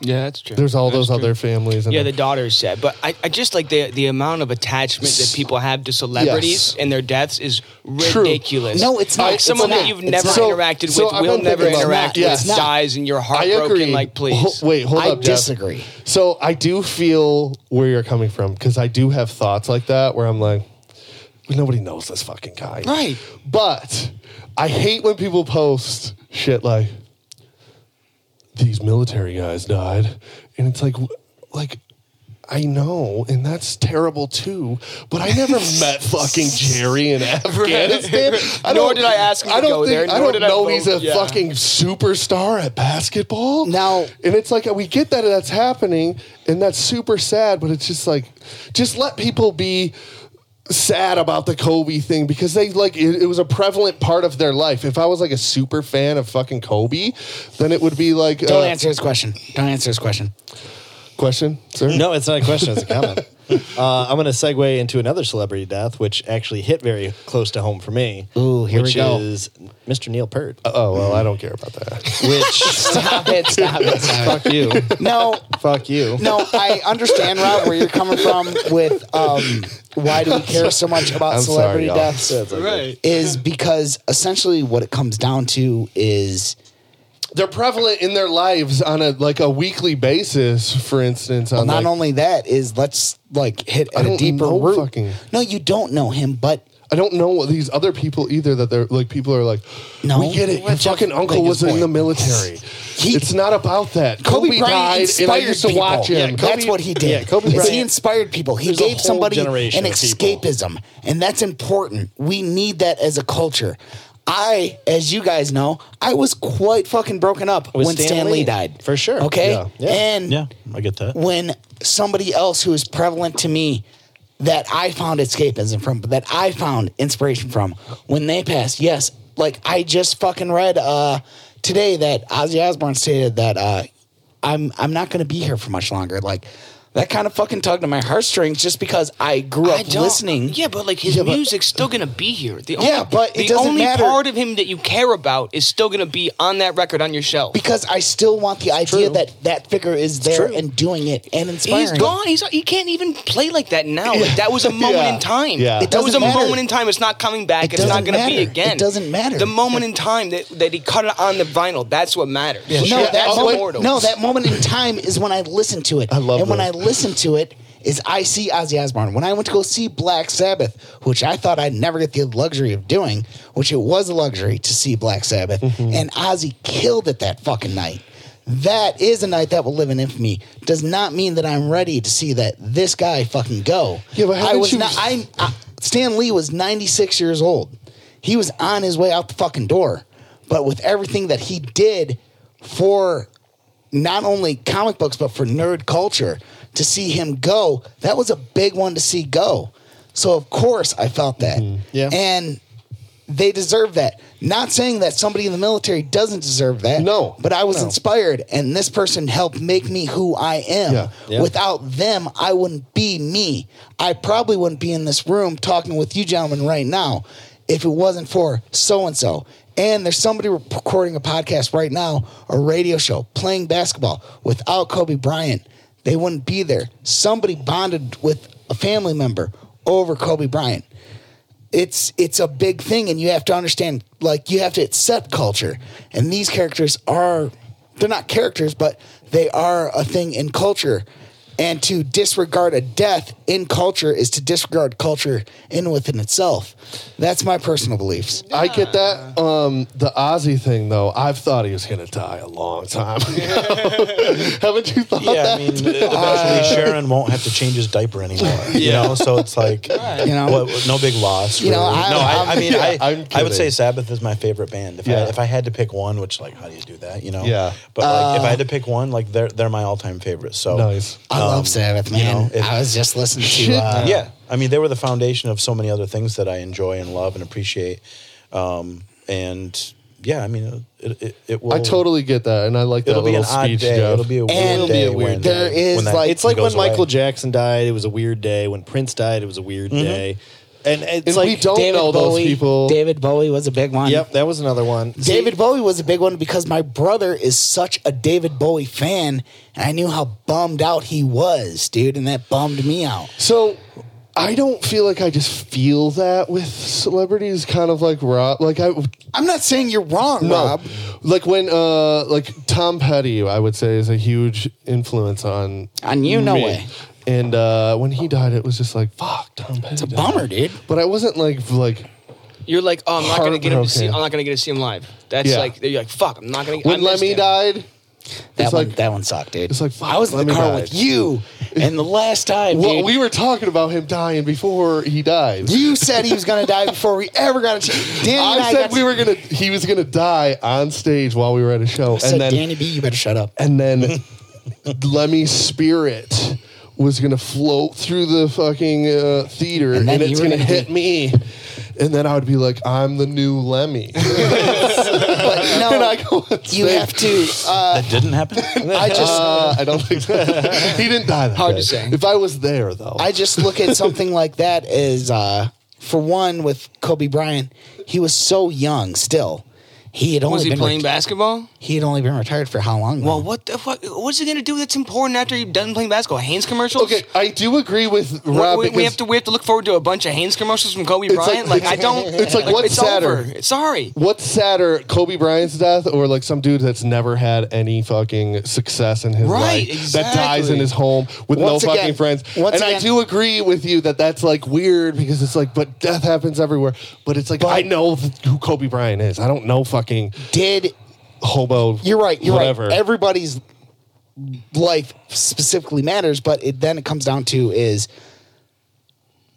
Speaker 2: Yeah, that's true.
Speaker 6: There's all
Speaker 2: That's
Speaker 6: those
Speaker 2: true.
Speaker 6: other families. And
Speaker 2: Yeah, the daughter's sad, but I, I just like the the amount of attachment that people have to celebrities
Speaker 6: Yes.
Speaker 2: and their deaths is
Speaker 6: True.
Speaker 2: ridiculous.
Speaker 3: No, it's not.
Speaker 2: Like
Speaker 3: It's
Speaker 2: someone
Speaker 3: not.
Speaker 2: that you've
Speaker 3: It's
Speaker 2: never
Speaker 3: not.
Speaker 6: So-
Speaker 2: interacted
Speaker 6: so
Speaker 2: with
Speaker 6: I've
Speaker 2: will
Speaker 6: been
Speaker 2: never
Speaker 6: thinking about
Speaker 2: interact
Speaker 6: that. Yes.
Speaker 2: with, dies, and you're heartbroken. Like, please,
Speaker 6: Ho- wait, hold
Speaker 3: I
Speaker 6: up. Jeff.
Speaker 3: disagree.
Speaker 6: So I do feel where you're coming from because I do have thoughts like that where I'm like, nobody knows this fucking guy,
Speaker 2: Right.
Speaker 6: But I hate when people post shit like these military guys died, and it's like, wh- like. I know, and that's terrible too. But I never met fucking Jerry in Afghanistan. I
Speaker 2: Nor
Speaker 6: don't-
Speaker 2: did I ask him to
Speaker 6: I don't
Speaker 2: go
Speaker 6: think,
Speaker 2: there,
Speaker 6: I
Speaker 2: nor
Speaker 6: don't
Speaker 2: did I
Speaker 6: know
Speaker 2: vote-
Speaker 6: he's a
Speaker 2: yeah.
Speaker 6: fucking superstar at basketball.
Speaker 3: Now-
Speaker 6: and it's like we get that that's happening, and that's super sad. But it's just like, just let people be sad about the Kobe thing because they like it, it was a prevalent part of their life. If I was like a super fan of fucking Kobe, then it would be like
Speaker 3: don't
Speaker 6: uh,
Speaker 3: answer his question. Don't answer his question.
Speaker 6: question, sir.
Speaker 1: No, it's not a question. It's a comment. Uh, I'm going to segue into another celebrity death, which actually hit very close to home for me.
Speaker 3: Ooh, here we
Speaker 1: which
Speaker 3: go.
Speaker 1: is Mr. Neil Peart.
Speaker 6: Oh well, I don't care about that.
Speaker 1: which
Speaker 3: Stop it! Stop it! Stop
Speaker 1: fuck you,
Speaker 3: it! No,
Speaker 1: fuck you.
Speaker 3: No, I understand, Rob, where you're coming from with um, why do we care so much about
Speaker 6: I'm sorry,
Speaker 3: celebrity
Speaker 6: y'all.
Speaker 3: deaths
Speaker 2: right?
Speaker 3: is because essentially what it comes down to is
Speaker 6: They're prevalent in their lives on a like a weekly basis. For instance, on
Speaker 3: not
Speaker 6: like,
Speaker 3: only that is let's like hit
Speaker 6: I
Speaker 3: at a
Speaker 6: don't
Speaker 3: deeper
Speaker 6: know
Speaker 3: root.
Speaker 6: fucking-
Speaker 3: No, you don't know him, but
Speaker 6: I don't know what these other people either that they're like people are like,
Speaker 3: No.
Speaker 6: we get it. Your
Speaker 3: That's
Speaker 6: fucking
Speaker 3: Jeff
Speaker 6: uncle was
Speaker 3: Lincoln's
Speaker 6: in the
Speaker 3: point.
Speaker 6: military.
Speaker 3: He-
Speaker 6: it's not about that.
Speaker 3: Kobe,
Speaker 6: Kobe,
Speaker 3: Bryant
Speaker 6: died, and I
Speaker 3: inspired
Speaker 6: used to
Speaker 3: people.
Speaker 6: watch him.
Speaker 1: Yeah,
Speaker 3: That's
Speaker 1: Kobe-
Speaker 3: what he did.
Speaker 1: yeah, Kobe
Speaker 3: Is
Speaker 1: Bryant-
Speaker 3: he inspired people. He
Speaker 1: There's a
Speaker 3: gave
Speaker 1: whole
Speaker 3: somebody an
Speaker 1: generation of people.
Speaker 3: escapism, and that's important. We need that as a culture. I, as you guys know, I was quite fucking broken up
Speaker 1: With
Speaker 3: when Stan,
Speaker 1: Stan
Speaker 3: Lee.
Speaker 1: Lee,
Speaker 3: died.
Speaker 1: for sure.
Speaker 3: Okay.
Speaker 1: Yeah, yeah.
Speaker 3: And
Speaker 4: Yeah, I get that.
Speaker 3: when somebody else who is prevalent to me that I found escapism from, that I found inspiration from, when they passed, yes, like I just fucking read uh, today that Ozzy Osbourne stated that uh, I'm I'm not going to be here for much longer. Like that kind of fucking tugged at my heartstrings just because I grew up
Speaker 2: I don't-
Speaker 3: listening.
Speaker 2: Yeah, but like his
Speaker 3: Yeah, but-
Speaker 2: music's still gonna be here. The only,
Speaker 3: Yeah, but it
Speaker 2: the
Speaker 3: doesn't
Speaker 2: only
Speaker 3: matter.
Speaker 2: part of him that you care about is still gonna be on that record on your shelf.
Speaker 3: Because I still want the idea
Speaker 1: true.
Speaker 3: that that figure is there
Speaker 1: true.
Speaker 3: and doing it and inspiring.
Speaker 2: He's gone. He's he can't even play like that now. Like, that was a moment
Speaker 6: Yeah.
Speaker 2: in time.
Speaker 6: Yeah. It
Speaker 2: That was a
Speaker 3: doesn't matter.
Speaker 2: moment in time. It's not coming back.
Speaker 3: It
Speaker 2: it's not
Speaker 3: doesn't
Speaker 2: going to
Speaker 3: matter.
Speaker 2: be
Speaker 3: It
Speaker 2: again.
Speaker 3: doesn't matter.
Speaker 2: The moment in time that, that he cut it on the vinyl. That's what matters.
Speaker 3: No,
Speaker 2: Shit,
Speaker 3: that
Speaker 2: that's
Speaker 3: moment,
Speaker 2: immortal.
Speaker 3: no, that moment in time is when I listen to it. I
Speaker 6: love
Speaker 3: And when I
Speaker 6: that.
Speaker 3: listen to it is I see Ozzy Osbourne. When I went to go see Black Sabbath, which I thought I'd never get the luxury of doing, which it was a luxury to see Black Sabbath,
Speaker 6: Mm-hmm.
Speaker 3: and Ozzy killed it that fucking night. That is a night that will live in infamy. Does not mean that I'm ready to see that this guy fucking go.
Speaker 6: Yeah, but
Speaker 3: I
Speaker 6: haven't
Speaker 3: was
Speaker 6: you-
Speaker 3: not. I, I Stan Lee was 96 years old. He was on his way out the fucking door. But with everything that he did for not only comic books but for nerd culture, to see him go, that was a big one to see go. So of course I felt that.
Speaker 6: Mm-hmm.
Speaker 1: Yeah.
Speaker 3: And they deserve that. Not saying that somebody in the military doesn't deserve that.
Speaker 6: No.
Speaker 3: But I was inspired and this person helped make me who I am.
Speaker 6: Yeah.
Speaker 1: Yeah.
Speaker 3: Without them, I wouldn't be me. I probably wouldn't be in this room talking with you gentlemen right now if it wasn't for so and so. And there's somebody recording a podcast right now, a radio show, playing basketball without Kobe Bryant. They wouldn't be there. Somebody bonded with a family member over Kobe Bryant it's it's a big thing and you have to understand like you have to accept culture and these characters are they're not characters but they are a thing in culture and to disregard a death in culture is to disregard culture in within itself that's my personal beliefs
Speaker 6: I get that. Um, the Ozzy thing, though, I've thought he was gonna die a long time. ago. Haven't you thought
Speaker 4: Yeah, I
Speaker 6: that?
Speaker 4: mean, at the best way, Sharon won't have to change his diaper anymore. You know, so it's like,
Speaker 3: You know?
Speaker 4: what- no big loss.
Speaker 3: You know,
Speaker 4: really.
Speaker 3: I-
Speaker 4: no,
Speaker 3: I'm-
Speaker 4: I, I mean,
Speaker 6: Yeah, I'm
Speaker 4: I, I would
Speaker 6: kidding.
Speaker 4: say Sabbath is my favorite band. If
Speaker 6: Yeah.
Speaker 4: I if I had to pick one, which like, how do you do that? You know,
Speaker 6: Yeah.
Speaker 4: But like, if I had
Speaker 3: Uh,
Speaker 4: to pick one, like they're they're my all time favorite. So
Speaker 6: Nice.
Speaker 3: i love sabbath man
Speaker 4: know, if-
Speaker 3: i was just listening to uh,
Speaker 4: yeah, I mean, they were the foundation of so many other things that I enjoy and love and appreciate. Um, and yeah, I mean, it it, it will.
Speaker 6: I totally get that, and I like that
Speaker 4: It'll be
Speaker 6: little
Speaker 4: an odd
Speaker 6: speech.
Speaker 4: day.
Speaker 6: Jeff.
Speaker 4: It'll be a weird
Speaker 3: And
Speaker 4: day.
Speaker 3: it'll be a weird
Speaker 4: when-
Speaker 3: day. There is,
Speaker 4: when
Speaker 3: like-
Speaker 1: It's like
Speaker 4: goes
Speaker 1: when
Speaker 4: away.
Speaker 1: Michael Jackson died, it was a weird day. When Prince died, it was a weird day. And it's
Speaker 6: Mm-hmm. And
Speaker 1: like
Speaker 6: we don't
Speaker 3: david
Speaker 6: know those
Speaker 3: bowie
Speaker 6: people.
Speaker 3: david bowie was a big one
Speaker 1: Yep, that was another one. See,
Speaker 3: David Bowie was a big one because my brother is such a David Bowie fan, and I knew how bummed out he was, dude, and that bummed me out.
Speaker 6: So I don't feel like I just feel that with celebrities, kind of like Rob. Like I
Speaker 3: I'm not saying you're wrong,
Speaker 6: no,
Speaker 3: Rob.
Speaker 6: like when uh like Tom Petty, I would say is a huge influence on
Speaker 3: On you, no
Speaker 6: me.
Speaker 3: way.
Speaker 6: And uh, when he died, it was just like fuck Tom Petty. It's a
Speaker 3: Bummer, dude.
Speaker 6: But I wasn't like like
Speaker 2: You're like, oh, I'm not going to get him to see. I'm
Speaker 6: Heartbroken.
Speaker 2: not going to get to see him live. That's
Speaker 6: Yeah.
Speaker 2: like you're like, fuck, I'm not going to.
Speaker 6: when Lemmy died.
Speaker 3: That
Speaker 6: It's
Speaker 3: one,
Speaker 6: like-
Speaker 3: that one sucked, dude.
Speaker 6: it's like, fuck,
Speaker 3: I was in
Speaker 6: let
Speaker 3: the
Speaker 6: me
Speaker 3: car
Speaker 6: die.
Speaker 3: with you, and the last time,
Speaker 6: Well,
Speaker 3: dude,
Speaker 6: we were talking about him dying before he died.
Speaker 3: you said he was gonna die before we ever got a chance. Danny and
Speaker 6: I
Speaker 3: I
Speaker 6: said
Speaker 3: got
Speaker 6: we were gonna. He was gonna die on stage while we were at a show,
Speaker 3: said,
Speaker 6: and then
Speaker 3: Danny B, you better shut up.
Speaker 6: and then Lemmy's spirit was gonna float through the fucking uh, theater,
Speaker 3: And
Speaker 6: and,
Speaker 3: then you
Speaker 6: it's
Speaker 3: were
Speaker 6: gonna,
Speaker 3: gonna
Speaker 6: hit
Speaker 3: be-
Speaker 6: me. And then I would be like, "I'm the new Lemmy,"
Speaker 3: But
Speaker 6: and
Speaker 3: no,
Speaker 6: I go,
Speaker 3: you have to. Uh,
Speaker 4: That didn't happen.
Speaker 3: I just.
Speaker 6: Uh, I don't think so. he didn't die. That
Speaker 2: Hard
Speaker 6: day.
Speaker 2: to say.
Speaker 6: If I was there, though,
Speaker 3: I just look at something like that as, uh, for one, with Kobe Bryant, he was so young still. He had only
Speaker 2: Was he
Speaker 3: been
Speaker 2: playing
Speaker 3: ret-
Speaker 2: basketball?
Speaker 3: He had only been retired for how long?
Speaker 2: Well,
Speaker 3: though?
Speaker 2: what the fuck? What's he gonna do that's important after you're done playing basketball? Haynes commercials.
Speaker 6: Okay, I do agree with
Speaker 2: We-
Speaker 6: Rob.
Speaker 2: we, we
Speaker 6: because-
Speaker 2: have to we have to look forward to a bunch of Haynes commercials from Kobe
Speaker 6: It's like-
Speaker 2: Bryant. Like,
Speaker 6: it's-
Speaker 2: I don't.
Speaker 6: it's like, what's sadder?
Speaker 2: over. Sorry.
Speaker 6: What's sadder, Kobe Bryant's death or like some dude that's never had any fucking success in his
Speaker 2: Right,
Speaker 6: life that dies in
Speaker 2: exactly.
Speaker 6: his home with
Speaker 3: Once
Speaker 6: no
Speaker 3: again-
Speaker 6: fucking friends?
Speaker 3: once
Speaker 6: And I
Speaker 3: again-
Speaker 6: do agree with you that that's like weird because it's like, but death happens everywhere. But it's like, I know th- who Kobe Bryant is. I don't know fucking
Speaker 3: did
Speaker 6: hobo.
Speaker 3: you're right. You're
Speaker 6: whatever.
Speaker 3: right. Everybody's life specifically matters, but it then it comes down to is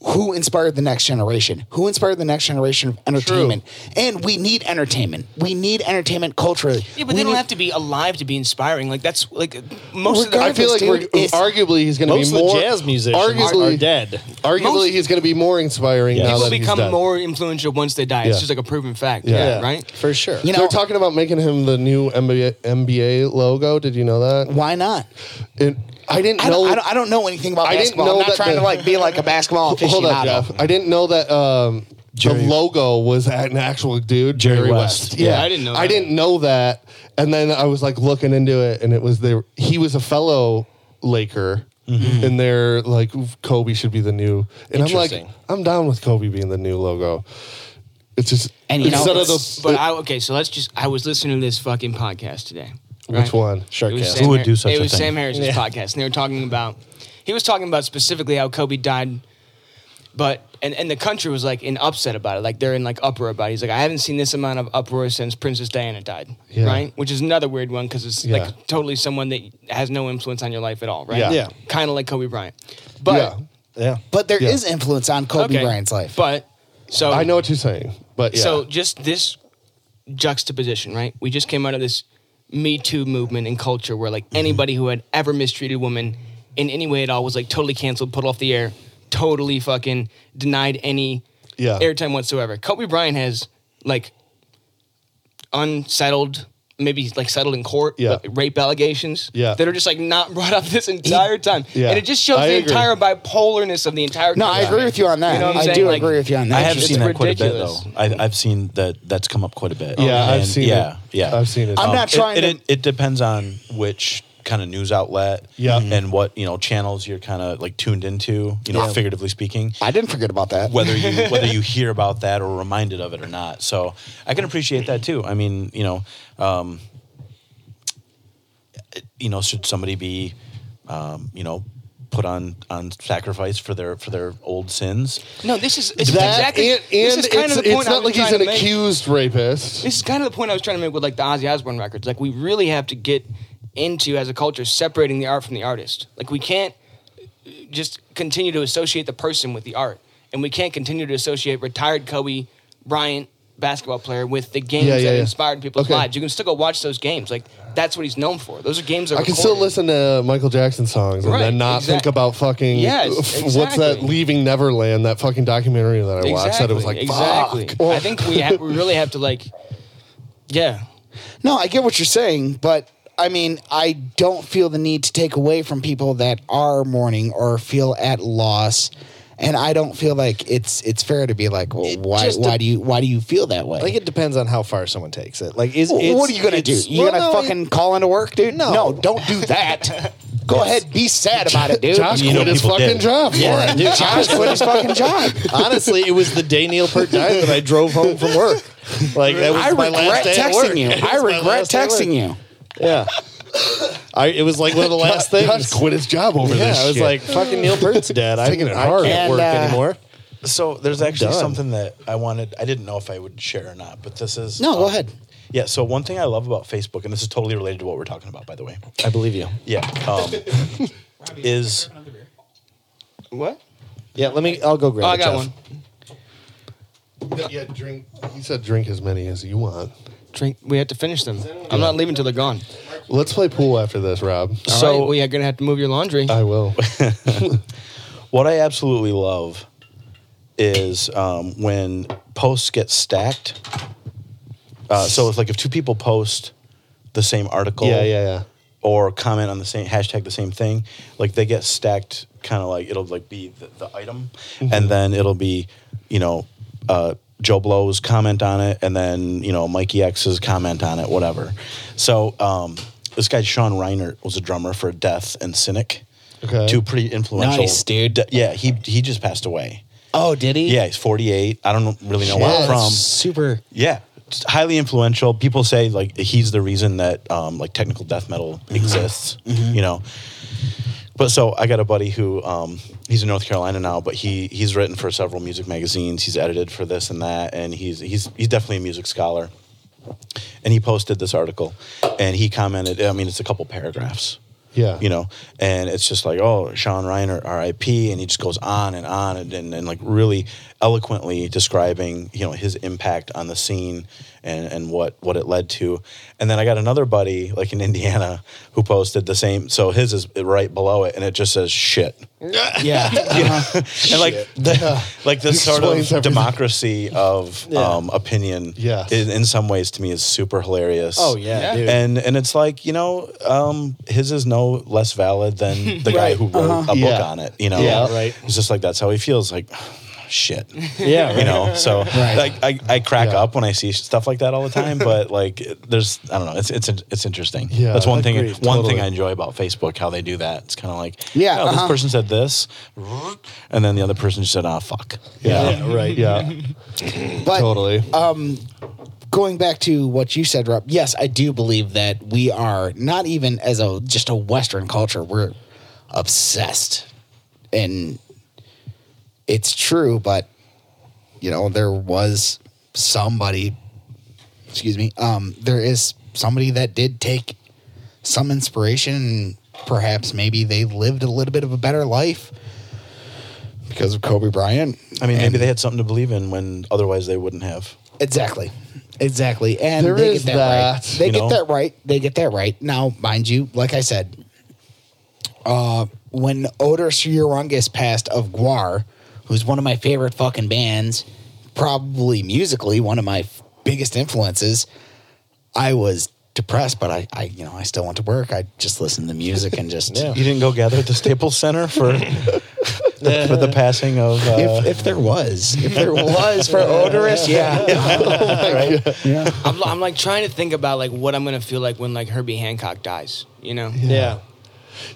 Speaker 3: who inspired the next generation? Who inspired the next generation of entertainment? And we need entertainment. We need entertainment culturally.
Speaker 2: Yeah, but they don't have to be alive to be
Speaker 8: inspiring. Like that's like
Speaker 2: most of the
Speaker 6: I feel like we're,
Speaker 3: Dude, it's-
Speaker 6: arguably he's going to be
Speaker 1: Most of
Speaker 6: more
Speaker 1: the jazz musicians
Speaker 6: Arguably,
Speaker 1: are dead.
Speaker 6: Arguably,
Speaker 2: Most-
Speaker 6: he's going to be more inspiring. Now
Speaker 2: people
Speaker 6: that he's
Speaker 2: become
Speaker 6: dead.
Speaker 2: more influential once they die. It's
Speaker 6: Yeah.
Speaker 2: just like a proven fact.
Speaker 6: Yeah.
Speaker 2: Yeah. Right.
Speaker 1: for sure.
Speaker 3: You know,
Speaker 6: They're talking about making him the new NBA, NBA logo. Did you know that?
Speaker 3: why not?
Speaker 6: It, I didn't
Speaker 3: I
Speaker 6: know.
Speaker 3: don't, I don't. I don't know anything about
Speaker 6: I didn't
Speaker 3: basketball.
Speaker 6: know
Speaker 3: I'm not
Speaker 6: that
Speaker 3: trying
Speaker 6: the-
Speaker 3: to like be like a basketball aficionado.
Speaker 6: Hold on, Jeff. I didn't know that um, the
Speaker 4: Jerry-
Speaker 6: logo was at an actual dude,
Speaker 4: Jerry
Speaker 6: Jerry,
Speaker 4: West.
Speaker 6: West.
Speaker 2: Yeah, I didn't know that.
Speaker 6: I didn't know that, and then I was like looking into it, and it was there. He was a fellow Laker.
Speaker 4: Mm-hmm.
Speaker 6: And they're like, Kobe should be the new. And I'm like,
Speaker 1: Interesting.
Speaker 6: I'm down with Kobe being the new logo. It's just
Speaker 3: And you know,
Speaker 6: instead of
Speaker 3: it's-
Speaker 6: the
Speaker 2: But I okay. So let's just. I was listening to this fucking podcast today.
Speaker 6: which one?
Speaker 2: It was
Speaker 1: Sharkcast.
Speaker 2: Sam
Speaker 4: Who would
Speaker 2: Har-
Speaker 4: do such
Speaker 2: It
Speaker 4: a
Speaker 2: was
Speaker 4: thing?
Speaker 2: Sam Harris's podcast, and they were talking about. He was talking about specifically how Kobe died, but and, and the country was like in upset about it. Like they're in like uproar about. it. He's like, I haven't seen this amount of uproar since Princess Diana died,
Speaker 6: Yeah.
Speaker 2: right? Which is another weird one because it's
Speaker 6: Yeah.
Speaker 2: like totally someone that has no influence on your life at all, right?
Speaker 6: Yeah.
Speaker 1: Yeah.
Speaker 2: Kind of like Kobe Bryant, but
Speaker 6: yeah,
Speaker 1: Yeah.
Speaker 3: but there is
Speaker 6: Yeah.
Speaker 3: influence on Kobe
Speaker 2: okay,
Speaker 3: Bryant's life.
Speaker 2: But so
Speaker 6: I know what you're saying, but yeah.
Speaker 2: so just this juxtaposition, right? We just came out of this Me Too movement and culture where like
Speaker 6: Mm-hmm.
Speaker 2: anybody who had ever mistreated women in any way at all was like totally canceled, put off the air, totally fucking denied any
Speaker 6: Yeah.
Speaker 2: airtime whatsoever. Kobe Bryant has like unsettled, maybe he's, like settled in court,
Speaker 6: Yeah.
Speaker 2: but rape allegations
Speaker 6: Yeah.
Speaker 2: that are just like not brought up this entire time.
Speaker 6: Yeah.
Speaker 2: And it just shows
Speaker 6: I
Speaker 2: the
Speaker 6: agree.
Speaker 2: entire bipolarness of the entire
Speaker 3: no, I agree with you on that.
Speaker 2: You know what I'm
Speaker 3: I
Speaker 2: saying?
Speaker 3: do
Speaker 2: Like,
Speaker 3: agree with you on that.
Speaker 4: I have
Speaker 2: It's
Speaker 4: seen that
Speaker 2: ridiculous.
Speaker 4: quite a bit though. I, I've seen that that's come up quite a bit.
Speaker 6: Yeah, I've
Speaker 4: And
Speaker 6: seen
Speaker 4: yeah,
Speaker 6: it.
Speaker 4: Yeah, Um,
Speaker 6: I've seen it.
Speaker 3: I'm not
Speaker 4: it-
Speaker 3: trying
Speaker 4: it,
Speaker 3: to-
Speaker 4: It, it depends on which kind of news outlet,
Speaker 6: Yeah.
Speaker 4: and what you know channels you're kind of like tuned into. You know, figuratively speaking,
Speaker 3: I didn't forget about that.
Speaker 4: whether you whether you hear about that or reminded of it or not. So I can appreciate that too. I mean, you know, um, you know, should somebody be, um, you know, put on on sacrifice for their for their old sins?
Speaker 2: No, this is it's
Speaker 6: that
Speaker 2: exactly
Speaker 6: and,
Speaker 2: this
Speaker 6: and
Speaker 2: is kind
Speaker 6: it's,
Speaker 2: of the point
Speaker 6: it's
Speaker 2: I
Speaker 6: not
Speaker 2: was
Speaker 6: like he's
Speaker 2: trying
Speaker 6: an
Speaker 2: to make.
Speaker 6: accused rapist.
Speaker 2: This is kind of the point I was trying to make with like the Ozzy Osbourne records. Like we really have to get into as a culture separating the art from the artist. Like we can't just continue to associate the person with the art, and we can't continue to associate retired Kobe Bryant basketball player with the games
Speaker 6: Yeah, yeah,
Speaker 2: that
Speaker 6: yeah.
Speaker 2: inspired people's
Speaker 6: Okay.
Speaker 2: lives. You can still go watch those games. Like that's what he's known for. Those are games that
Speaker 6: I can still
Speaker 2: recorded.
Speaker 6: listen to Michael Jackson songs and
Speaker 2: Right,
Speaker 6: then not
Speaker 2: exact-
Speaker 6: think about fucking
Speaker 2: Yes,
Speaker 6: what's that
Speaker 2: exactly.
Speaker 6: Leaving Neverland that fucking documentary that I watched that it was like
Speaker 2: exactly.
Speaker 6: fuck.
Speaker 2: I think we ha- we really have to like, yeah.
Speaker 3: No, I get what you're saying, but I mean, I don't feel the need to take away from people that are mourning or feel at loss. And I don't feel like it's it's fair to be like, well, why
Speaker 1: just
Speaker 3: why
Speaker 1: de-
Speaker 3: do you why do you feel that way?
Speaker 1: Like it depends on how far someone takes it. Like is
Speaker 3: Well,
Speaker 1: it's-
Speaker 3: what are you gonna do?
Speaker 1: it's-
Speaker 3: You
Speaker 1: well,
Speaker 3: gonna
Speaker 1: no,
Speaker 3: fucking call into work, dude? No, no, don't do that. Go ahead, be sad about it, dude.
Speaker 6: Josh
Speaker 4: You know
Speaker 6: quit his
Speaker 4: people
Speaker 6: fucking
Speaker 4: did.
Speaker 6: job for
Speaker 1: Yeah,
Speaker 6: it.
Speaker 1: dude,
Speaker 3: Josh quit his fucking job.
Speaker 1: honestly, it was the day Neil Peart died that I drove home from work. Like that was
Speaker 3: I
Speaker 1: my last
Speaker 3: regret
Speaker 1: day at
Speaker 3: texting
Speaker 1: work.
Speaker 3: you.
Speaker 1: It
Speaker 3: I
Speaker 1: was my
Speaker 3: regret
Speaker 1: last day at work.
Speaker 3: texting you.
Speaker 1: Yeah. I, it was like one of the last things.
Speaker 6: Josh quit his job over
Speaker 1: yeah,
Speaker 6: this.
Speaker 1: I was
Speaker 6: shit.
Speaker 1: like, fucking Neil Peart's dead. I, I
Speaker 6: Taking it hard.
Speaker 1: can't
Speaker 3: And,
Speaker 1: work
Speaker 3: uh,
Speaker 1: anymore.
Speaker 4: So there's actually
Speaker 1: done.
Speaker 4: something that I wanted. I didn't know if I would share or not, but this is
Speaker 3: No, go
Speaker 4: um,
Speaker 1: Uh,
Speaker 3: ahead.
Speaker 4: Yeah. So one thing I love about Facebook, and this is totally related to what we're talking about, by the way.
Speaker 1: I believe you.
Speaker 4: Yeah. Um, is
Speaker 2: What?
Speaker 1: Yeah, let me. I'll go grab.
Speaker 2: Oh, I
Speaker 1: it,
Speaker 2: got
Speaker 1: Jeff.
Speaker 2: one.
Speaker 6: yeah, drink. He said, drink as many as you want.
Speaker 2: Drink. We have to finish them. I'm not leaving till they're gone.
Speaker 6: Let's play pool after this, Rob.
Speaker 2: So
Speaker 4: So-
Speaker 2: we are gonna have to move your laundry.
Speaker 1: Uh,
Speaker 6: I will.
Speaker 4: what I absolutely love is um, when posts get stacked. Uh, so it's like if two people post the same article,
Speaker 6: yeah, yeah, yeah.
Speaker 4: or comment on the same hashtag the same thing like they get stacked
Speaker 6: Mm-hmm.
Speaker 4: kind of like it'll like be the, the item and then it'll be you know uh Joe Blow's comment on it, and then you know Mikey X's comment on it, whatever. So um, this guy Sean Reinert was a drummer for Death and Cynic,
Speaker 6: Okay.
Speaker 4: two pretty influential.
Speaker 3: Nice, dude.
Speaker 4: d- yeah, he he just passed away.
Speaker 3: Oh, did he?
Speaker 4: Yeah, he's 48. I don't know- really know
Speaker 3: Wow,
Speaker 4: where
Speaker 3: that's
Speaker 4: from.
Speaker 3: super.
Speaker 4: Yeah, it's highly influential. People say like he's the reason that um, like technical death metal
Speaker 3: Mm-hmm.
Speaker 4: exists. You know, but so I got a buddy who um, he's in North Carolina now, but he he's written for several music magazines. He's edited for this and that, and he's he's he's definitely a music scholar. And he posted this article, and he commented. I mean, it's a couple paragraphs.
Speaker 6: Yeah.
Speaker 4: You know, and it's just like, oh, Sean Reiner, RIP. And he just goes on and on and, and, and like really eloquently describing, you know, his impact on the scene and, and what, what it led to. And then I got another buddy, like in Indiana, who posted the same. So his is right below it and it just says shit.
Speaker 3: Yeah.
Speaker 4: and like, the, like this sort of
Speaker 6: Explains everything.
Speaker 4: democracy of um, opinion
Speaker 6: Yes.
Speaker 4: in, in some ways to me is super hilarious.
Speaker 1: Oh yeah,
Speaker 2: Yeah.
Speaker 1: dude.
Speaker 4: And and it's like you know, um, his is no less valid than the guy who wrote a book
Speaker 6: Yeah.
Speaker 4: on it. You know,
Speaker 1: Yeah, Uh-huh. right.
Speaker 4: It's just like that's how he feels. Like, shit.
Speaker 1: yeah,
Speaker 4: You know, so
Speaker 3: Right.
Speaker 4: like I, I crack
Speaker 6: Yeah.
Speaker 4: up when I see stuff like that all the time. But like, there's I don't know. It's it's it's interesting.
Speaker 6: Yeah,
Speaker 4: that's one
Speaker 6: I
Speaker 4: thing.
Speaker 6: agree,
Speaker 4: one
Speaker 6: totally.
Speaker 4: thing I enjoy about Facebook how they do that. It's kind of like
Speaker 3: Yeah,
Speaker 4: oh,
Speaker 3: uh-huh.
Speaker 4: this person said this, and then the other person just said ah fuck.
Speaker 6: Yeah.
Speaker 1: Yeah, right.
Speaker 6: Yeah.
Speaker 3: But
Speaker 6: totally.
Speaker 3: going back to what you said, Rob, yes, I do believe that we are not even as a just a Western culture, we're obsessed. And it's true, but you know, there was somebody excuse me, um, there is somebody that did take some inspiration and perhaps maybe they lived a little bit of a better life because of Kobe Bryant.
Speaker 4: I mean, maybe
Speaker 3: And-
Speaker 4: they had something to believe in when otherwise they wouldn't have.
Speaker 3: Exactly. Exactly. And
Speaker 6: There
Speaker 3: they
Speaker 6: is
Speaker 3: get that, right.
Speaker 6: that,
Speaker 3: They
Speaker 4: you
Speaker 3: get
Speaker 4: know?
Speaker 3: that right. They get that right. Now, mind you, like I said, uh, when Odor Suyurungis passed of Guar, who's one of my favorite fucking bands, probably musically one of my f- biggest influences, I was depressed, but I, I, you know, I still went to work. I just listened to music and just
Speaker 4: You didn't go gather at the Staples Center for the, for the passing of. Uh,
Speaker 3: if, if there was, if there was for Odorous, yeah.
Speaker 2: I'm, I'm like trying to think about like what I'm gonna feel like when like Herbie Hancock dies. You know.
Speaker 1: yeah.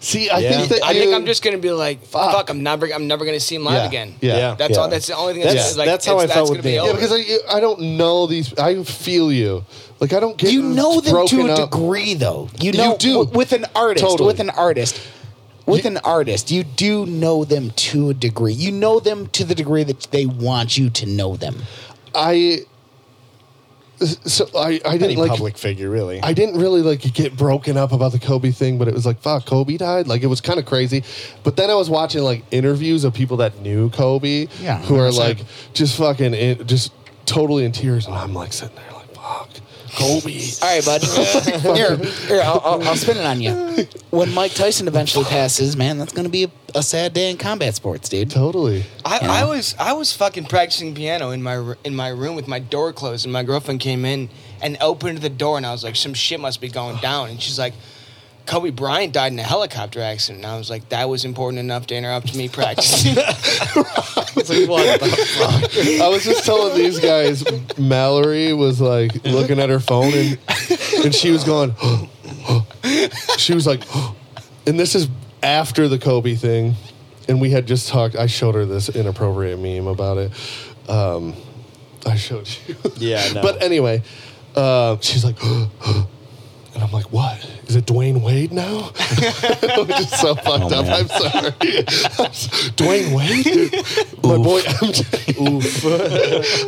Speaker 6: See, I
Speaker 1: Yeah.
Speaker 6: think that
Speaker 2: I think
Speaker 6: you-
Speaker 2: I'm just gonna be like, fuck, I'm never, I'm never gonna see him live
Speaker 6: Yeah.
Speaker 2: again.
Speaker 6: Yeah.
Speaker 1: Yeah.
Speaker 2: that's all.
Speaker 4: Yeah.
Speaker 2: That's the only thing. That's,
Speaker 1: That's-
Speaker 2: just, like,
Speaker 1: that's how
Speaker 2: it's-
Speaker 1: I felt
Speaker 2: that's
Speaker 1: with
Speaker 2: gonna be
Speaker 1: Dan.
Speaker 6: Yeah,
Speaker 2: over.
Speaker 6: because I I don't know these. I feel you. Like I don't get
Speaker 3: you know them to
Speaker 6: broken
Speaker 3: a
Speaker 6: up.
Speaker 3: degree though you
Speaker 6: You
Speaker 3: know
Speaker 6: do.
Speaker 3: w- with an artist
Speaker 6: Totally.
Speaker 3: with an artist with an artist you do know them to a degree you know them to the degree that they want you to know them
Speaker 6: I so I I
Speaker 1: Any
Speaker 6: didn't like
Speaker 1: public figure, really.
Speaker 6: I didn't really like get broken up about the Kobe thing, but it was like fuck, Kobe died. Like it was kind of crazy. But then I was watching like interviews of people that knew Kobe,
Speaker 3: Yeah,
Speaker 6: who are
Speaker 3: 100%.
Speaker 6: like just fucking in, just totally in tears, and I'm like sitting there like fuck, Kobe.
Speaker 3: all right bud here, here I'll, I'll, I'll spin it on you when mike tyson eventually passes man that's going to be a, a sad day in combat sports dude
Speaker 6: totally.
Speaker 2: I,
Speaker 3: Yeah.
Speaker 2: I was I was fucking practicing piano in my r- in my room with my door closed, and my girlfriend came in and opened the door, and I was like, "Some shit must be going down." And she's like, "Kobe Bryant died in a helicopter accident." And I was like, "That was important enough to interrupt me practicing."
Speaker 6: I was just telling these guys, Mallory was like looking at her phone and and she was going, she was like, and this is after the Kobe thing, and we had just talked. I showed her this inappropriate meme about it. Um, I showed you.
Speaker 1: Yeah, no.
Speaker 6: But anyway, uh, she's like. And I'm like, what? Is it Dwayne Wade now? I'm just so fucked up.
Speaker 4: man.
Speaker 6: I'm sorry. Dwayne Wade? My boy,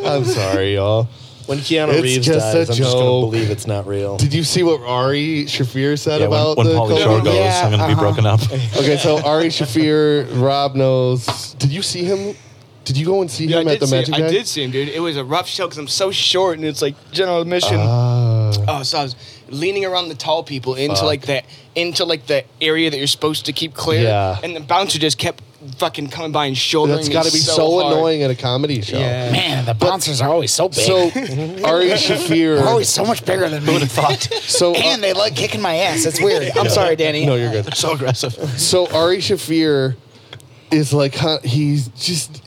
Speaker 6: I'm I'm sorry, y'all.
Speaker 1: when Keanu
Speaker 6: It's
Speaker 1: Reeves
Speaker 6: just
Speaker 1: dies,
Speaker 6: a
Speaker 1: I'm just gonna
Speaker 6: joke.
Speaker 1: believe it's not real.
Speaker 6: Did you see what Ari Shafir said
Speaker 4: yeah, when,
Speaker 6: about
Speaker 4: when
Speaker 6: the
Speaker 4: Pauly
Speaker 6: Kobe?
Speaker 4: Shore goes,
Speaker 3: Yeah,
Speaker 4: I'm going to
Speaker 3: uh-huh.
Speaker 4: be broken up.
Speaker 6: Okay, so Ari Shafir, Rob knows. Did you see him? Did you go and see
Speaker 2: Yeah, I
Speaker 6: him
Speaker 2: did
Speaker 6: at the
Speaker 2: see
Speaker 6: Magic
Speaker 2: him. I
Speaker 6: Act?
Speaker 2: did see him, dude. It was a rough show because I'm so short, and it's like general admission.
Speaker 6: Ah.
Speaker 2: Oh, so I was leaning around the tall people into like the into like the area that you're supposed to keep clear.
Speaker 6: Yeah.
Speaker 2: And the bouncer just kept fucking coming by and shouldering.
Speaker 6: That's got to
Speaker 2: me
Speaker 6: be so,
Speaker 2: hard.
Speaker 6: annoying at a comedy show.
Speaker 2: Yeah.
Speaker 3: man the bouncers are always so big
Speaker 6: So Ari
Speaker 3: they're always
Speaker 6: Shafir.
Speaker 3: so much bigger than me
Speaker 6: So
Speaker 3: and they like kicking my ass it's weird i'm sorry danny
Speaker 6: no, you're good.
Speaker 4: so aggressive.
Speaker 6: So Ari Shafir is like huh, he's just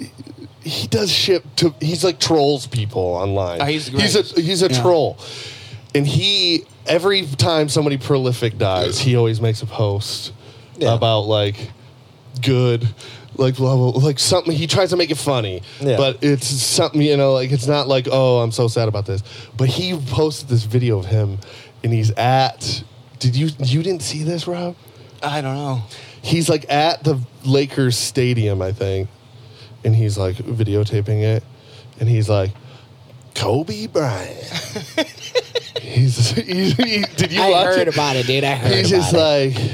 Speaker 6: he does shit to he's like trolls people online.
Speaker 2: Oh, he's the
Speaker 6: he's a he's a
Speaker 3: Yeah.
Speaker 6: troll. And he every time somebody prolific dies, he always makes a post
Speaker 1: Yeah.
Speaker 6: about like good like blah blah like something he tries to make it funny.
Speaker 1: Yeah.
Speaker 6: But it's something you know, like it's not like, oh, I'm so sad about this. But he posted this video of him and he's at did you you didn't see this, Rob?
Speaker 2: I don't know.
Speaker 6: he's like at the Lakers stadium, I think, and he's like videotaping it, and he's like, Kobe Bryant. he's, he, he- did you
Speaker 3: I
Speaker 6: watch
Speaker 3: heard
Speaker 6: it?
Speaker 3: about it, uh, dude. I heard
Speaker 6: He's
Speaker 3: about
Speaker 6: just
Speaker 3: it.
Speaker 6: like.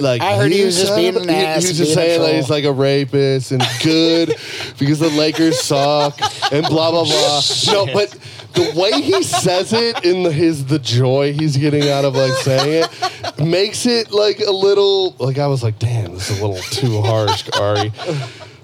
Speaker 6: Like
Speaker 3: I heard he
Speaker 6: "You
Speaker 3: was just
Speaker 6: son
Speaker 3: being
Speaker 6: of
Speaker 3: an
Speaker 6: a-" he-
Speaker 3: ass,
Speaker 6: He was just
Speaker 3: being a
Speaker 6: saying like
Speaker 3: troll.
Speaker 6: he's like a rapist and good because the Lakers suck and blah blah blah. No, but the way he says it in the, his the joy he's getting out of like saying it makes it like a little like I was like, damn, this is a little too harsh, Ari.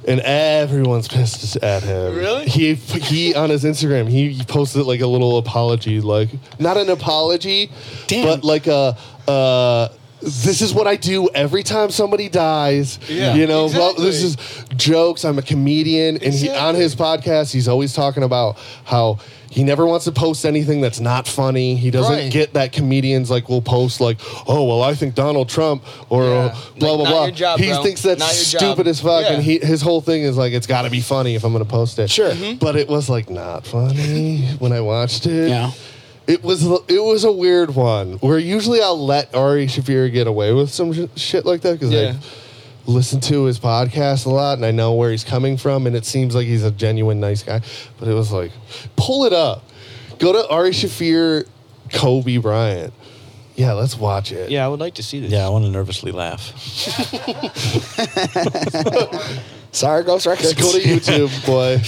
Speaker 6: And everyone's pissed at him.
Speaker 2: Really?
Speaker 6: He he on his Instagram he posted like a little apology, like not an apology,
Speaker 3: Damn.
Speaker 6: but like a. Uh, this is what I do every time somebody dies.
Speaker 2: Yeah.
Speaker 6: you know, well,
Speaker 2: Exactly.
Speaker 6: this is jokes. I'm a comedian, and he on
Speaker 2: Exactly.
Speaker 6: his podcast, he's always talking about how he never wants to post anything that's not funny. He doesn't
Speaker 2: Right.
Speaker 6: get that comedians like will post like, oh well, I think Donald Trump or
Speaker 2: Yeah.
Speaker 6: uh, blah
Speaker 2: Like,
Speaker 6: blah
Speaker 2: not
Speaker 6: blah.
Speaker 2: your job,
Speaker 6: he
Speaker 2: bro.
Speaker 6: thinks that's
Speaker 2: Not your job.
Speaker 6: stupid as fuck, and
Speaker 2: Yeah.
Speaker 6: he his whole thing is like it's got to be funny if I'm going to post it. Mm-hmm.
Speaker 3: Sure. Mhm.
Speaker 6: but it was like not funny when I watched it.
Speaker 3: Yeah.
Speaker 6: It was it was a weird one where usually I'll let Ari Shafir get away with some sh- shit like that because
Speaker 2: Yeah.
Speaker 6: I listen to his podcast a lot and I know where he's coming from and it seems like he's a genuine nice guy. But it was like, pull it up, go to Ari Shafir, Kobe Bryant. Yeah, let's watch it.
Speaker 2: Yeah, I would like to see this.
Speaker 4: Yeah, I want to nervously laugh.
Speaker 3: Sorry, Ghost Records.
Speaker 6: Just go to YouTube, boy.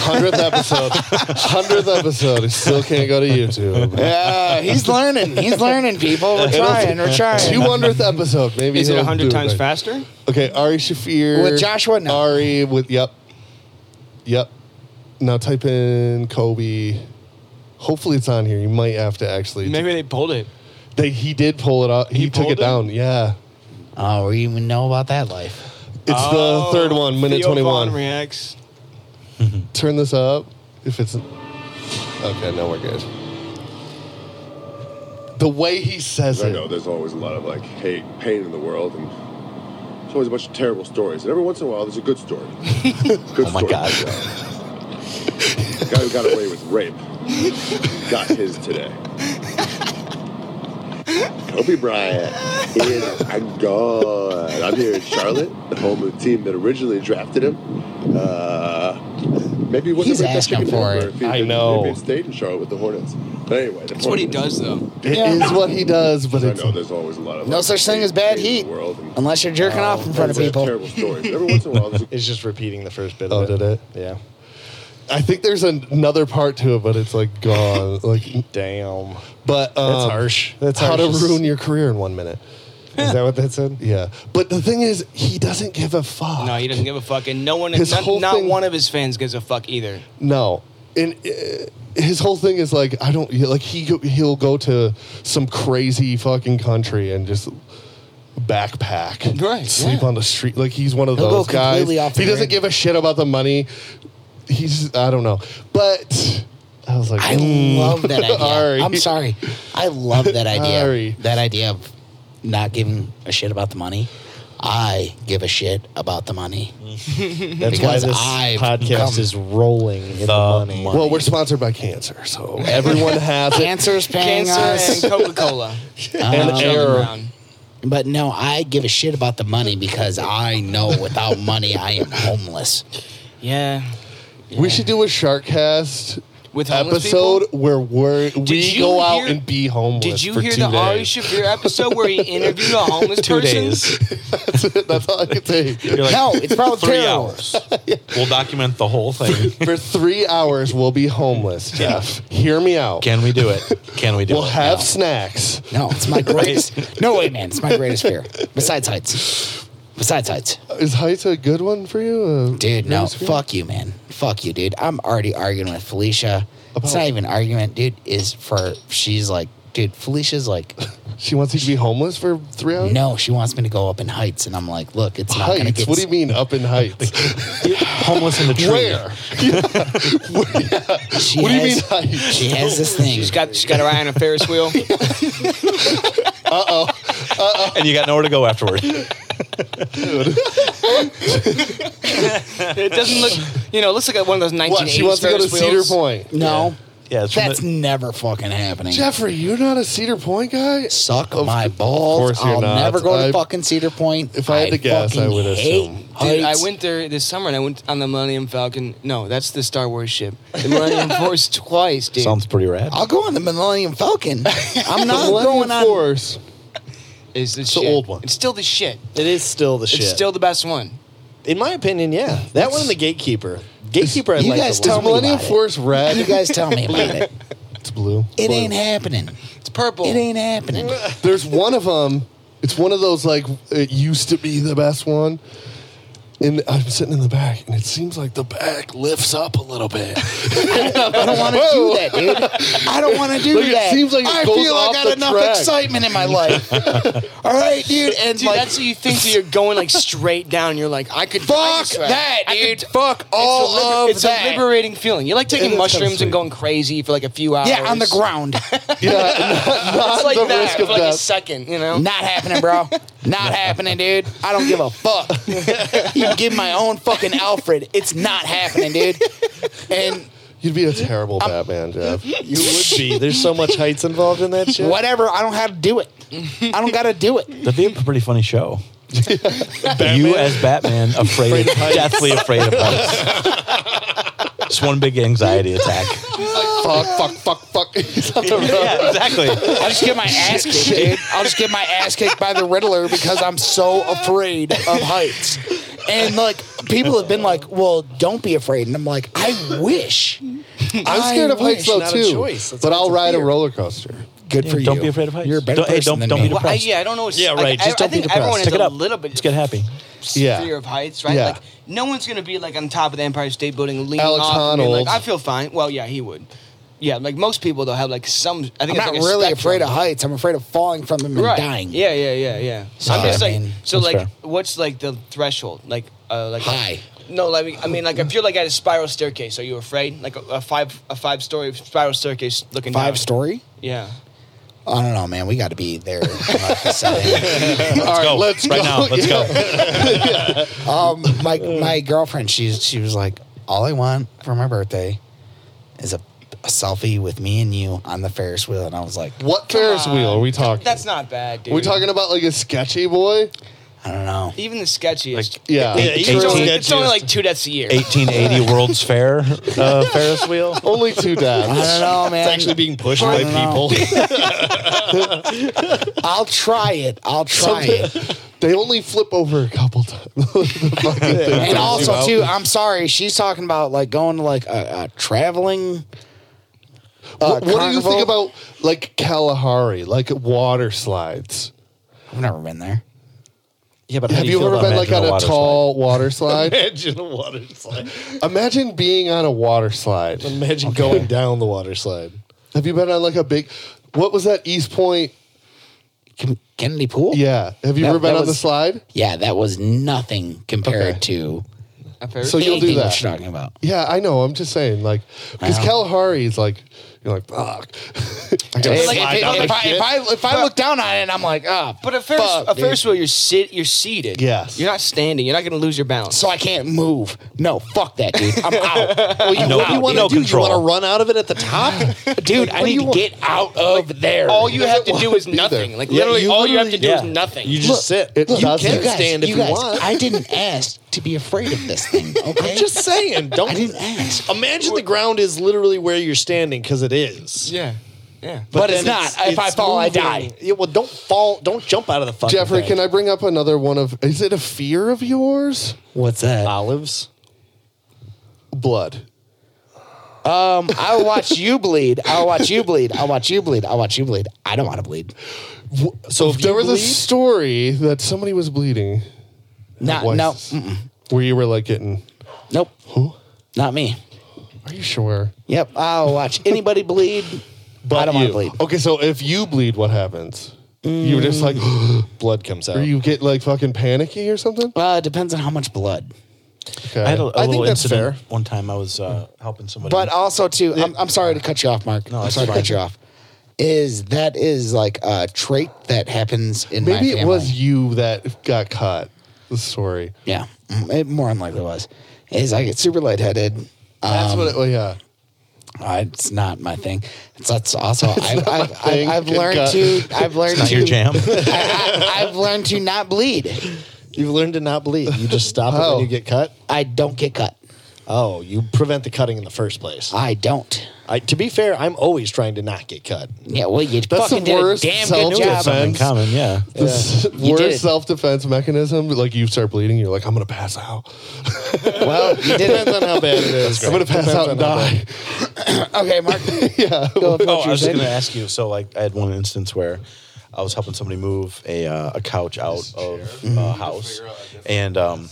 Speaker 6: Hundredth episode. Hundredth episode. He still can't go to YouTube.
Speaker 3: Yeah, Uh, he's learning. He's learning, people. We're trying. We're
Speaker 6: Two
Speaker 3: trying.
Speaker 6: hundredth episode. Maybe
Speaker 2: Is it
Speaker 6: he'll
Speaker 2: a hundred
Speaker 6: do
Speaker 2: times
Speaker 6: right.
Speaker 2: faster?
Speaker 6: Okay, Ari Shafir
Speaker 3: With Joshua? No.
Speaker 6: Ari with yep, yep. Now type in Kobe. Hopefully it's on here. You might have to actually.
Speaker 2: Maybe they pulled it.
Speaker 6: They, he did pull it up.
Speaker 2: He
Speaker 6: He, took
Speaker 2: pulled
Speaker 6: it
Speaker 2: it?
Speaker 6: down. Yeah,
Speaker 3: Oh, we even know about that life.
Speaker 6: it's the third one, minute
Speaker 2: Oh, Theo Von
Speaker 6: twenty-one.
Speaker 2: reacts.
Speaker 6: Turn this up. If it's okay, no, we're good. The way he says
Speaker 9: I know
Speaker 6: it,
Speaker 9: there's always a lot of like hate, pain in the world, and there's always a bunch of terrible stories. And every once in a while, there's a good story. good
Speaker 4: Oh my
Speaker 9: story.
Speaker 4: God.
Speaker 9: The guy who got away with rape got his today. Kobe Bryant is a god. I'm here in Charlotte, the home of the team that originally drafted him. Uh, maybe he wasn't
Speaker 3: He's
Speaker 9: really that
Speaker 3: asking
Speaker 9: big a
Speaker 3: for
Speaker 9: deal,
Speaker 3: it.
Speaker 9: or if he-
Speaker 6: I
Speaker 9: if he
Speaker 6: know.
Speaker 9: maybe stayed in Charlotte with the Hornets. But anyway, the
Speaker 2: That's what he
Speaker 9: point is-
Speaker 2: does, though.
Speaker 6: it is what he does, but
Speaker 9: I
Speaker 6: it's
Speaker 9: know there's always a lot of
Speaker 3: No
Speaker 9: like,
Speaker 3: such thing
Speaker 9: hate,
Speaker 3: as bad
Speaker 9: hate in
Speaker 3: heat.
Speaker 9: the world, and-
Speaker 3: Unless you're jerking off in front of
Speaker 9: That's
Speaker 3: people.
Speaker 9: Terrible stories. Every once in a while, there's a
Speaker 1: It's just repeating the first bit.
Speaker 6: Oh,
Speaker 1: of it.
Speaker 6: did it?
Speaker 1: Yeah.
Speaker 6: I think there's an- another part to it, but it's like gone. Like
Speaker 1: Damn.
Speaker 6: But um,
Speaker 1: That's harsh. That's
Speaker 6: That's how
Speaker 1: harsh.
Speaker 6: to ruin your career in one minute.
Speaker 1: Is that what that said?
Speaker 6: Yeah, but the thing is, he doesn't give a fuck.
Speaker 2: No, he doesn't give a fuck, and no one,
Speaker 6: His
Speaker 2: not,
Speaker 6: whole
Speaker 2: not
Speaker 6: thing-
Speaker 2: one of his fans gives a fuck either.
Speaker 6: No, and uh, his whole thing is like, I don't like he go- he'll go to some crazy fucking country and just backpack,
Speaker 2: Right,
Speaker 6: Sleep
Speaker 2: yeah.
Speaker 6: on the street. Like he's one of
Speaker 3: He'll go
Speaker 6: those guys.
Speaker 3: completely off the
Speaker 6: he doesn't
Speaker 3: grid.
Speaker 6: give a shit about the money. He's I don't know, but I was like,
Speaker 3: I
Speaker 6: mm,
Speaker 3: love that idea.
Speaker 6: Ari.
Speaker 3: I'm sorry. I love that idea.
Speaker 6: Ari.
Speaker 3: That idea of not giving a shit about the money. I give a shit about the money.
Speaker 1: That's
Speaker 3: Because
Speaker 1: why this
Speaker 3: I've
Speaker 1: podcast
Speaker 3: become
Speaker 1: is rolling in the, money.
Speaker 4: money.
Speaker 6: Well, we're sponsored by cancer, so everyone has it.
Speaker 3: Cancer's paying us.
Speaker 2: Cancer and Coca Cola.
Speaker 6: and
Speaker 3: Um,
Speaker 6: error.
Speaker 3: But no, I give a shit about the money because I know without money I am homeless.
Speaker 2: Yeah.
Speaker 6: We should do a Sharkcast
Speaker 2: With homeless
Speaker 6: episode
Speaker 2: people?
Speaker 6: where we're, we
Speaker 2: you
Speaker 6: go out
Speaker 2: hear-
Speaker 6: and be homeless.
Speaker 2: Did you
Speaker 6: for
Speaker 2: hear
Speaker 6: two
Speaker 2: the Ari
Speaker 6: days.
Speaker 2: Shafir episode where he interviewed a homeless
Speaker 4: Two
Speaker 2: person?
Speaker 4: days.
Speaker 6: That's all I can say.
Speaker 4: You're like,
Speaker 3: No, it's probably
Speaker 4: three
Speaker 3: two.
Speaker 4: hours. We'll document the whole thing.
Speaker 6: For three hours, we'll be homeless, Jeff. Hear me out.
Speaker 4: Can we do it? Can we do
Speaker 6: we'll
Speaker 4: it?
Speaker 6: have snacks.
Speaker 3: No, it's my greatest. no way, man. It's my greatest fear. Besides heights. Besides heights.
Speaker 6: Is heights a good one for you? Uh,
Speaker 3: Dude, no.
Speaker 6: raise fear?
Speaker 3: Fuck you, man. Fuck you, dude. I'm already arguing with Felicia. it's not even an argument, dude. Is for she's like, dude. Felicia's like
Speaker 6: She wants you to be homeless for three hours?
Speaker 3: No, she wants me to go up in heights, and I'm like, look, it's not going to
Speaker 6: Heights?
Speaker 3: get.
Speaker 6: What do you mean up in heights?
Speaker 4: Homeless in the tree.
Speaker 6: Where? Yeah. Where- yeah.
Speaker 3: She
Speaker 6: What do you
Speaker 3: has-
Speaker 6: mean heights?
Speaker 3: She has this thing.
Speaker 2: She's got she's got her eye on a Ferris wheel.
Speaker 4: And you got nowhere to go afterward.
Speaker 2: It doesn't look, you know, it looks like one of those 1980s
Speaker 6: What? She wants to go to
Speaker 2: Ferris
Speaker 6: Cedar
Speaker 2: wheels.
Speaker 6: Point.
Speaker 3: no,
Speaker 4: Yeah, it's from
Speaker 3: that's
Speaker 4: the-
Speaker 3: never fucking happening.
Speaker 6: Jeffrey, you're not a Cedar Point guy?
Speaker 3: Suck my balls.
Speaker 6: course you're
Speaker 3: I'll
Speaker 6: not.
Speaker 3: never go to
Speaker 6: I-
Speaker 3: fucking Cedar Point.
Speaker 6: If I had to guess, I
Speaker 3: fucking
Speaker 6: would
Speaker 3: hate
Speaker 6: assume.
Speaker 2: Dude, I
Speaker 3: heights.
Speaker 2: went there this summer and I went on the Millennium Falcon. No, that's the Star Wars ship. The Millennium Force twice, dude.
Speaker 4: sounds pretty rad.
Speaker 3: I'll go on the Millennium Falcon. I'm not
Speaker 6: Millennium
Speaker 3: going on.
Speaker 6: Force.
Speaker 2: It's the,
Speaker 6: the
Speaker 2: shit.
Speaker 6: old one.
Speaker 2: It's still the shit.
Speaker 1: It is still the shit.
Speaker 2: It's still the best one.
Speaker 1: in my opinion, yeah. That one and the gatekeeper. Gatekeeper, I
Speaker 3: You
Speaker 1: like.
Speaker 3: guys
Speaker 1: the
Speaker 3: tell
Speaker 1: least.
Speaker 3: me
Speaker 6: Millennium
Speaker 3: about it.
Speaker 6: Force red.
Speaker 3: You guys tell me about it.
Speaker 6: It's blue.
Speaker 3: It ain't happening.
Speaker 2: It's purple.
Speaker 3: It ain't happening.
Speaker 6: There's one of them. It's one of those like it used to be the best one. And I'm sitting in the back, and it seems like the back lifts up a little bit.
Speaker 3: I don't want to do that, dude. I don't want to do
Speaker 6: Like, it
Speaker 3: that.
Speaker 6: seems like it
Speaker 3: I
Speaker 6: goes
Speaker 3: feel
Speaker 6: off
Speaker 3: I
Speaker 6: the
Speaker 3: got enough
Speaker 6: track.
Speaker 3: excitement in my life. All right, dude. And
Speaker 2: Dude,
Speaker 3: like,
Speaker 2: that's what you think that you're going like straight down. And you're like, I could I
Speaker 3: fuck
Speaker 2: could sweat.
Speaker 3: that,
Speaker 2: I could-
Speaker 3: dude. Fuck all
Speaker 2: it's a liber-
Speaker 3: of
Speaker 2: it's
Speaker 3: that.
Speaker 2: a liberating feeling. You're like
Speaker 6: is
Speaker 2: taking
Speaker 6: kinda
Speaker 2: mushrooms
Speaker 6: sweet.
Speaker 2: and going crazy for like a few hours.
Speaker 3: yeah, on the ground.
Speaker 6: yeah, not, not
Speaker 2: It's like
Speaker 6: the
Speaker 2: that
Speaker 6: risk
Speaker 2: for
Speaker 6: of
Speaker 2: like a
Speaker 6: death.
Speaker 2: second, you know.
Speaker 3: Not happening, bro. Not happening, dude. I don't give a fuck. you can give my own fucking Alfred. It's not happening, dude. And
Speaker 6: You'd be a terrible Batman, Jeff.
Speaker 1: You would be. There's so much heights involved in that shit.
Speaker 3: whatever. I don't have to do it. I don't got to do it.
Speaker 4: That'd be a pretty funny show. You as Batman, afraid, of, deathly afraid of heights. Just one big anxiety attack.
Speaker 6: fuck, fuck, fuck, fuck. He's on the road.
Speaker 4: yeah, exactly.
Speaker 3: I'll just get my ass kicked, dude. I'll just get my ass kicked by the Riddler because I'm so afraid of heights. And like people have been like, "Well, don't be afraid," and I'm like, "I wish."
Speaker 6: I'm scared of heights though
Speaker 1: not a
Speaker 6: too.
Speaker 1: choice. That's
Speaker 6: But
Speaker 1: why it's
Speaker 6: I'll
Speaker 1: a
Speaker 6: ride a
Speaker 1: fear.
Speaker 6: roller coaster.
Speaker 3: Good for you.
Speaker 4: Don't be afraid of heights.
Speaker 3: You're a better
Speaker 4: Don't- hey,
Speaker 3: person
Speaker 4: don't-
Speaker 3: than
Speaker 4: don't
Speaker 3: me.
Speaker 4: be
Speaker 2: Well, I,
Speaker 4: depressed.
Speaker 2: yeah, I don't know. It's,
Speaker 4: Yeah, right.
Speaker 2: I,
Speaker 4: Just
Speaker 2: I,
Speaker 4: don't
Speaker 2: I
Speaker 4: be
Speaker 2: think
Speaker 4: depressed.
Speaker 2: everyone
Speaker 4: Take
Speaker 2: has
Speaker 4: it
Speaker 2: a
Speaker 4: up.
Speaker 2: little bit
Speaker 4: Let's get happy.
Speaker 6: Yeah.
Speaker 2: fear of heights, right?
Speaker 6: Yeah.
Speaker 2: Like no one's gonna be like on top of the Empire State Building, leaning
Speaker 6: Alex
Speaker 2: off, and being
Speaker 6: Honnold.
Speaker 2: like I feel fine. Well, yeah, he would. Yeah, like most people, they'll have like some. I
Speaker 3: I'm
Speaker 2: think it's
Speaker 3: not
Speaker 2: like a
Speaker 3: really
Speaker 2: spectrum.
Speaker 3: afraid of heights. I'm afraid of falling from them and
Speaker 2: right.
Speaker 3: dying.
Speaker 2: Yeah, yeah, yeah, yeah. So I'm
Speaker 3: Sorry.
Speaker 2: just
Speaker 3: I
Speaker 2: like,
Speaker 3: mean,
Speaker 2: so
Speaker 4: that's
Speaker 2: like,
Speaker 4: fair.
Speaker 2: what's like the threshold? Like, uh, like
Speaker 3: High.
Speaker 2: No, like I mean, like if you're like at a spiral staircase, are you afraid? Like a, a five, a five story spiral staircase looking down.
Speaker 3: Five story.
Speaker 2: Yeah.
Speaker 3: I don't know, man. We got to be there. Like I said.
Speaker 6: All right,
Speaker 4: go.
Speaker 6: let's
Speaker 4: right
Speaker 6: go.
Speaker 4: now. Let's go.
Speaker 3: um, my my girlfriend, she's she was like, all I want for my birthday is a, a selfie with me and you on the Ferris wheel, and I was like,
Speaker 6: What Ferris wheel are we talking?
Speaker 2: Uh, That's not bad, dude.
Speaker 6: Are we talking about like a sketchy boy?
Speaker 3: I don't know.
Speaker 2: even the sketchiest.
Speaker 6: Yeah.
Speaker 2: It's, only, it's
Speaker 1: sketchiest.
Speaker 2: only like two deaths a year.
Speaker 4: 1880 World's Fair uh, Ferris wheel.
Speaker 6: Only two
Speaker 3: I
Speaker 6: dads.
Speaker 3: don't know, man.
Speaker 1: It's actually being pushed by
Speaker 3: I don't know.
Speaker 1: people.
Speaker 3: I'll try it. I'll try it.
Speaker 6: They only flip over a couple times. The fucking thing
Speaker 3: And
Speaker 6: turns you
Speaker 3: also,
Speaker 6: out.
Speaker 3: too, I'm sorry. She's talking about like going to like a, a traveling. uh,
Speaker 6: what, what do you
Speaker 3: carnival.
Speaker 6: think about like Kalahari, like water slides?
Speaker 3: I've never been there.
Speaker 1: Yeah, but how
Speaker 6: Have
Speaker 1: do
Speaker 6: you,
Speaker 1: feel
Speaker 6: ever
Speaker 1: about
Speaker 6: been like
Speaker 4: Imagine
Speaker 6: on
Speaker 4: a
Speaker 6: a
Speaker 4: water
Speaker 6: tall water slide?
Speaker 1: Imagine a water slide.
Speaker 6: Imagine being on a water slide.
Speaker 1: Imagine going down the water slide.
Speaker 6: Have you been on like a big? What was that East Point?
Speaker 3: Ken- Kennedy Pool.
Speaker 6: Yeah. Have you
Speaker 3: That-
Speaker 6: ever been
Speaker 3: that
Speaker 6: on the
Speaker 3: was-
Speaker 6: slide?
Speaker 3: Yeah, that was nothing compared
Speaker 6: Okay.
Speaker 3: to
Speaker 2: A fair-
Speaker 6: So you'll
Speaker 3: anything
Speaker 6: do that.
Speaker 3: she's talking about.
Speaker 6: Yeah, I know. I'm just saying, like, because
Speaker 3: I know.
Speaker 6: Kalahari is like, you're like, fuck. I gotta
Speaker 3: If,
Speaker 2: Like,
Speaker 6: slide
Speaker 3: if-
Speaker 6: down
Speaker 3: if
Speaker 6: this
Speaker 3: I,
Speaker 6: shit.
Speaker 3: if I if I look down on it, and I'm like, ah,
Speaker 2: But a Ferris,
Speaker 3: fuck,
Speaker 2: a
Speaker 3: dude.
Speaker 2: Ferris wheel, you're sit, you're seated.
Speaker 6: Yes.
Speaker 2: You're not standing. You're not going to lose your balance.
Speaker 3: so I can't move. No, fuck that, dude. I'm out. well, you
Speaker 4: No,
Speaker 3: out,
Speaker 4: no control.
Speaker 1: run out of it at the top?
Speaker 3: dude. dude I need to get out of there.
Speaker 2: all you have to do is
Speaker 6: be there.
Speaker 2: nothing. Like
Speaker 1: Yeah,
Speaker 2: literally,
Speaker 1: you
Speaker 2: all you have to do
Speaker 4: literally-
Speaker 2: is nothing.
Speaker 1: you just sit.
Speaker 6: It
Speaker 1: you
Speaker 6: doesn't.
Speaker 1: can
Speaker 6: You guys-
Speaker 1: stand if you, want.
Speaker 3: I didn't ask to be afraid of this thing. Okay,
Speaker 1: I'm just saying. Don't.
Speaker 3: I didn't ask.
Speaker 1: Imagine the ground is literally where you're standing because it is.
Speaker 2: yeah, yeah.
Speaker 3: But it's
Speaker 1: then
Speaker 3: not. If I fall, I die.
Speaker 1: Yeah, well, don't fall. Don't jump out of the fucking
Speaker 6: Jeffrey,
Speaker 1: thing.
Speaker 6: can I bring up another one of? Is it a fear of yours?
Speaker 3: What's that?
Speaker 1: Olives.
Speaker 6: Blood.
Speaker 3: Um, I'll watch you bleed. I'll watch you bleed. I'll watch you bleed. I'll watch you bleed. I don't want to bleed.
Speaker 1: So if
Speaker 6: There
Speaker 1: you
Speaker 6: was a
Speaker 1: bleed-
Speaker 6: story that somebody was bleeding.
Speaker 3: Not
Speaker 6: Twice.
Speaker 3: no, mm-mm.
Speaker 6: Where you were like getting.
Speaker 3: nope. Not me.
Speaker 6: Are you sure?
Speaker 3: Yep. I'll watch anybody bleed. I don't want to bleed.
Speaker 6: Okay, so if you bleed, what happens? You were just like,
Speaker 1: Blood comes out.
Speaker 6: or you get like fucking panicky or something.
Speaker 3: Uh, it depends on how much blood.
Speaker 6: Okay.
Speaker 4: I had a, a
Speaker 6: I
Speaker 4: little
Speaker 6: think that's
Speaker 4: incident
Speaker 6: fair.
Speaker 4: one time. I was uh, helping somebody.
Speaker 3: But also too, I'm, I'm sorry to cut you off, Mark.
Speaker 4: No,
Speaker 3: I'm
Speaker 4: it's
Speaker 3: sorry
Speaker 4: fine.
Speaker 3: to cut you off. Is that is like a trait that happens in my
Speaker 6: Maybe it
Speaker 3: family.
Speaker 6: was you that got caught. The story.
Speaker 3: Yeah, Mm, it more than likely was. Is I get super lightheaded.
Speaker 6: That's
Speaker 3: Um,
Speaker 6: what. It, oh yeah.
Speaker 3: I- it's not my thing. It's that's also I've, I've,
Speaker 6: thing.
Speaker 3: I've, I've
Speaker 6: Good
Speaker 3: learned
Speaker 6: God.
Speaker 3: to I've learned
Speaker 4: not
Speaker 3: to
Speaker 4: your jam.
Speaker 3: I, I, I've learned to not bleed.
Speaker 1: You've learned to not bleed. You just stop it
Speaker 6: Oh.
Speaker 1: when you get cut.
Speaker 3: I don't get cut.
Speaker 1: Oh, you prevent the cutting in the first place.
Speaker 3: I don't.
Speaker 1: I, to be fair, I'm always trying to not get cut.
Speaker 3: Yeah, well, you
Speaker 6: That's
Speaker 3: fucking
Speaker 6: the
Speaker 3: did a
Speaker 6: worst
Speaker 3: damn good
Speaker 6: self-defense.
Speaker 3: job.
Speaker 4: something in common. Yeah.
Speaker 6: The
Speaker 3: You did it.
Speaker 6: worst self defense mechanism. Like you start bleeding, you're like, I'm gonna pass out.
Speaker 3: Well, you did it.
Speaker 1: Depends on how bad it is.
Speaker 6: I'm gonna pass out and die.
Speaker 3: Okay, Mark. yeah. Go with what you
Speaker 4: Oh, I
Speaker 3: were
Speaker 4: was just
Speaker 3: saying.
Speaker 4: going to ask you. So, like, I had one instance where I was helping somebody move a uh, a couch out of a
Speaker 3: Mm-hmm.
Speaker 4: house, and um,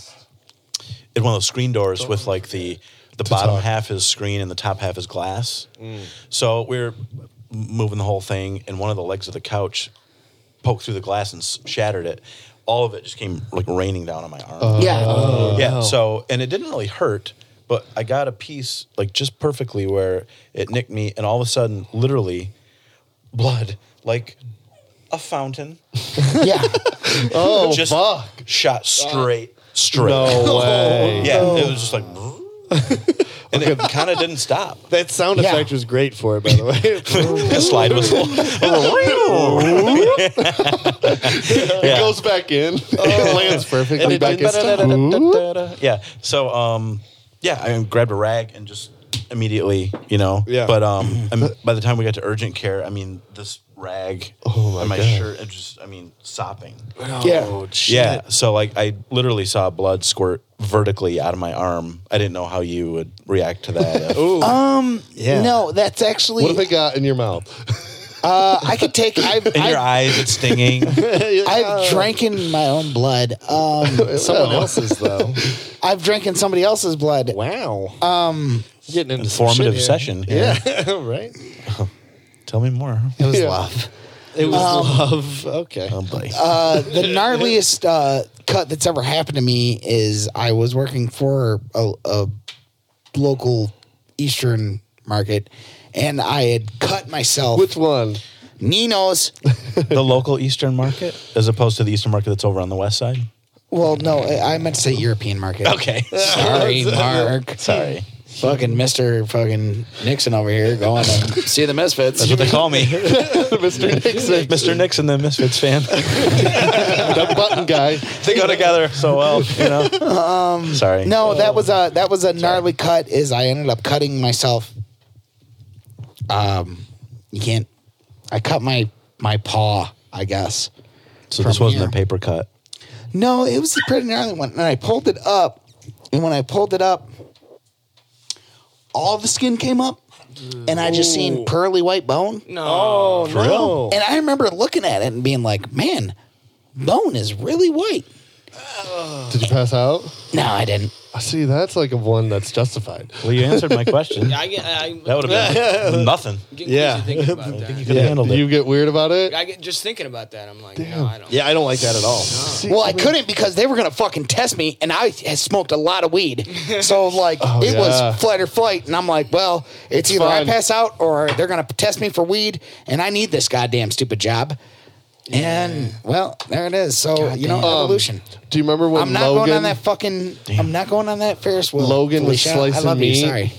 Speaker 4: it one of those screen doors with like the the bottom half is screen and the top half is glass. So we we're moving the whole thing, and one of the legs of the couch poked through the glass and s- shattered it. All of it just came like raining down on my arm.
Speaker 3: Yeah.
Speaker 1: Oh.
Speaker 4: Yeah. So, and it didn't really hurt, but I got a piece like just perfectly where it nicked me, and all of a sudden, literally, blood like a fountain
Speaker 3: yeah.
Speaker 6: Oh
Speaker 4: just
Speaker 6: fuck!
Speaker 4: shot straight, straight.
Speaker 6: No way.
Speaker 4: Yeah, it was just like, and it kind of didn't stop.
Speaker 1: That sound
Speaker 3: Yeah.
Speaker 1: effect was great for it, by the way.
Speaker 4: The slide was.
Speaker 6: It goes back in. it lands
Speaker 1: And
Speaker 6: perfectly
Speaker 1: it
Speaker 6: back
Speaker 1: did-
Speaker 6: in.
Speaker 4: yeah. So, um, yeah, I grabbed a rag and just immediately, you know.
Speaker 1: Yeah.
Speaker 4: But um, I mean, by the time we got to urgent care, I mean, this rag
Speaker 6: Oh, my
Speaker 4: on my
Speaker 6: God.
Speaker 4: shirt, and just, I mean, sopping.
Speaker 3: Yeah.
Speaker 4: Yeah. So, like, I literally saw blood squirt vertically out of my arm. I didn't know how you would react to that. Ooh.
Speaker 1: Yeah.
Speaker 3: No, that's actually.
Speaker 6: What if it got in your mouth?
Speaker 3: uh, I could take. I've,
Speaker 4: In your
Speaker 3: I've,
Speaker 4: eyes, it's stinging.
Speaker 3: I've drank in my own blood. Um,
Speaker 1: Oh. Someone else's though.
Speaker 3: I've drank in somebody else's blood.
Speaker 1: Wow. Um, getting into some shit
Speaker 4: Informative
Speaker 1: here.
Speaker 4: session.
Speaker 1: Yeah, Oh, right.
Speaker 4: Tell me more.
Speaker 3: It was
Speaker 6: Yeah.
Speaker 3: love.
Speaker 1: It was love. Okay.
Speaker 4: Oh, buddy.
Speaker 3: Uh, the gnarliest uh, cut that's ever happened to me is I was working for a, a local Eastern market, and I had cut myself.
Speaker 6: Which one?
Speaker 3: Nino's.
Speaker 4: the local Eastern market, as opposed to the Eastern market that's over on the west side.
Speaker 3: Well, no, I I meant to say European market. Sorry, Mark.
Speaker 4: Sorry.
Speaker 3: Fucking Mr. Fucking Nixon over here going to see the Misfits.
Speaker 4: That's what they call me. Mr. Nixon. Mr. Nixon, the Misfits fan.
Speaker 6: That button guy.
Speaker 4: they go together so well, you know. Um, Sorry.
Speaker 3: No, that was a that was a gnarly cut. Is I ended up cutting myself. Um, you can't. I cut my my paw. I guess.
Speaker 4: So this
Speaker 3: from
Speaker 4: wasn't
Speaker 3: here.
Speaker 4: a paper cut.
Speaker 3: No, it was a pretty gnarly one, and I pulled it up. And when I pulled it up, all the skin came up, and I just seen pearly white bone.
Speaker 2: No.
Speaker 1: Oh no.
Speaker 3: And I remember looking at it and being like, "Man, bone is really white."
Speaker 6: Did you pass out?
Speaker 3: No, I didn't.
Speaker 6: I see. That's like a one that's justified.
Speaker 4: Well, you answered my question.
Speaker 2: I get. I,
Speaker 4: That would have been nothing.
Speaker 2: Get
Speaker 1: Yeah.
Speaker 2: yeah. Thinking about that.
Speaker 4: Could have handled
Speaker 6: You
Speaker 4: it.
Speaker 6: get weird about it.
Speaker 2: I get just thinking about that. I'm like, no, I don't.
Speaker 1: Yeah, I don't like that at all.
Speaker 6: See,
Speaker 3: Well, I couldn't because they were gonna fucking test me, and I had smoked a lot of weed. So like, it
Speaker 6: Oh, yeah.
Speaker 3: was flight or flight, and I'm like, well, it's either I
Speaker 6: fine.
Speaker 3: pass out or they're gonna test me for weed, and I need this goddamn stupid job. And well, there it is. So you know,
Speaker 6: Um,
Speaker 3: evolution.
Speaker 6: Do you remember when
Speaker 3: I'm not
Speaker 6: Logan?
Speaker 3: going on that fucking. I'm not going on that Ferris wheel.
Speaker 6: Logan was
Speaker 3: Felicia. I
Speaker 6: slicing
Speaker 3: love
Speaker 6: meat.
Speaker 3: You, sorry,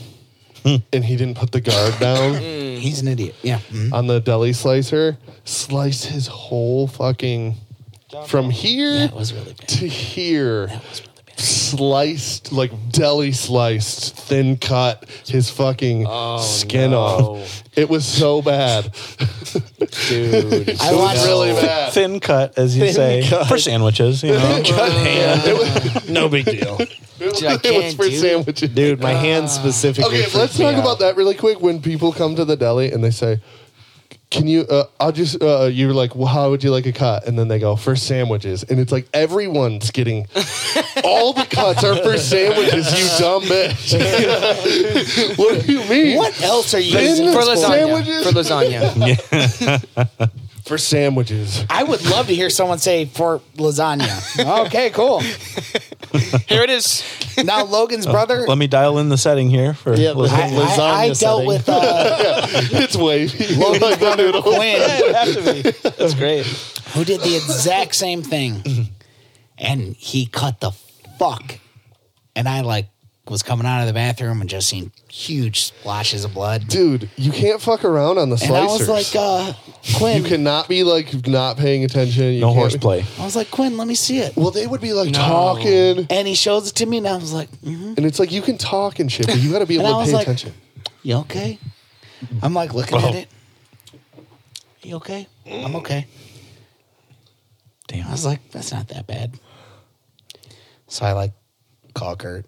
Speaker 6: and he didn't put the guard down
Speaker 3: he's an idiot. Yeah. Mhm.
Speaker 6: on the deli slicer. Sliced his whole fucking from here
Speaker 3: That was really bad.
Speaker 6: to here. Sliced like deli sliced, thin cut his fucking
Speaker 3: Oh,
Speaker 6: skin off. It was so bad.
Speaker 1: Dude.
Speaker 3: I watched
Speaker 6: really bad.
Speaker 4: Thin cut, as you say,
Speaker 1: cut.
Speaker 4: for sandwiches. You know,
Speaker 1: no big deal.
Speaker 2: I
Speaker 6: it was
Speaker 2: can't,
Speaker 6: for
Speaker 2: dude.
Speaker 6: sandwiches.
Speaker 1: Dude, my hand specifically.
Speaker 6: Okay, let's
Speaker 1: freaked me
Speaker 6: talk
Speaker 1: out.
Speaker 6: about that really quick. When people come to the deli and they say, "Can you?" Uh, I'll just. Uh, you're like, well, "How would you like a cut?" And then they go for sandwiches, and it's like everyone's getting all the cuts are for sandwiches. You dumb bitch. what do you mean?
Speaker 3: What else are you?
Speaker 6: Thin
Speaker 3: using?
Speaker 2: For lasagna.
Speaker 6: sandwiches?
Speaker 2: For lasagna.
Speaker 6: for sandwiches.
Speaker 3: I would love to hear someone say for lasagna. Okay, cool.
Speaker 2: Here it is.
Speaker 3: Now Logan's
Speaker 6: Oh,
Speaker 3: brother.
Speaker 4: Let me dial in the setting here for
Speaker 1: Yeah,
Speaker 3: I,
Speaker 1: lasagna.
Speaker 3: I, I dealt
Speaker 1: setting.
Speaker 3: with uh,
Speaker 6: it's wavy.
Speaker 3: Logan's brother Quinn,
Speaker 4: That's great.
Speaker 3: who did the exact same thing, and he cut the fuck. And I like was coming out of the bathroom and just seen huge splashes of blood.
Speaker 6: Dude, you can't fuck around on the
Speaker 3: And I was
Speaker 6: slicers.
Speaker 3: like, uh, Quinn.
Speaker 6: you cannot be like not paying attention. You
Speaker 4: No
Speaker 6: can't-
Speaker 4: horseplay.
Speaker 3: I was like, Quinn, let me see it.
Speaker 6: Well, they would be like talking,
Speaker 3: And he shows it to me, and I was like, mm
Speaker 6: and it's like you can talk and shit, but you got to be
Speaker 3: And I
Speaker 6: able to
Speaker 3: was
Speaker 6: pay
Speaker 3: like-
Speaker 6: attention.
Speaker 3: "You okay?" I'm like looking at it. You okay? I'm okay.
Speaker 4: Damn.
Speaker 3: I was like, that's not that bad. So I like call Kurt.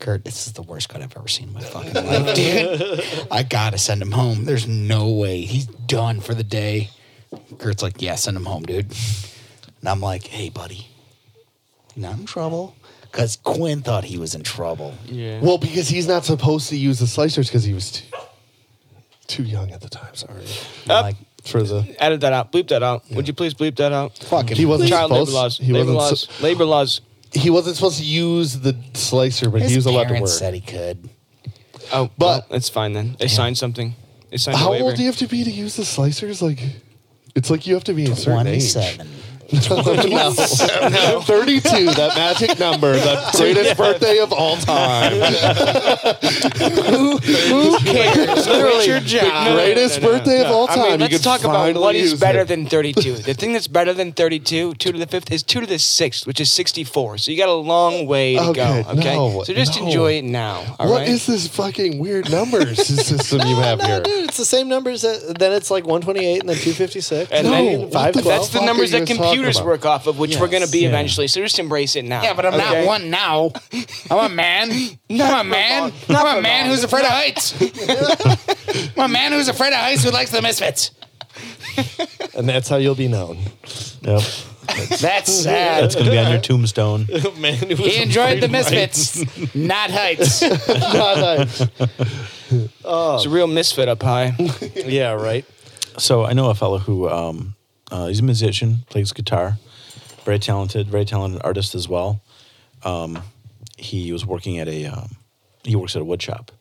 Speaker 3: Kurt, this is the worst cut I've ever seen in my fucking life, dude. I gotta send him home. There's no way. He's done for the day. Kurt's like, yeah, send him home, dude. And I'm like, hey, buddy, not in trouble. Because Quinn thought he was in trouble.
Speaker 2: Yeah.
Speaker 6: Well, because he's not supposed to use the slicers because he was too, too young at the time. Sorry
Speaker 2: Up.
Speaker 3: Like,
Speaker 6: for the
Speaker 2: Edit that out. Bleep that out. Would you please bleep that out?
Speaker 6: fucking. He wasn't
Speaker 2: Child labor
Speaker 6: supposed.
Speaker 2: laws.
Speaker 6: He
Speaker 2: labor
Speaker 6: wasn't.
Speaker 2: laws.
Speaker 6: su-
Speaker 2: labor laws.
Speaker 6: he wasn't supposed to use the slicer, but he
Speaker 3: his
Speaker 6: was allowed to
Speaker 3: parents
Speaker 6: work.
Speaker 3: said he could.
Speaker 2: Oh,
Speaker 6: But-
Speaker 2: but it's fine then. They signed something. They signed a
Speaker 6: How
Speaker 2: waiver.
Speaker 6: old do you have to be to use the slicers? Like, it's like you have to be a certain age.
Speaker 3: 27.
Speaker 6: no. 32, that magic number, the greatest birthday of all time.
Speaker 2: Who cares? Literally, your job.
Speaker 6: greatest birthday of all time.
Speaker 2: I
Speaker 6: You
Speaker 2: mean, let's
Speaker 6: could
Speaker 2: talk about
Speaker 6: finally
Speaker 2: what is
Speaker 6: use
Speaker 2: better
Speaker 6: it.
Speaker 2: than 32. The thing that's better than 32, 2 to the 5th, is 2 to the 6th, which is 64. So you got a long way to
Speaker 6: Okay,
Speaker 2: go, okay?
Speaker 6: no,
Speaker 2: so just
Speaker 6: no.
Speaker 2: enjoy it now, All right.
Speaker 6: What is this fucking weird numbers system you have
Speaker 1: No,
Speaker 6: here?
Speaker 1: dude, it's the same numbers. That, then it's like 128 and then 256.
Speaker 2: And
Speaker 1: and
Speaker 2: then
Speaker 1: then
Speaker 2: what
Speaker 6: the
Speaker 1: 512.
Speaker 2: That's the
Speaker 6: fuck
Speaker 2: numbers
Speaker 6: are you
Speaker 2: that
Speaker 6: guys talking
Speaker 2: computers
Speaker 6: about?
Speaker 2: work off of, which we're going to be
Speaker 4: Yeah.
Speaker 2: eventually. So just embrace it now.
Speaker 3: Yeah, but I'm
Speaker 2: okay?
Speaker 3: not one now. I'm a man. I'm a man. I'm a man who's afraid of heights. I'm a man who's afraid of heights who likes the misfits.
Speaker 1: and that's how you'll be known.
Speaker 4: Yep.
Speaker 3: That's sad.
Speaker 4: That's gonna be on your tombstone.
Speaker 3: He enjoyed the misfits, not heights.
Speaker 2: It's a real misfit up high.
Speaker 1: yeah, right.
Speaker 4: So I know a fellow who um, uh, he's a musician, plays guitar, very talented, very talented artist as well. Um, he was working at a um, he works at a wood shop.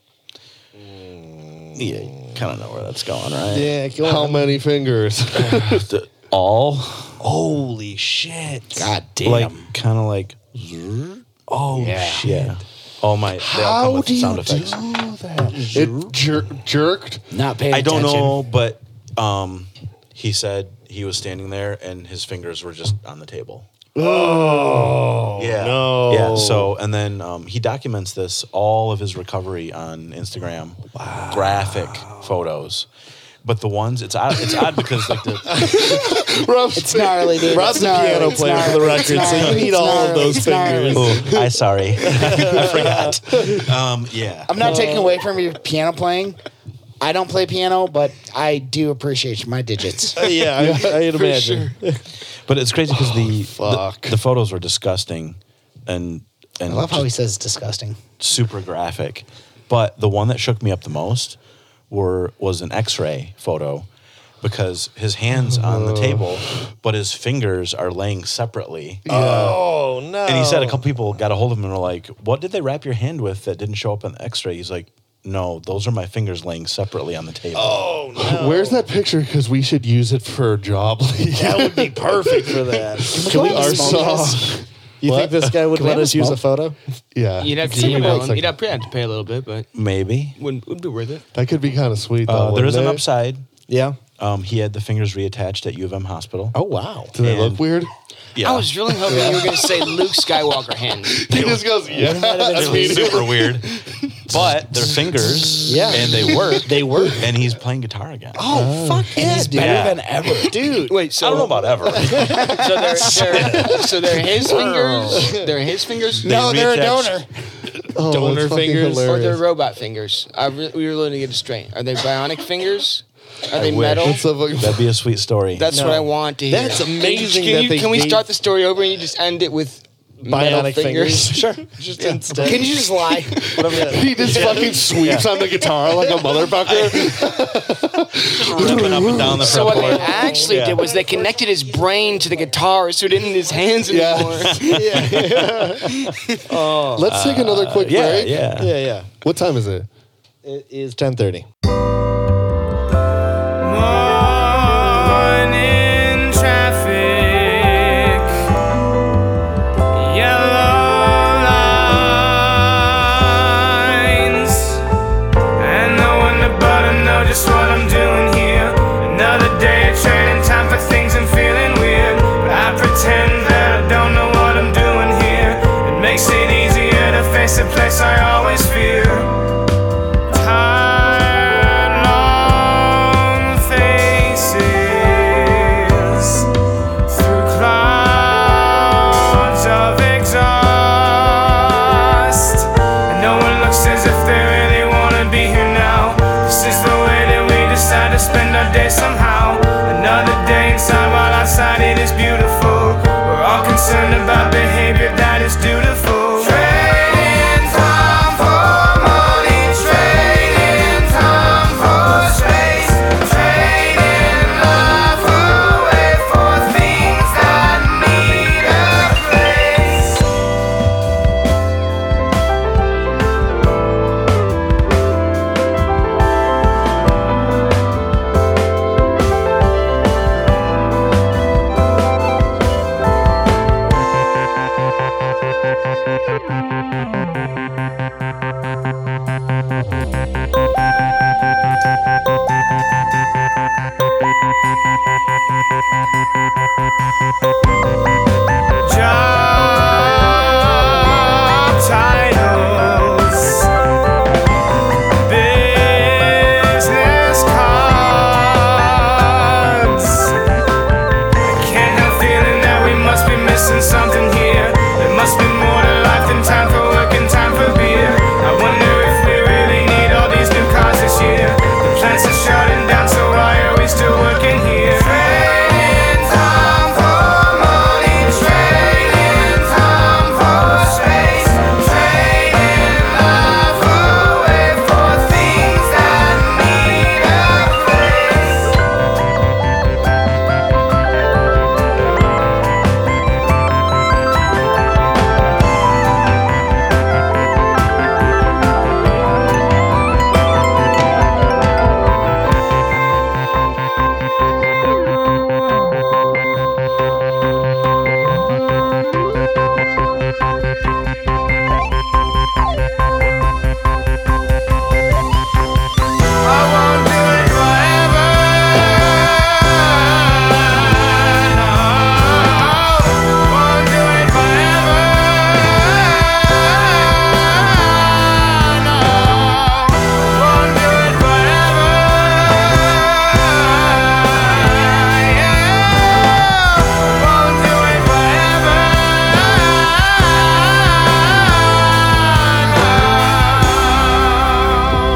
Speaker 4: Yeah, kind of know where that's going, right?
Speaker 1: Yeah, go
Speaker 6: How
Speaker 1: on.
Speaker 6: many fingers?
Speaker 4: The- all
Speaker 1: Holy shit.
Speaker 3: God damn.
Speaker 4: like kind of like oh
Speaker 3: Yeah.
Speaker 4: shit. Oh my! They all come
Speaker 6: How
Speaker 4: with
Speaker 6: do you
Speaker 4: sound
Speaker 6: do
Speaker 4: effects.
Speaker 6: that? It jer- jerked.
Speaker 3: not paying
Speaker 4: I don't
Speaker 3: attention.
Speaker 4: know, but um, he said he was standing there and his fingers were just on the table. Oh yeah,
Speaker 1: no.
Speaker 4: yeah. So and then um, he documents this all of his recovery on Instagram, graphic photos. But the ones it's odd. It's odd because like the
Speaker 6: Rob's,
Speaker 3: It's gnarly, dude.
Speaker 1: Rob's
Speaker 3: It's
Speaker 1: a
Speaker 3: gnarly.
Speaker 1: piano
Speaker 3: It's
Speaker 1: player for the
Speaker 3: gnarly.
Speaker 1: record,
Speaker 3: It's
Speaker 1: so you
Speaker 3: gnarly.
Speaker 1: need
Speaker 3: It's
Speaker 1: all of
Speaker 3: gnarly.
Speaker 1: those
Speaker 3: It's gnarly.
Speaker 1: fingers.
Speaker 4: oh, I sorry, I forgot. Um, yeah,
Speaker 3: I'm not taking away from your piano playing. I don't play piano, but I do appreciate my digits.
Speaker 1: yeah, I, I'd imagine.
Speaker 4: but it's crazy because the,
Speaker 6: fuck.
Speaker 4: the the photos were disgusting, and and
Speaker 3: I love how
Speaker 4: just-
Speaker 3: he says disgusting.
Speaker 4: super graphic. But the one that shook me up the most were was an X-ray photo because his hands on
Speaker 6: Oh.
Speaker 4: the table, but his fingers are laying separately.
Speaker 1: Oh, no.
Speaker 4: And he said a couple people got a hold of him and were like, "What did they wrap your hand with that didn't show up on the X-ray?" He's like, "No, those are my fingers laying separately on the table."
Speaker 1: Oh.
Speaker 6: Where's that picture? Because we should use it for job lead.
Speaker 1: that would be perfect for that.
Speaker 6: Can we
Speaker 3: Can we
Speaker 6: saw?
Speaker 1: You
Speaker 6: What?
Speaker 1: think this guy would
Speaker 3: Can we
Speaker 1: let
Speaker 3: have
Speaker 1: us
Speaker 3: a
Speaker 1: use a
Speaker 3: smoke?
Speaker 1: photo?
Speaker 6: Yeah.
Speaker 2: You'd have to
Speaker 6: Give me one
Speaker 2: email him.
Speaker 6: second.
Speaker 2: You'd have you'd have to pay a little bit, but
Speaker 4: Maybe
Speaker 2: wouldn't would be worth it.
Speaker 6: That could be kind of sweet.
Speaker 4: uh,
Speaker 6: though,
Speaker 4: there is an
Speaker 6: wouldn't it?
Speaker 4: upside.
Speaker 1: Yeah.
Speaker 4: Um, he had the fingers reattached at U of M hospital.
Speaker 1: Oh, wow.
Speaker 6: Do they look
Speaker 4: and-
Speaker 6: weird?
Speaker 4: yeah,
Speaker 2: I was really hoping you were going to say Luke Skywalker hands.
Speaker 6: He just goes, yeah.
Speaker 4: It was super weird. But they're fingers,
Speaker 1: Yeah.
Speaker 4: and they work.
Speaker 1: They work.
Speaker 4: and he's playing guitar again.
Speaker 1: Oh, fuck yeah, dude.
Speaker 4: Yeah.
Speaker 1: ever. Dude.
Speaker 2: Wait, so
Speaker 4: I don't know about ever.
Speaker 2: So they're, they're so they're his fingers. They're his fingers.
Speaker 4: No, they're a donor.
Speaker 6: Oh, that's
Speaker 1: Donor
Speaker 6: fucking
Speaker 1: fingers.
Speaker 2: Or they're
Speaker 6: hilarious.
Speaker 2: robot fingers. I re- we were looking to get it straight. Are they bionic fingers? Are they
Speaker 4: wish.
Speaker 2: metal?
Speaker 6: That's a fucking-
Speaker 4: That'd be a sweet story.
Speaker 2: That's
Speaker 1: No.
Speaker 2: what I want to hear.
Speaker 1: That's
Speaker 2: Can you-
Speaker 1: amazing
Speaker 2: Can,
Speaker 1: that
Speaker 2: you,
Speaker 1: they
Speaker 2: can we
Speaker 1: gave-
Speaker 2: start the story over and you just end it with
Speaker 1: bionic fingers.
Speaker 2: Sure.
Speaker 1: just instead.
Speaker 8: Can you just lie?
Speaker 1: Whatever that-
Speaker 6: He just fucking sweeps on the guitar like a motherfucker.
Speaker 4: Jumping up and down the
Speaker 2: So what they
Speaker 4: fretboard.
Speaker 2: actually
Speaker 4: Yeah.
Speaker 2: did was they connected his brain to the guitar, so it isn't his hands anymore. Oh.
Speaker 6: Let's take another quick
Speaker 1: Uh,
Speaker 4: Yeah,
Speaker 6: break.
Speaker 4: yeah.
Speaker 1: yeah, yeah.
Speaker 6: What time is it?
Speaker 1: It is ten thirty.
Speaker 9: Morning traffic, yellow lines, and no one about to know just what I'm doing here. Another day of training time for things I'm feeling weird, but I pretend that I don't know what I'm doing here. It makes it easier to face the place I always fear. Tired, long faces through clouds of exhaust. And no one looks as if they really wanna be here now. This is the way that we decide to spend our day somehow. Another day inside while outside it is beautiful. We're all concerned about behavior that is dutiful. Trading time for money, trading time for space, trading love away for things that need a place. job titles, business cards. I can't help feeling that we must be missing something here. There must be more to life than time for work and time for beer. I wonder if we really need all these new cars this year. The plants are shutting down, so why are we still working here? Trading time for money, trading time for space, trading life away for things that need a place. I won't do it forever. No, won't do it forever. No, won't do it forever. Yeah, won't do it forever.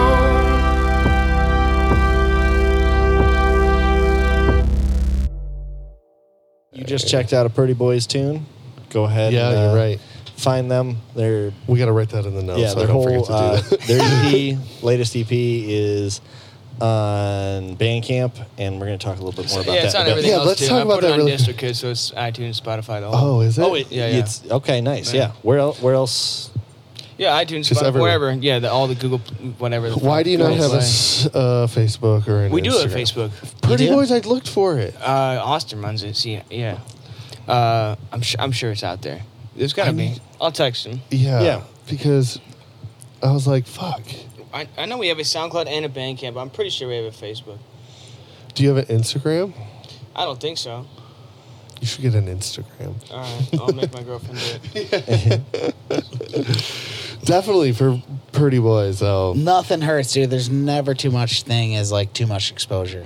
Speaker 9: No.
Speaker 1: You just checked out a Pretty Boys tune. Go ahead.
Speaker 6: Yeah,
Speaker 1: and, uh,
Speaker 6: you're right.
Speaker 1: Find them. They're
Speaker 6: We got to write that in the notes
Speaker 1: yeah,
Speaker 6: so I
Speaker 1: their
Speaker 6: don't forget
Speaker 1: whole
Speaker 6: to do
Speaker 1: uh,
Speaker 6: that.
Speaker 1: their EP, latest EP is on Bandcamp, and we're gonna talk a little bit more about
Speaker 2: yeah,
Speaker 1: that.
Speaker 2: it's on
Speaker 1: in a bit.
Speaker 2: everything
Speaker 6: Yeah,
Speaker 2: else
Speaker 6: let's
Speaker 2: too.
Speaker 6: talk
Speaker 2: I
Speaker 6: about
Speaker 2: put
Speaker 6: that
Speaker 2: it on
Speaker 6: really-
Speaker 2: DistroKid, so it's iTunes, Spotify, the whole.
Speaker 6: Oh, is it?
Speaker 1: Oh, it,
Speaker 2: Yeah, yeah.
Speaker 1: it's okay. Nice. Yeah. Where else? Where else?
Speaker 2: yeah, iTunes,
Speaker 6: Just
Speaker 2: Spotify,
Speaker 6: everywhere.
Speaker 2: wherever. Yeah, the, all the Google, whatever. the
Speaker 6: Why
Speaker 2: fuck
Speaker 6: do you not
Speaker 2: Google
Speaker 6: have a
Speaker 2: Play.
Speaker 6: s- uh, Facebook or an
Speaker 2: We do have
Speaker 6: Instagram?
Speaker 2: Facebook.
Speaker 6: Pretty
Speaker 1: You do?
Speaker 6: Boys, I looked for it.
Speaker 2: Uh, Austin runs it. See, yeah. Uh, I'm sure. I'm sure it's out there. There's gotta be. I'll text him.
Speaker 6: Yeah.
Speaker 1: Yeah.
Speaker 6: Because I was like, fuck.
Speaker 2: I, I know we have a SoundCloud and a Bandcamp. but I'm pretty sure we have a Facebook.
Speaker 6: Do you have an Instagram?
Speaker 2: I don't think so.
Speaker 6: You should get an Instagram.
Speaker 2: All right, I'll make my girlfriend do it.
Speaker 6: Definitely for Pretty Boys, though.
Speaker 8: Nothing hurts, dude. There's never too much thing as like too much exposure.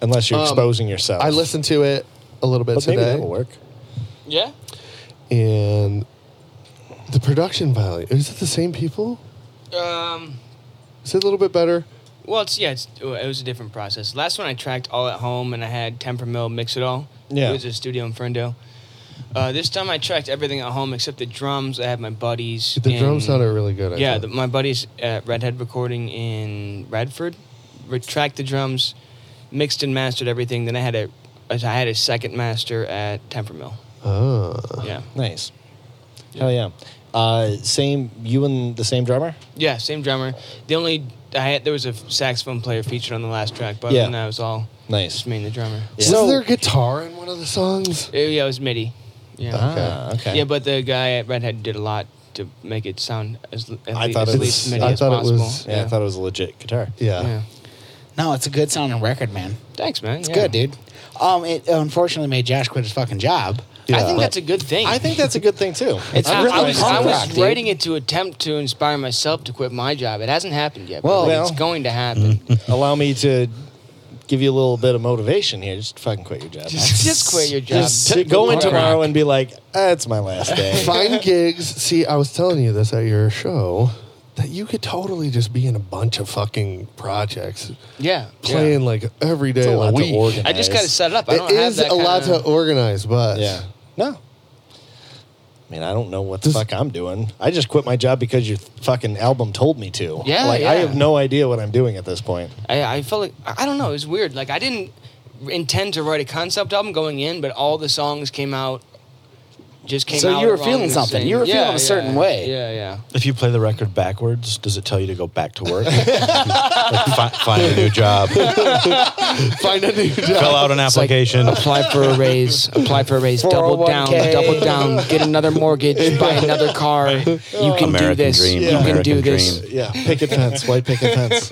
Speaker 1: Unless you're
Speaker 6: Um,
Speaker 1: exposing yourself.
Speaker 6: I listened to it a little bit
Speaker 1: But maybe
Speaker 6: today.
Speaker 1: that'll work.
Speaker 2: Yeah.
Speaker 6: And the production value. Is it the same people?
Speaker 2: Um.
Speaker 6: Is it a little bit better?
Speaker 2: Well, it's yeah. It's oh, it was a different process. Last one I tracked all at home, and I had Tempermill mix it all.
Speaker 1: Yeah.
Speaker 2: It was a studio in Ferndale. Uh, this time I tracked everything at home except the drums. I had my buddies.
Speaker 6: The
Speaker 2: in-
Speaker 6: drum sounded really good. I
Speaker 2: Mm. Yeah, the,
Speaker 6: thought.
Speaker 2: my buddies at Redhead Recording in Radford re- tracked the drums, mixed and mastered everything. Then I had a, I had a second master at Tempermill.
Speaker 6: oh.
Speaker 2: Yeah,
Speaker 1: Nice. Hell yeah. Uh, same. You and the same drummer.
Speaker 2: yeah, same drummer. The only I had there was a saxophone player featured on the last track, but
Speaker 1: Yeah.
Speaker 2: other than that, it was all
Speaker 1: Nice.
Speaker 2: just me and the drummer.
Speaker 1: Yeah.
Speaker 6: Is there guitar in one of the songs?
Speaker 2: Uh, Yeah, it was MIDI. Yeah.
Speaker 1: Ah, okay.
Speaker 2: Yeah, but the guy at Redhead did a lot to make it sound as, le- at
Speaker 1: I
Speaker 2: le-
Speaker 1: thought
Speaker 2: as
Speaker 1: it
Speaker 2: least
Speaker 1: was-
Speaker 2: MIDI
Speaker 6: I
Speaker 2: as
Speaker 6: thought it
Speaker 2: possible.
Speaker 6: was-
Speaker 1: yeah, I thought it was a legit guitar.
Speaker 6: Yeah.
Speaker 2: Yeah.
Speaker 3: No, it's a good sounding record, man.
Speaker 2: Thanks, man.
Speaker 3: It's good, dude. Um, it unfortunately made Josh quit his fucking job.
Speaker 2: I think that's a good thing.
Speaker 1: I think that's a good thing too.
Speaker 2: It's
Speaker 1: I
Speaker 2: I,
Speaker 1: really
Speaker 2: I was,
Speaker 1: like
Speaker 2: I
Speaker 1: that.
Speaker 2: was
Speaker 3: rock, dude.
Speaker 2: writing it to attempt to inspire myself to quit my job. It hasn't happened yet.
Speaker 1: Well,
Speaker 2: Well,
Speaker 1: well.
Speaker 2: it's going to happen.
Speaker 1: Allow me to give you a little bit of motivation here. Just fucking quit your job.
Speaker 2: just, just quit your job.
Speaker 1: Just t- go in
Speaker 2: Rock.
Speaker 1: tomorrow and be like, that's my last day.
Speaker 6: Find gigs. See, I was telling you this at your show that you could totally just be in a bunch of fucking projects,
Speaker 2: Yeah.
Speaker 6: playing like every day
Speaker 1: It's a
Speaker 6: of
Speaker 1: lot
Speaker 6: the
Speaker 1: to
Speaker 6: week.
Speaker 1: organize.
Speaker 2: yeah. I just got to set it up. I don't
Speaker 6: It
Speaker 2: have
Speaker 6: is
Speaker 2: that
Speaker 6: a lot
Speaker 2: kinda-
Speaker 6: to organize, but
Speaker 1: Yeah. No. I mean, I don't know what the
Speaker 6: Does-
Speaker 1: fuck I'm doing. I just quit my job because your fucking album told me to.
Speaker 2: Yeah,
Speaker 1: Like, I
Speaker 2: yeah.
Speaker 1: have no idea what I'm doing at this point.
Speaker 2: I, I felt like I I don't know. It was weird. Like I didn't intend to write a concept album going in, but all the songs came out. Just came
Speaker 3: So
Speaker 2: out
Speaker 3: you were
Speaker 2: wrong
Speaker 3: feeling
Speaker 2: and
Speaker 3: something.
Speaker 2: same.
Speaker 3: You were
Speaker 2: Yeah,
Speaker 3: feeling a
Speaker 2: yeah,
Speaker 3: certain way.
Speaker 2: Yeah, yeah.
Speaker 4: If you play the record backwards, does it tell you to go back to work? Fi- find a new job.
Speaker 6: find a new
Speaker 4: Fill
Speaker 6: job.
Speaker 4: out an application.
Speaker 1: uh,
Speaker 2: Apply for a raise. Apply for a raise. Double down.
Speaker 3: 401k.
Speaker 2: Double down. Get another mortgage. Buy another car. You can do
Speaker 4: American
Speaker 2: this.
Speaker 4: dream,
Speaker 2: You can
Speaker 4: American
Speaker 2: do this.
Speaker 4: dream.
Speaker 1: Yeah. Picket fence. White picket fence.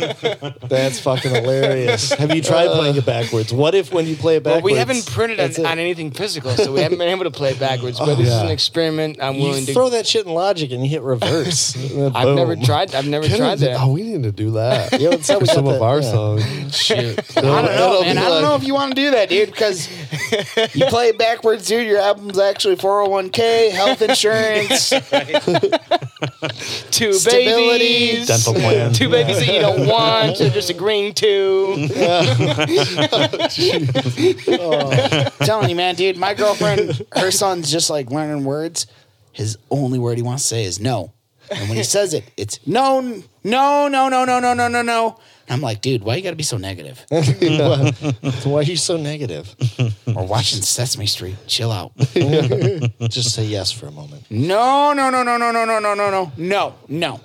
Speaker 1: That's fucking hilarious. Have you tried playing it backwards? What if when you play it
Speaker 2: Well,
Speaker 1: backwards?
Speaker 2: we haven't printed
Speaker 1: that's
Speaker 2: on,
Speaker 1: it?
Speaker 2: on anything physical, so we haven't been able to play it backwards.
Speaker 3: Oh.
Speaker 2: But this is
Speaker 6: yeah.
Speaker 2: an experiment. I'm willing
Speaker 1: You
Speaker 2: to.
Speaker 1: throw that shit in logic and you hit reverse.
Speaker 2: I've never
Speaker 3: Oh.
Speaker 2: tried. I've never
Speaker 6: Can I
Speaker 2: tried
Speaker 6: do-
Speaker 2: that.
Speaker 6: Oh, we need to do that.
Speaker 1: Yeah, let's have
Speaker 6: For
Speaker 1: we got
Speaker 6: some of
Speaker 1: that,
Speaker 6: our
Speaker 1: yeah.
Speaker 6: songs.
Speaker 3: I don't know, man. I don't know if you want to do that, dude, because you play it backwards, dude. Your album's actually 401k, health insurance,
Speaker 2: two
Speaker 3: stability.
Speaker 2: babies.
Speaker 4: Dental plan.
Speaker 2: Two babies that you don't want. You're just agreeing to.
Speaker 3: telling you, man, dude, my girlfriend, her son's just like learning words. His only word he wants to say is no. And when he says it, it's no, n- no, no, no, no, no, no, no, no. And I'm like, dude, why you gotta be so negative?
Speaker 1: So why are you so negative?
Speaker 3: We're watching Sesame Street. Chill out.
Speaker 1: Just say yes for a moment.
Speaker 3: No, no, no, no, no, no, no, no, no, no, no, no.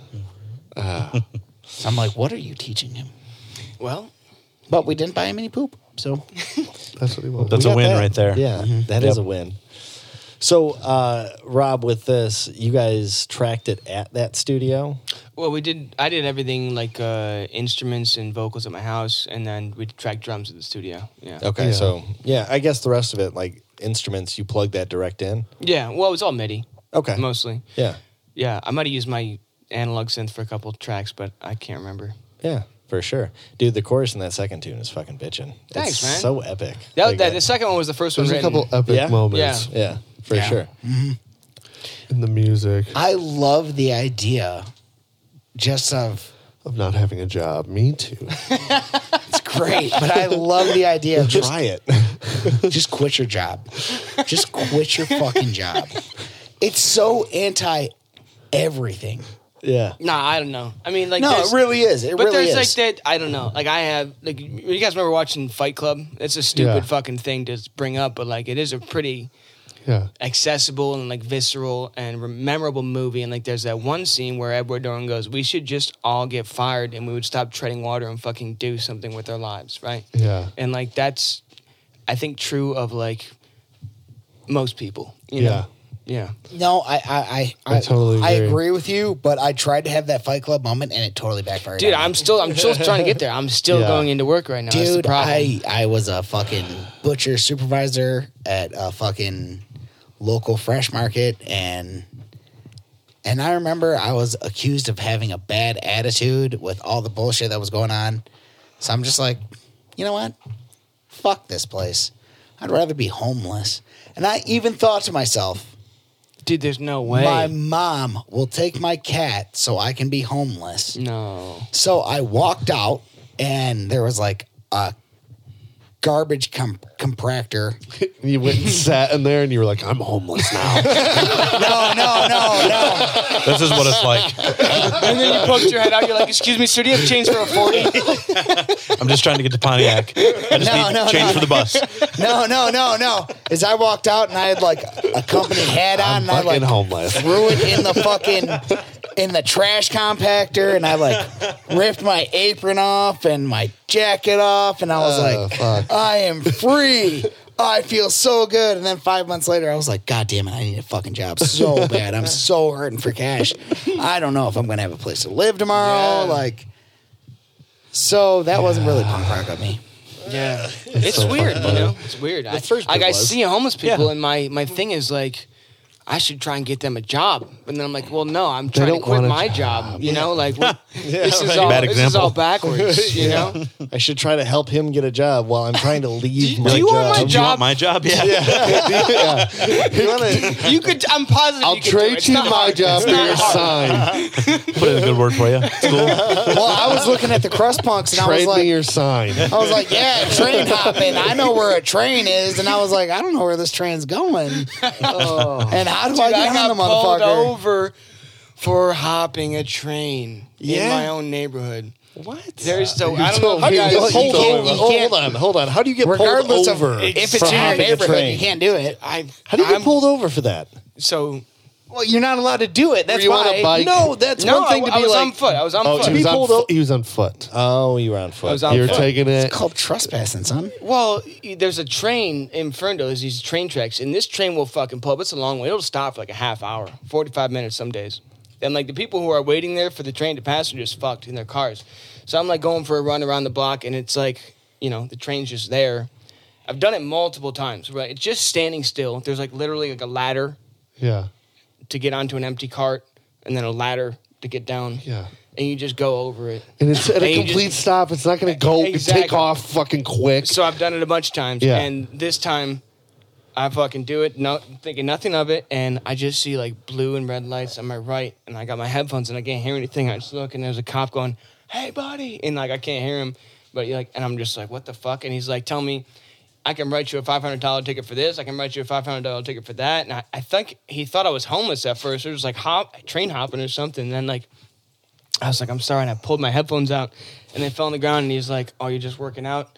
Speaker 3: Uh, I'm like, what are you teaching him?
Speaker 2: Well,
Speaker 3: But we didn't buy him any poop. So
Speaker 6: That's what he wants.
Speaker 4: That's
Speaker 1: We
Speaker 4: a
Speaker 1: got
Speaker 4: win
Speaker 1: that.
Speaker 4: right there.
Speaker 1: Yeah,
Speaker 6: Mm-hmm.
Speaker 1: that is
Speaker 4: Yep.
Speaker 1: a win. So, uh, Rob, with this, you guys tracked it at that studio.
Speaker 2: well, we did. I did everything like uh, instruments and vocals at my house, and then we tracked drums at the studio. Yeah.
Speaker 1: Okay,
Speaker 6: Yeah.
Speaker 1: so yeah, I guess the rest of it, like instruments, you plug that direct in.
Speaker 2: Yeah. Well, it's all MIDI.
Speaker 1: Okay.
Speaker 2: Mostly.
Speaker 1: Yeah,
Speaker 2: Yeah. I might have used my analog synth for a couple tracks, but I can't remember.
Speaker 1: yeah, for sure, dude. The chorus in that second tune is fucking bitching.
Speaker 2: Thanks,
Speaker 1: it's
Speaker 2: man.
Speaker 1: So epic.
Speaker 2: That,
Speaker 1: Like,
Speaker 2: that, the second one was the first
Speaker 6: There's
Speaker 2: one.
Speaker 6: a
Speaker 2: written.
Speaker 6: couple epic
Speaker 1: Yeah?
Speaker 6: moments
Speaker 1: yeah, for sure.
Speaker 6: in the music
Speaker 3: I love the idea just of
Speaker 6: of not having a job. Me too.
Speaker 3: it's great, but I love the idea of just
Speaker 1: Try it.
Speaker 3: just quit your job. Just quit your fucking job. It's so anti everything.
Speaker 1: yeah,
Speaker 2: Nah, I don't know. I mean, like,
Speaker 3: No,
Speaker 2: there's-
Speaker 3: it really is. It
Speaker 2: But
Speaker 3: really
Speaker 2: there's
Speaker 3: is.
Speaker 2: like that. I don't know. Like I have. Like you guys remember watching Fight Club? It's a stupid
Speaker 6: Yeah.
Speaker 2: fucking thing to bring up, but like it is a pretty
Speaker 6: Yeah.
Speaker 2: accessible and like visceral and re- memorable movie. And like there's that one scene where Edward Norton goes, "We should just all get fired and we would stop treading water and fucking do something with our lives, right?"
Speaker 6: Yeah.
Speaker 2: And like that's, I think, true of like most people. You
Speaker 6: Yeah.
Speaker 2: Know? Yeah.
Speaker 3: no, I I I,
Speaker 6: I totally
Speaker 3: I
Speaker 6: agree.
Speaker 3: agree with you, but I tried to have that Fight Club moment and it totally backfired.
Speaker 2: Dude,
Speaker 3: on me.
Speaker 2: I'm still I'm still trying to get there. I'm still
Speaker 6: Yeah.
Speaker 2: going into work right now. That's the
Speaker 3: Dude,
Speaker 2: problem.
Speaker 3: I I was a fucking butcher supervisor at a fucking local fresh market and and I remember I was accused of having a bad attitude with all the bullshit that was going on. So I'm just like, you know what? Fuck this place. I'd rather be homeless. And I even thought to myself,
Speaker 2: Dude, there's no way.
Speaker 3: my mom will take my cat so I can be homeless.
Speaker 2: no.
Speaker 3: So I walked out, and there was like a garbage com- compractor.
Speaker 6: And you went and sat in there and you were like, I'm homeless now.
Speaker 3: No, no, no, no.
Speaker 4: This is what it's like.
Speaker 2: And then you poked your head out. You're like, "Excuse me, sir, do you have change for a 40?
Speaker 4: I'm just trying to get to Pontiac. I just
Speaker 3: No,
Speaker 4: need
Speaker 3: no,
Speaker 4: change
Speaker 3: no.
Speaker 4: for the bus.
Speaker 3: No, no, no, no. As I walked out and I had like a company hat on and I like
Speaker 6: Fucking homeless.
Speaker 3: threw it in the fucking in the trash compactor and I like ripped my apron off and my jacket off and I was like
Speaker 6: Oh, fuck.
Speaker 3: I am free. I feel so good. And then five months later, I was like, God damn it, I need a fucking job so bad. I'm so hurting for cash. I don't know if I'm going to have a place to live tomorrow. Like, so that wasn't really punk rock of me.
Speaker 2: Yeah, it's weird, you know. It's weird. I,
Speaker 6: first
Speaker 2: like
Speaker 6: bit
Speaker 2: I
Speaker 6: was.
Speaker 2: see homeless people,
Speaker 4: Yeah.
Speaker 2: and my my thing is like, I should try and get them a job, and then I'm like, well, no, I'm
Speaker 6: They
Speaker 2: trying to
Speaker 6: don't
Speaker 2: quit
Speaker 6: want a
Speaker 2: my job. You know, like we're- this is
Speaker 4: right.
Speaker 2: all
Speaker 4: Bad
Speaker 2: this is all
Speaker 4: example.
Speaker 2: backwards. You know,
Speaker 1: I should try to help him get a job while I'm trying to leave my
Speaker 2: do you want
Speaker 1: job.
Speaker 2: my
Speaker 4: Do you want my job? Yeah.
Speaker 6: yeah. You wanna-
Speaker 2: you could. I'm positive.
Speaker 6: I'll
Speaker 2: you could do it.
Speaker 6: trade
Speaker 2: It's
Speaker 6: you
Speaker 2: not
Speaker 6: my
Speaker 2: hard.
Speaker 6: job for your sign.
Speaker 4: Put in a good word for you. It's cool.
Speaker 3: Well, I was looking at the crust punks and I was
Speaker 6: Trade
Speaker 3: like,
Speaker 6: me your sign.
Speaker 3: I was like, yeah, train hopping. I know where a train is. And I was like, I don't know where this train's going. And how do I
Speaker 2: Dude, I
Speaker 3: get
Speaker 2: got
Speaker 3: on the
Speaker 2: pulled
Speaker 3: motherfucker?
Speaker 2: over for hopping a train in
Speaker 1: Yeah?
Speaker 2: my own neighborhood.
Speaker 1: What?
Speaker 2: There's so I don't know.
Speaker 1: How
Speaker 2: If
Speaker 1: do
Speaker 2: you
Speaker 1: you
Speaker 2: guys,
Speaker 1: get
Speaker 2: you
Speaker 1: pulled
Speaker 2: can't-
Speaker 1: over?
Speaker 2: you
Speaker 1: Oh,
Speaker 2: can't-
Speaker 1: hold on, hold on. How do you get pulled
Speaker 3: Regardless of
Speaker 1: over?
Speaker 3: if it's
Speaker 1: for
Speaker 3: in your
Speaker 1: hopping a
Speaker 3: neighborhood,
Speaker 1: train?
Speaker 3: you can't do it.
Speaker 2: I,
Speaker 1: How do you get
Speaker 2: I'm-
Speaker 1: pulled over for that?
Speaker 2: So
Speaker 3: Well, you're not allowed to do it. That's
Speaker 6: you on a
Speaker 3: why.
Speaker 6: bike?
Speaker 1: No, that's
Speaker 2: no,
Speaker 1: one thing
Speaker 2: I,
Speaker 1: to
Speaker 2: I
Speaker 1: be
Speaker 2: was
Speaker 1: like.
Speaker 2: on foot. I was on
Speaker 6: Oh,
Speaker 2: foot.
Speaker 6: he was,
Speaker 1: Be
Speaker 6: on
Speaker 1: pulled
Speaker 6: foot.
Speaker 1: o-
Speaker 6: he was on foot.
Speaker 1: Oh, you were on foot.
Speaker 2: I was on
Speaker 6: you were
Speaker 2: foot.
Speaker 6: taking it.
Speaker 3: It's called trespassing, son.
Speaker 2: Well, y- there's a train in Ferndale. There's these train tracks, and this train will fucking pull up. It's a long way. It'll stop for like a half hour, 45 minutes some days. And like the people who are waiting there for the train to pass are just fucked in their cars. So I'm like going for a run around the block, and it's like, you know, the train's just there. I've done it multiple times, right? It's just standing still. There's like literally like a ladder
Speaker 6: Yeah.
Speaker 2: to get onto an empty cart, and then a ladder to get down.
Speaker 6: Yeah.
Speaker 2: And you just go over it.
Speaker 6: And it's at
Speaker 2: And
Speaker 6: a
Speaker 2: you
Speaker 6: complete
Speaker 2: just-
Speaker 6: stop. It's not going to go
Speaker 2: Exactly.
Speaker 6: take off fucking quick.
Speaker 2: So I've done it a bunch of times,
Speaker 6: Yeah.
Speaker 2: and this time I fucking do it, not thinking nothing of it, and I just see like blue and red lights on my right, and I got my headphones and I can't hear anything. I just look and there's a cop going, "Hey, buddy," and like I can't hear him, but you're like, and I'm just like, "What the fuck?" And he's like, "Tell me." I can write you a five hundred dollar ticket for this. I can write you a five hundred dollar ticket for that. And I, I think he thought I was homeless at first. It was like hop train hopping or something. And then like I was like, I'm sorry, and I pulled my headphones out, and they fell on the ground. And he's like, Oh, you're just working out.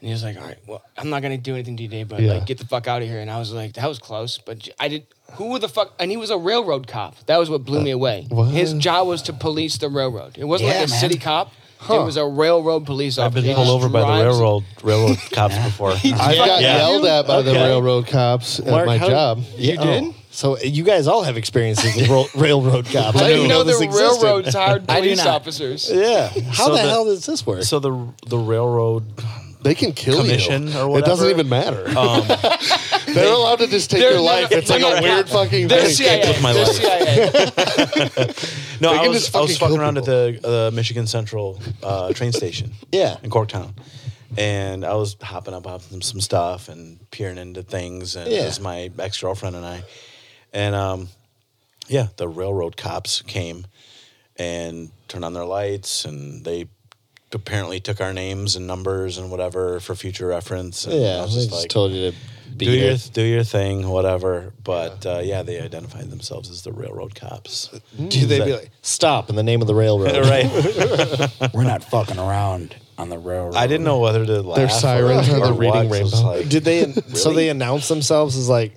Speaker 2: And he was like, All right, well, I'm not gonna do anything to you today, but
Speaker 6: Yeah.
Speaker 2: like, get the fuck out of here. And I was like, That was close, but j- I did. Who the fuck? And he was a railroad cop. That was what blew me away.
Speaker 6: what?
Speaker 2: His job was to police the railroad. It wasn't
Speaker 3: Yeah,
Speaker 2: like a
Speaker 3: man.
Speaker 2: city cop. It was a railroad police officer.
Speaker 4: I've been
Speaker 2: He
Speaker 4: pulled
Speaker 2: just
Speaker 4: over by the
Speaker 2: drives-
Speaker 4: railroad railroad cops before. Uh,
Speaker 6: I got
Speaker 4: Yeah.
Speaker 6: yelled at by the
Speaker 4: Okay.
Speaker 6: railroad cops at
Speaker 1: Mark,
Speaker 6: my
Speaker 1: how-
Speaker 6: job.
Speaker 1: You did? oh. So you guys all have experiences with ro- railroad cops.
Speaker 2: I didn't know
Speaker 1: this
Speaker 2: the
Speaker 1: existed.
Speaker 2: railroads hired
Speaker 3: I do
Speaker 2: police
Speaker 3: not.
Speaker 2: officers.
Speaker 1: Yeah. How
Speaker 4: So
Speaker 1: the,
Speaker 4: the-
Speaker 1: hell does this work?
Speaker 4: So the the railroad
Speaker 6: They can kill
Speaker 4: Commission
Speaker 6: you.
Speaker 4: or whatever.
Speaker 6: It doesn't even matter.
Speaker 4: um,
Speaker 6: They're allowed to just take
Speaker 2: They're
Speaker 6: your
Speaker 2: not-
Speaker 6: life. It's like
Speaker 2: they're
Speaker 6: a
Speaker 2: not-
Speaker 6: weird fucking
Speaker 2: They're
Speaker 6: thing.
Speaker 2: CIA.
Speaker 4: with my
Speaker 2: They're
Speaker 4: life.
Speaker 2: CIA.
Speaker 4: No,
Speaker 6: They
Speaker 4: I
Speaker 6: can
Speaker 4: was,
Speaker 6: just
Speaker 4: I was
Speaker 6: fucking
Speaker 4: fucking
Speaker 6: kill
Speaker 4: around at the uh, Michigan Central uh, train station.
Speaker 1: Yeah.
Speaker 4: In Corktown. And I was hopping up on some, some stuff and peering into things. And
Speaker 1: Yeah.
Speaker 4: it was my ex girlfriend and I. And um, yeah, the railroad cops came and turned on their lights and they apparently took our names and numbers and whatever for future reference. And
Speaker 1: yeah,
Speaker 4: I
Speaker 1: I
Speaker 4: was just like,
Speaker 1: told you to be
Speaker 4: do your
Speaker 1: here.
Speaker 4: do your thing, whatever. But uh, yeah, they identified themselves as the railroad cops.
Speaker 1: Do they be like, stop in the name of the railroad?
Speaker 4: right.
Speaker 3: We're not fucking around on the railroad.
Speaker 4: I didn't know whether to laugh.
Speaker 6: Their sirens
Speaker 4: or,
Speaker 6: are the
Speaker 4: or
Speaker 6: reading
Speaker 4: what, so it's
Speaker 6: rainbow.
Speaker 4: like-
Speaker 1: Did they? So they announce themselves as like,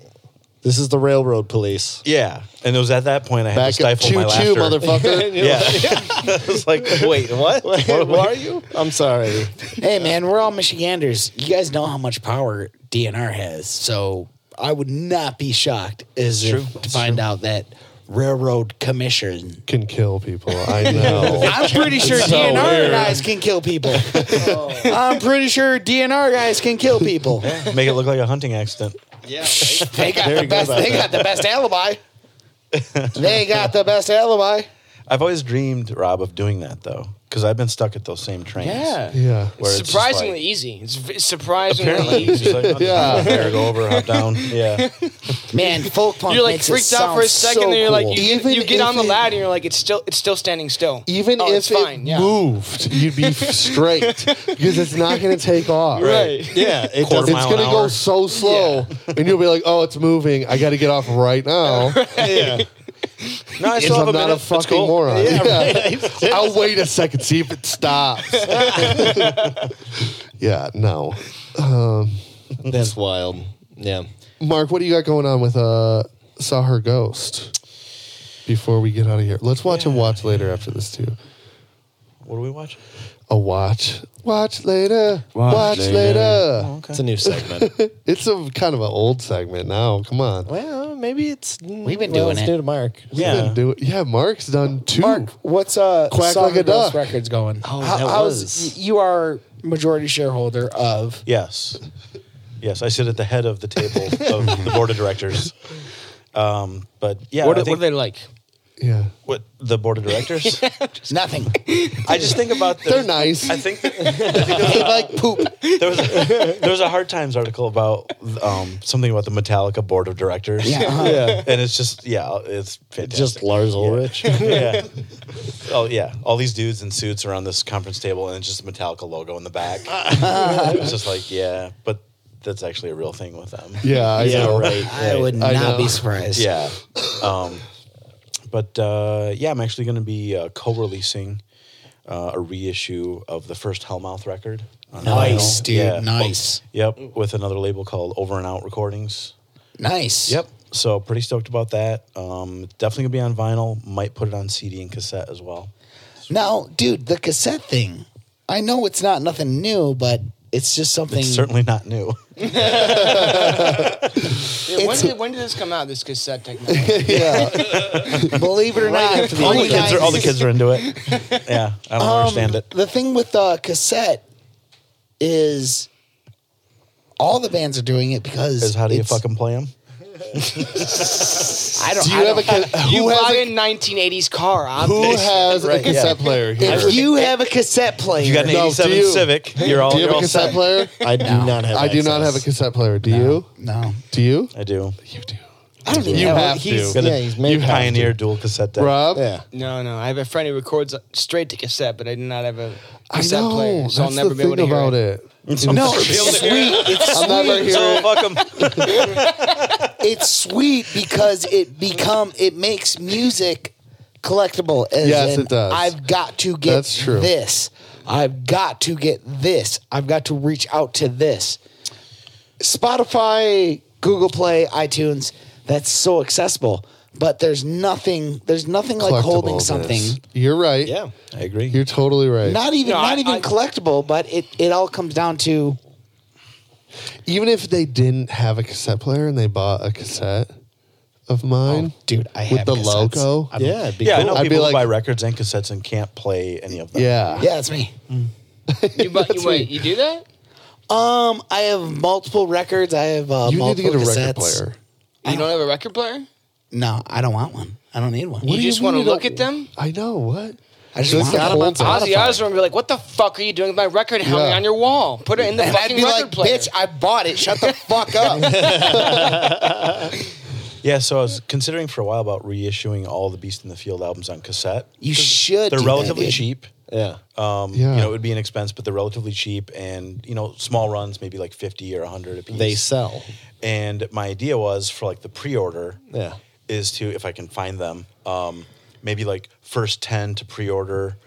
Speaker 1: this is the railroad police.
Speaker 4: yeah, and it was at that point I had
Speaker 6: Back
Speaker 4: to
Speaker 6: up,
Speaker 4: stifle
Speaker 6: choo
Speaker 4: my
Speaker 6: choo,
Speaker 4: laughter.
Speaker 6: motherfucker.
Speaker 4: Yeah, I was like, wait, what? What,
Speaker 1: Who are you? I'm sorry.
Speaker 3: Hey, man, we're all Michiganders. You guys know how much power DNR has, so I would not be shocked as if to find out that railroad commission.
Speaker 6: Can kill people. I know.
Speaker 3: I'm pretty sure DNR guys can kill people. I'm pretty sure DNR guys can kill people.
Speaker 4: Make it look like a hunting accident.
Speaker 3: They got the best. They got the best alibi. they got the best alibi.
Speaker 4: I've always dreamed, Rob, of doing that though, because I've been stuck at those same trains.
Speaker 2: Yeah.
Speaker 6: Yeah.
Speaker 4: Where it's just
Speaker 2: surprisingly
Speaker 4: like-
Speaker 2: easy. It's v- surprisingly
Speaker 4: Apparently, it's
Speaker 2: easy.
Speaker 4: just like, oh,
Speaker 6: Yeah.
Speaker 4: there, go over, hop down. Yeah,
Speaker 3: Man, folk punk.
Speaker 2: You're like
Speaker 3: makes it
Speaker 2: freaked out for a
Speaker 3: sound
Speaker 2: second,
Speaker 3: so
Speaker 2: and you're like,
Speaker 3: cool.
Speaker 2: you,
Speaker 6: Even
Speaker 2: get, you get on the
Speaker 6: if it-
Speaker 2: ladder, and you're like, it's still, it's still standing still.
Speaker 6: Even
Speaker 2: Oh,
Speaker 6: if
Speaker 2: it's fine,
Speaker 6: it
Speaker 2: yeah.
Speaker 6: moved, you'd be straight because it's not going to take off.
Speaker 2: Right.
Speaker 1: Yeah, it
Speaker 4: Quarter
Speaker 1: does.
Speaker 6: It's
Speaker 4: mile
Speaker 6: going to
Speaker 4: an
Speaker 6: go
Speaker 4: hour.
Speaker 6: so slow, and you'll be like, "Oh, it's moving. I got to get off right now."
Speaker 1: Yeah.
Speaker 4: no, I
Speaker 6: If
Speaker 4: still have
Speaker 6: I'm
Speaker 4: a
Speaker 6: not
Speaker 4: minute.
Speaker 6: a
Speaker 4: It's
Speaker 6: fucking
Speaker 4: cool.
Speaker 6: moron.
Speaker 1: Yeah,
Speaker 6: I'll wait a second, see if it stops. yeah, no. Um,
Speaker 1: That's wild. Yeah.
Speaker 6: Mark, what do you got going on with uh Saw Her Ghost? Before we get out of here, let's watch a watch later after this too.
Speaker 4: What do we watch?
Speaker 6: A watch, watch later, watch,
Speaker 10: Watch
Speaker 6: later.
Speaker 10: later.
Speaker 1: It's a new segment.
Speaker 6: It's a kind of an old segment now. Come on,
Speaker 1: well, maybe it's we've
Speaker 3: been doing
Speaker 1: it's
Speaker 3: it.
Speaker 1: New to Mark.
Speaker 6: We've been
Speaker 4: Yeah,
Speaker 6: doing- yeah. Mark's done two.
Speaker 10: Mark, what's uh
Speaker 6: Quack
Speaker 3: Saw
Speaker 6: like a
Speaker 3: Her Ghost
Speaker 6: duck.
Speaker 3: Records going?
Speaker 1: Oh,
Speaker 3: How-
Speaker 1: that
Speaker 3: how's-
Speaker 1: was-
Speaker 3: y- you are majority shareholder of
Speaker 4: Yes. Yes, I sit at the head of the table of the board of directors. Um, but yeah,
Speaker 2: What
Speaker 4: I
Speaker 2: are, what
Speaker 4: think-
Speaker 2: are they like?
Speaker 6: Yeah,
Speaker 4: what the board of directors?
Speaker 3: nothing.
Speaker 4: I just think about the,
Speaker 6: they're nice.
Speaker 4: I think, that, I think there's a-
Speaker 3: like poop.
Speaker 4: there was a, there was a Hard Times article about um, something about the Metallica board of directors.
Speaker 3: Yeah, uh-huh.
Speaker 1: Yeah.
Speaker 4: and it's just yeah, it's fantastic.
Speaker 1: Just Lars Ulrich.
Speaker 4: yeah. Oh yeah, all these dudes in suits around this conference table, and it's just a Metallica logo in the back. it's just like yeah, but that's actually a real thing with them.
Speaker 6: yeah, I
Speaker 1: yeah,
Speaker 6: know.
Speaker 1: right.
Speaker 3: I would
Speaker 6: I
Speaker 3: not
Speaker 6: know.
Speaker 3: be surprised.
Speaker 4: Yeah. Um, but uh, yeah, I'm actually going to be uh, co-releasing uh, a reissue of the first Hellmouth record. on
Speaker 3: Nice,
Speaker 4: vinyl.
Speaker 3: dude.
Speaker 4: Yeah.
Speaker 3: Nice.
Speaker 4: Yep, with another label called Over and Out Recordings.
Speaker 3: Nice.
Speaker 4: Yep. So pretty stoked about that. Um, it's definitely gonna be on vinyl. Might put it on CD and cassette as well.
Speaker 3: Now, dude, the cassette thing. I know it's not nothing new, but it's just something.
Speaker 4: It's certainly not new.
Speaker 2: Yeah, when, did, when did this come out? This cassette technology.
Speaker 3: believe it or not,
Speaker 4: all, the
Speaker 3: only
Speaker 4: kids are, all the
Speaker 3: 90s.
Speaker 4: kids are into it. Yeah, I don't understand it.
Speaker 3: The thing with uh, cassette is all the bands are doing it because
Speaker 4: Is how do you
Speaker 3: it's-
Speaker 4: fucking play them?
Speaker 3: I don't.
Speaker 6: Do
Speaker 3: I
Speaker 6: you have
Speaker 3: don't-
Speaker 6: a ca-
Speaker 2: you
Speaker 6: who has
Speaker 2: bought
Speaker 6: a,
Speaker 2: a 1980s car.
Speaker 6: who
Speaker 2: obviously.
Speaker 6: has a cassette player here?
Speaker 3: if you have a cassette player,
Speaker 4: You got an
Speaker 6: No, do
Speaker 4: 87
Speaker 6: you-
Speaker 4: Civic. You're all,
Speaker 6: do you
Speaker 4: you're
Speaker 6: have a
Speaker 4: all set.
Speaker 6: cassette player?
Speaker 1: I do not have.
Speaker 6: I do not have a
Speaker 1: access.
Speaker 6: cassette player. Do you?
Speaker 3: no,
Speaker 6: Do you?
Speaker 4: I do.
Speaker 3: I don't even
Speaker 6: You
Speaker 3: have.
Speaker 6: have
Speaker 1: he's-
Speaker 6: to.
Speaker 1: Yeah, he's made
Speaker 4: you
Speaker 1: to.
Speaker 4: pioneered dual cassette deck.
Speaker 6: Rob,
Speaker 1: Yeah.
Speaker 2: No, no. I have a friend who records uh, straight to cassette, but I did not have a
Speaker 6: I
Speaker 2: cassette
Speaker 6: know.
Speaker 2: player, so
Speaker 6: That's
Speaker 2: I'll never
Speaker 6: the
Speaker 2: be able to
Speaker 6: thing
Speaker 2: hear
Speaker 6: about
Speaker 2: it.
Speaker 6: it.
Speaker 3: no, it's sweet. It's
Speaker 6: I'll never
Speaker 3: sweet.
Speaker 6: hear
Speaker 4: So
Speaker 6: it.
Speaker 4: fuck 'em.
Speaker 3: It's sweet because it become it makes music collectible. As
Speaker 6: Yes,
Speaker 3: in,
Speaker 6: it does.
Speaker 3: I've got to get
Speaker 6: That's true.
Speaker 3: this. I've got to get this. I've got to reach out to this. Spotify, Google Play, iTunes. That's so accessible. But there's nothing. The's nothing like holding
Speaker 6: Collectible is.
Speaker 3: something.
Speaker 6: You're right.
Speaker 1: Yeah.
Speaker 4: I agree.
Speaker 6: You're totally right.
Speaker 3: Not even
Speaker 2: No,
Speaker 3: not
Speaker 2: I-
Speaker 3: even
Speaker 2: I-
Speaker 3: collectible. But it it all comes down to
Speaker 6: Even if they didn't have a cassette player and they bought a cassette of mine,
Speaker 2: Oh,
Speaker 3: dude. I
Speaker 6: with
Speaker 3: have
Speaker 6: the
Speaker 3: cassettes.
Speaker 6: logo.
Speaker 3: I'm-
Speaker 1: Yeah. it'd be
Speaker 4: yeah,
Speaker 1: cool.
Speaker 4: I know
Speaker 6: I'd be
Speaker 4: people who
Speaker 6: like-
Speaker 4: buy records and cassettes and can't play any of them.
Speaker 6: yeah,
Speaker 3: Yeah, it's me.
Speaker 2: You, bu- you, wait, you do that?
Speaker 3: Um, I have multiple records. I have uh,
Speaker 6: You need to
Speaker 3: multiple
Speaker 6: get a record
Speaker 3: cassettes.
Speaker 6: player.
Speaker 2: You don't have a record player?
Speaker 3: No, I don't want one. I don't need one.
Speaker 6: What
Speaker 2: you
Speaker 6: do
Speaker 2: just
Speaker 6: mean
Speaker 2: wanna
Speaker 6: you don't-
Speaker 2: look at them?
Speaker 6: I know what.
Speaker 3: I just
Speaker 6: That's
Speaker 3: want
Speaker 6: the
Speaker 3: them.
Speaker 6: whole
Speaker 3: Got 'em
Speaker 6: thing.
Speaker 2: Ozzy Osbourne would be like, "What the fuck are you doing with my record hung
Speaker 6: Yeah.
Speaker 2: on your wall? Put it in the
Speaker 3: And I'd
Speaker 2: fucking
Speaker 3: be
Speaker 2: record
Speaker 3: like,
Speaker 2: player."
Speaker 3: "Bitch, I bought it. Shut the fuck up."
Speaker 4: Yeah, so I was considering for a while about reissuing all the Beast in the Field albums on cassette.
Speaker 3: You should.
Speaker 4: They're
Speaker 3: do that,
Speaker 4: relatively
Speaker 3: dude.
Speaker 4: cheap.
Speaker 1: Yeah.
Speaker 4: Um,
Speaker 6: Yeah.
Speaker 4: You know, it would be an expense, but they're relatively cheap and, you know, small runs, maybe like 50 or 100 a piece.
Speaker 1: They sell.
Speaker 4: and my idea was for like the pre order
Speaker 1: Yeah.
Speaker 4: is to, if I can find them, um, maybe like first 10 to pre order,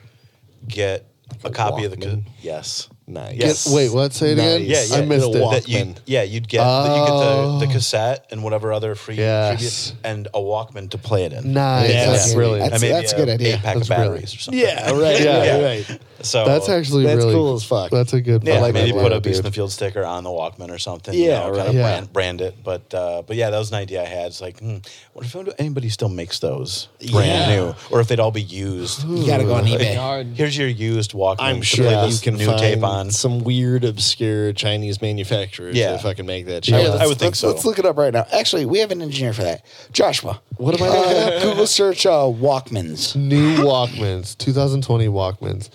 Speaker 4: get a, copy of the. ca-
Speaker 1: Walkman.
Speaker 4: Yes.
Speaker 1: Nice.
Speaker 4: Yes.
Speaker 6: Wait, what? Say it again.
Speaker 1: Nice.
Speaker 4: Yeah, yeah.
Speaker 6: I missed
Speaker 1: Little
Speaker 6: it.
Speaker 1: walk.
Speaker 4: that you,
Speaker 1: Walkman.
Speaker 4: yeah, you'd get you get the, the cassette and whatever other free
Speaker 6: Yes.
Speaker 4: tribute and a Walkman to play it in.
Speaker 6: Nice.
Speaker 1: Yeah,
Speaker 6: That's
Speaker 1: that's
Speaker 6: brilliant.
Speaker 3: That's-
Speaker 4: And maybe
Speaker 3: a good idea.
Speaker 4: Eight pack
Speaker 6: That's
Speaker 4: of batteries
Speaker 6: brilliant.
Speaker 4: or something.
Speaker 1: Yeah. Right. Yeah.
Speaker 4: Yeah.
Speaker 1: Right.
Speaker 4: So
Speaker 6: That's actually
Speaker 1: That's
Speaker 6: really
Speaker 1: cool as fuck.
Speaker 6: That's a good.
Speaker 4: yeah,
Speaker 6: fucking
Speaker 4: maybe
Speaker 6: idea,
Speaker 4: put a
Speaker 6: dude.
Speaker 4: Beast in the Field sticker on the Walkman or something.
Speaker 1: Yeah,
Speaker 4: you know,
Speaker 1: right.
Speaker 4: Kind of
Speaker 6: Yeah.
Speaker 4: brand, brand it, but uh, but yeah, that was an idea I had. It's like, hmm, what if anybody still makes those brand
Speaker 3: Yeah.
Speaker 4: new, or if they'd all be used?
Speaker 3: You gotta go on eBay.
Speaker 2: Yard.
Speaker 4: Here's your used Walkman.
Speaker 1: I'm
Speaker 4: to
Speaker 1: sure
Speaker 4: play
Speaker 1: you
Speaker 4: this
Speaker 1: can
Speaker 4: new
Speaker 1: find
Speaker 4: tape on.
Speaker 1: some weird, obscure Chinese manufacturer
Speaker 4: Yeah.
Speaker 1: to fucking make that shit.
Speaker 4: I would, I would think
Speaker 3: let's,
Speaker 4: so.
Speaker 3: Let's look it up right now. Actually, we have an engineer for that. Joshua.
Speaker 1: What am I looking
Speaker 3: Uh, Google search uh, Walkmans.
Speaker 6: New Walkmans, 2020 Walkmans.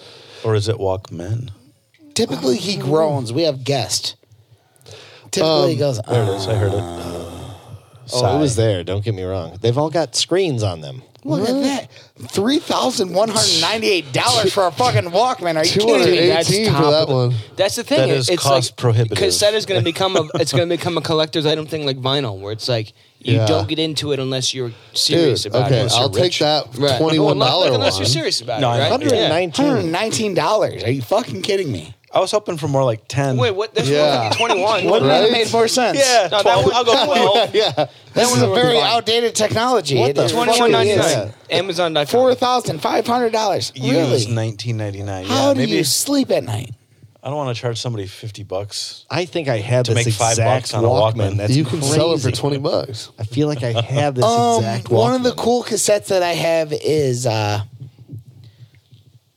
Speaker 4: or is it Walkman?
Speaker 3: Typically, he groans. We have guest. Typically, he goes,
Speaker 4: There it
Speaker 3: "Uh,
Speaker 4: is. I heard it.
Speaker 1: Oh, it was there. Don't get me wrong. They've all got screens on them.
Speaker 3: look at that. $3,198 for a fucking Walkman. Are you kidding me?
Speaker 6: 218 for
Speaker 2: top
Speaker 6: that
Speaker 2: of the-
Speaker 6: one.
Speaker 2: That's the thing.
Speaker 4: That is
Speaker 2: it's
Speaker 4: cost
Speaker 2: like,
Speaker 4: prohibitive.
Speaker 2: Cassette is going to become a it's going to become a collector's item thing like vinyl, where it's like you
Speaker 6: Yeah.
Speaker 2: don't get into it unless you're serious
Speaker 6: Dude,
Speaker 2: about
Speaker 6: okay,
Speaker 2: it.
Speaker 6: I'll take that
Speaker 2: Right.
Speaker 6: $21
Speaker 2: Well, like,
Speaker 6: one.
Speaker 2: unless you're serious about
Speaker 4: No, I
Speaker 2: it. Right?
Speaker 4: know.
Speaker 2: Yeah.
Speaker 1: $119.
Speaker 3: $119. Are you fucking kidding me?
Speaker 4: I was hoping for more like ten.
Speaker 2: Wait, what? There's
Speaker 6: Yeah.
Speaker 2: twenty one.
Speaker 3: Wouldn't that
Speaker 6: Right?
Speaker 3: have made more sense?
Speaker 4: Yeah,
Speaker 2: No, that
Speaker 4: 12.
Speaker 2: would-
Speaker 4: I'll go twelve.
Speaker 6: Yeah.
Speaker 3: This is a very outdated technology. What
Speaker 1: the
Speaker 2: Twenty one ninety nine. Amazon.com.
Speaker 3: Four thousand five hundred dollars.
Speaker 4: Used
Speaker 3: Really?
Speaker 4: nineteen ninety nine.
Speaker 3: How
Speaker 4: yeah,
Speaker 3: do
Speaker 4: maybe
Speaker 3: you sleep at night?
Speaker 4: I don't want to charge somebody fifty bucks.
Speaker 1: I think I had
Speaker 4: To
Speaker 1: this
Speaker 4: make five
Speaker 1: exact
Speaker 4: bucks on a Walkman.
Speaker 1: That's
Speaker 6: you can sell it for
Speaker 1: crazy.
Speaker 6: 20 bucks.
Speaker 1: I feel like I have this
Speaker 3: Um,
Speaker 1: exact Walkman.
Speaker 3: one of the cool cassettes that I have is uh,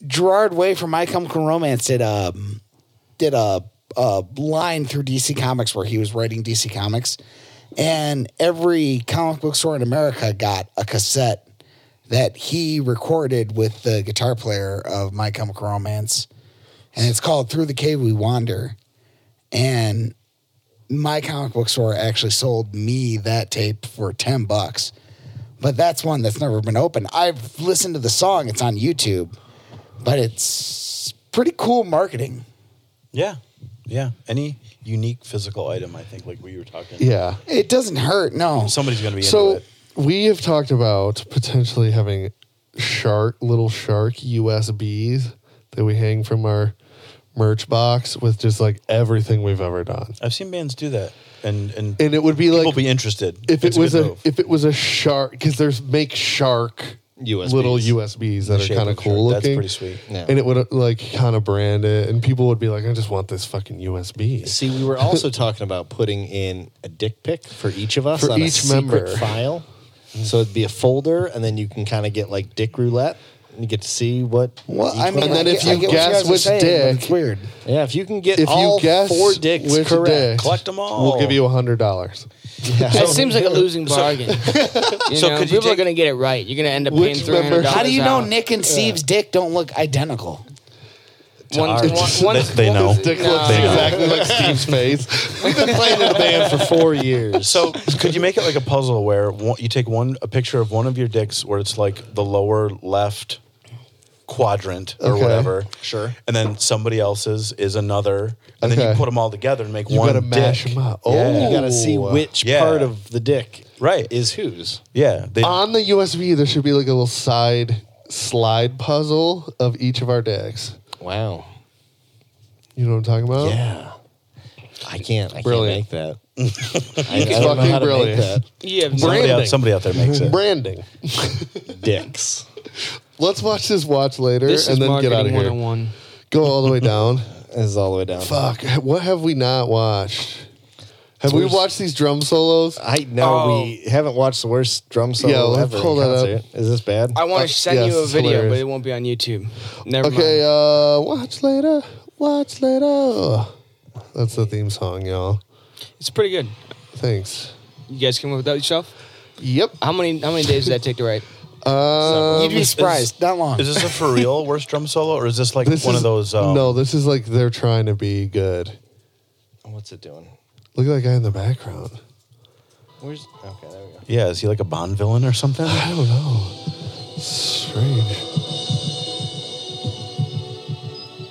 Speaker 3: Gerard Way from My Chemical Romance did um did a, a line through DC Comics where he was writing DC Comics, and every comic book store in America got a cassette that he recorded with the guitar player of My Chemical Romance, and it's called Through the Cave We Wander, and my comic book store actually sold me that tape for 10 bucks. But that's one that's never been opened. I've listened to the song, it's on YouTube, but it's pretty cool marketing.
Speaker 4: Yeah, yeah. Any unique physical item, I think, like we were talking.
Speaker 6: Yeah.
Speaker 3: It doesn't hurt, no.
Speaker 4: somebody's going to be
Speaker 6: So
Speaker 4: into it.
Speaker 6: we have talked about potentially having shark, little shark USBs that we hang from our merch box with just like everything we've ever done.
Speaker 4: I've seen bands do that, and and,
Speaker 6: And it would be
Speaker 4: people
Speaker 6: like
Speaker 4: be interested
Speaker 6: if it
Speaker 4: It's
Speaker 6: was
Speaker 4: good
Speaker 6: a,
Speaker 4: move.
Speaker 6: if it was a shark because there's make shark
Speaker 1: USBs.
Speaker 6: little USBs that
Speaker 4: The
Speaker 6: are
Speaker 4: shape
Speaker 6: kind of
Speaker 4: of shark.
Speaker 6: cool
Speaker 4: That's
Speaker 6: looking.
Speaker 4: pretty sweet.
Speaker 1: Yeah.
Speaker 6: And it would like kind of brand it, and people would be like, "I just want this fucking USB."
Speaker 1: See, we were also talking about putting in a dick pic for each of us
Speaker 6: For
Speaker 1: on a
Speaker 6: each
Speaker 1: secret
Speaker 6: member.
Speaker 1: file. So it'd be a folder, and then you can kind of get like dick roulette, and you get to see what.
Speaker 3: Well, I mean,
Speaker 6: And then
Speaker 3: I
Speaker 6: if
Speaker 3: get- I
Speaker 6: you
Speaker 3: get what
Speaker 6: guess
Speaker 3: guys are
Speaker 6: which
Speaker 3: saying, but
Speaker 6: dick-
Speaker 3: it's weird.
Speaker 1: yeah, if you can get
Speaker 6: If
Speaker 1: all
Speaker 6: you guess
Speaker 1: four dicks
Speaker 6: which dick,
Speaker 1: correct,
Speaker 4: Collect 'em all.
Speaker 6: We'll give you a hundred dollars.
Speaker 2: That seems like a losing bargain. you
Speaker 4: So
Speaker 2: know?
Speaker 4: could
Speaker 2: people
Speaker 4: you
Speaker 2: are
Speaker 4: take-
Speaker 2: going to get it right. You're going to end up paying
Speaker 6: Which
Speaker 2: three
Speaker 6: member-
Speaker 2: hundred dollars.
Speaker 3: How do you know Nick and Steve's dick don't look identical?
Speaker 2: One, one, one,
Speaker 4: They- they know.
Speaker 6: Dick
Speaker 2: No.
Speaker 6: looks exactly like Steve's face. We've been playing in a band for four years.
Speaker 4: So could you make it like a puzzle where one, you take one a picture of one of your dicks where it's like the lower left quadrant or
Speaker 6: Okay.
Speaker 4: whatever,
Speaker 1: Sure.
Speaker 4: and then somebody else's is another, and then you
Speaker 6: Okay.
Speaker 4: put them all together and make
Speaker 6: You
Speaker 4: one
Speaker 6: gotta mash
Speaker 4: dick.
Speaker 6: them up.
Speaker 1: you
Speaker 6: Oh.
Speaker 1: got to see
Speaker 2: uh,
Speaker 1: which
Speaker 4: Yeah.
Speaker 1: part of the dick
Speaker 4: Right.
Speaker 1: is whose.
Speaker 4: Yeah, they,
Speaker 6: on the USB, there should be like a little side slide puzzle of each of our decks.
Speaker 1: Wow.
Speaker 6: You know what I'm talking about?
Speaker 1: Yeah. I can't. I
Speaker 6: Brilliant.
Speaker 1: can't make that. I, I don't know
Speaker 6: Fucking
Speaker 1: how to
Speaker 6: brilliant.
Speaker 1: make
Speaker 2: You have no
Speaker 4: somebody, out,
Speaker 6: branding.
Speaker 4: somebody out there makes it.
Speaker 6: Branding.
Speaker 1: that. Dicks.
Speaker 6: Let's watch this watch later
Speaker 2: This
Speaker 6: and
Speaker 2: is
Speaker 6: then get out of
Speaker 2: marketing
Speaker 6: here.
Speaker 2: 101.
Speaker 6: Go all the way down.
Speaker 1: This is all the way down.
Speaker 6: Fuck. What have we not watched? Have we watched these drum solos?
Speaker 1: I know
Speaker 2: Oh.
Speaker 1: we haven't watched the worst drum solo
Speaker 6: Yeah, let's
Speaker 1: ever. in
Speaker 6: pull that up.
Speaker 1: concert. Is this bad?
Speaker 2: I want
Speaker 6: Uh,
Speaker 2: to send
Speaker 6: yes,
Speaker 2: you a
Speaker 6: it's
Speaker 2: video,
Speaker 6: hilarious.
Speaker 2: but it won't be on YouTube. Never
Speaker 6: Okay,
Speaker 2: mind.
Speaker 6: uh, watch later. Watch later. That's the theme song, y'all.
Speaker 1: uh,
Speaker 2: It's pretty good.
Speaker 6: Thanks.
Speaker 2: You guys came up with that yourself?
Speaker 6: Yep.
Speaker 2: How many how many days did that take to write?
Speaker 6: Um,
Speaker 3: You'd be surprised. Not long.
Speaker 4: Is this a for real worst drum solo, or is this like
Speaker 6: this
Speaker 4: one
Speaker 6: is-
Speaker 4: of those? Um,
Speaker 6: no, this is like they're trying to be good.
Speaker 1: What's it doing?
Speaker 6: Look at that guy in the background.
Speaker 1: Where's okay? There we go.
Speaker 4: Yeah, is he like a Bond villain or something?
Speaker 6: I don't know. Strange.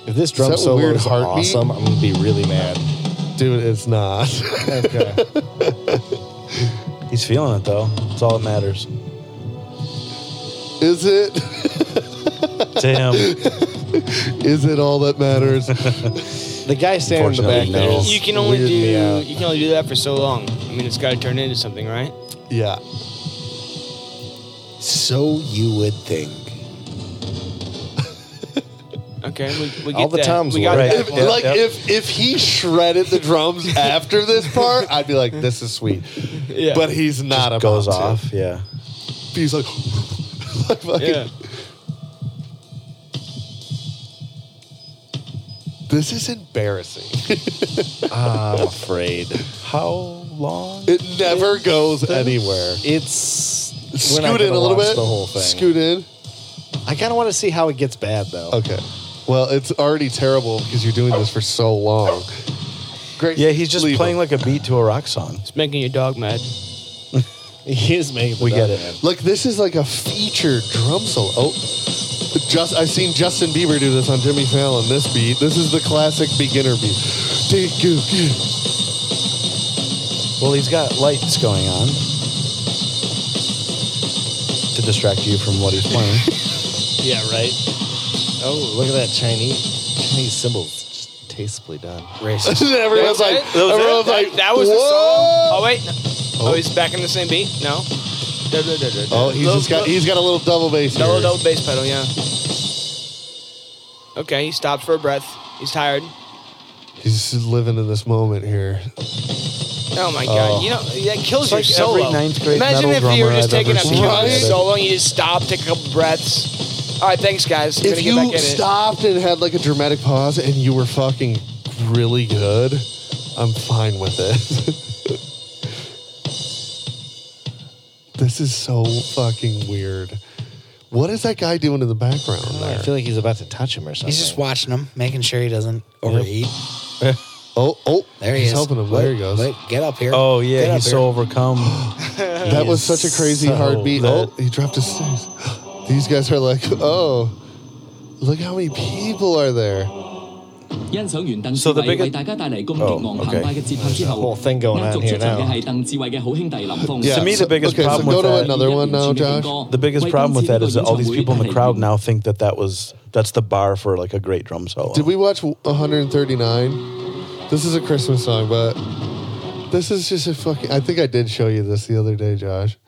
Speaker 1: If this drum
Speaker 6: that
Speaker 1: solo
Speaker 6: weird
Speaker 1: is
Speaker 6: heartbeat?
Speaker 1: awesome, I'm gonna be really mad.
Speaker 6: Dude, it's not.
Speaker 1: Okay.
Speaker 4: He's feeling it though. That's all that matters.
Speaker 6: is it?
Speaker 4: To him,
Speaker 6: Is it all that matters?
Speaker 1: the guy standing in the back
Speaker 4: Unfortunately,
Speaker 1: there.
Speaker 4: no.
Speaker 1: is
Speaker 2: You can only
Speaker 1: weirded me
Speaker 2: do
Speaker 1: out.
Speaker 2: you can only do that for so long. I mean, it's got to turn into something, right?
Speaker 6: yeah.
Speaker 3: so you would think.
Speaker 2: Okay, we, we get
Speaker 1: All the
Speaker 2: that.
Speaker 1: Toms
Speaker 2: we
Speaker 1: were.
Speaker 2: got
Speaker 1: Right.
Speaker 2: that
Speaker 6: If,
Speaker 2: part.
Speaker 6: like
Speaker 4: yep.
Speaker 6: if if he shredded the drums after this part, I'd be like, "This is sweet,"
Speaker 2: Yeah.
Speaker 6: but he's not. about
Speaker 4: goes
Speaker 6: to.
Speaker 4: off. Yeah.
Speaker 6: He's like, like fucking-
Speaker 2: yeah.
Speaker 6: "This is embarrassing."
Speaker 1: I'm afraid.
Speaker 4: How long?
Speaker 6: It never goes anywhere.
Speaker 1: It's we're not
Speaker 6: Scoot in
Speaker 1: gonna
Speaker 6: a little
Speaker 1: watch
Speaker 6: bit.
Speaker 1: The whole thing.
Speaker 6: Scoot in.
Speaker 1: I kind of want to see how it gets bad though.
Speaker 4: Oh.
Speaker 6: Okay. Well, it's already terrible because you're doing this for so long. Great.
Speaker 4: Yeah, he's just
Speaker 6: Leave
Speaker 4: playing
Speaker 6: him.
Speaker 4: like a beat to a rock song.
Speaker 2: It's making your dog mad.
Speaker 1: He is making. the
Speaker 4: We get
Speaker 1: dog
Speaker 4: it.
Speaker 1: mad.
Speaker 6: Like this is like a featured drum solo. Oh, just I've seen Justin Bieber do this on Jimmy Fallon. This beat. This is the classic beginner beat. Take you.
Speaker 4: Well, he's got lights going on to distract you from what he's playing.
Speaker 1: Yeah, right. Oh, look at that Chinese Chinese symbols, just tastefully done.
Speaker 8: Racist.
Speaker 6: everyone's like,
Speaker 2: That was it?
Speaker 6: everyone's
Speaker 2: That-
Speaker 6: like,
Speaker 2: that was the
Speaker 6: "Whoa."
Speaker 2: song. Oh wait, no. oh. he's back in the same beat. No. Da, da, da, da, da.
Speaker 6: Oh, he's
Speaker 2: Little-
Speaker 6: just got
Speaker 2: little-
Speaker 6: he's got a little double bass.
Speaker 2: double
Speaker 6: here.
Speaker 2: double bass pedal. Yeah. Okay, he stops for a breath. He's tired.
Speaker 6: He's just living in this moment here.
Speaker 2: Oh my god! You know that kills your
Speaker 4: like
Speaker 2: solo.
Speaker 4: every ninth grade
Speaker 2: Imagine
Speaker 4: metal
Speaker 2: if you were
Speaker 4: drummer
Speaker 2: just
Speaker 4: I've
Speaker 2: taking a
Speaker 4: ever seen.
Speaker 2: pure
Speaker 6: Right?
Speaker 2: solo and you just stop, take a couple breaths. All right, thanks guys. I'm
Speaker 6: If
Speaker 2: gonna get back in
Speaker 6: you
Speaker 2: it.
Speaker 6: stopped and had like a dramatic pause and you were fucking really good, I'm fine with it. this is so fucking weird. What is that guy doing in the background
Speaker 1: I
Speaker 6: there?
Speaker 1: feel like he's about to touch him or something.
Speaker 8: He's just watching him, making sure he doesn't overheat.
Speaker 6: oh, oh,
Speaker 8: There he
Speaker 6: he's
Speaker 8: is.
Speaker 6: helping him. there he goes.
Speaker 8: Wait, get up here.
Speaker 4: Oh yeah,
Speaker 8: Get up
Speaker 4: he's
Speaker 8: here.
Speaker 4: so overcome.
Speaker 6: that was such a crazy
Speaker 4: so
Speaker 6: hard beat.
Speaker 4: lit.
Speaker 6: Oh, he dropped his stairs. These guys are like, oh, look how many people are there.
Speaker 4: So the biggest- Oh, okay.
Speaker 1: a
Speaker 4: Oh,
Speaker 1: whole thing going on here now.
Speaker 6: Yeah,
Speaker 4: To me, the biggest
Speaker 6: okay,
Speaker 4: problem
Speaker 6: so go
Speaker 4: with
Speaker 6: to
Speaker 4: that-
Speaker 6: another one now, Josh.
Speaker 4: The biggest problem with that is that all these people in the crowd now think that that was that's the bar for like a great drum solo.
Speaker 6: Did we watch 139? This is a Christmas song, but this is just a fucking. I think I did show you this the other day, Josh.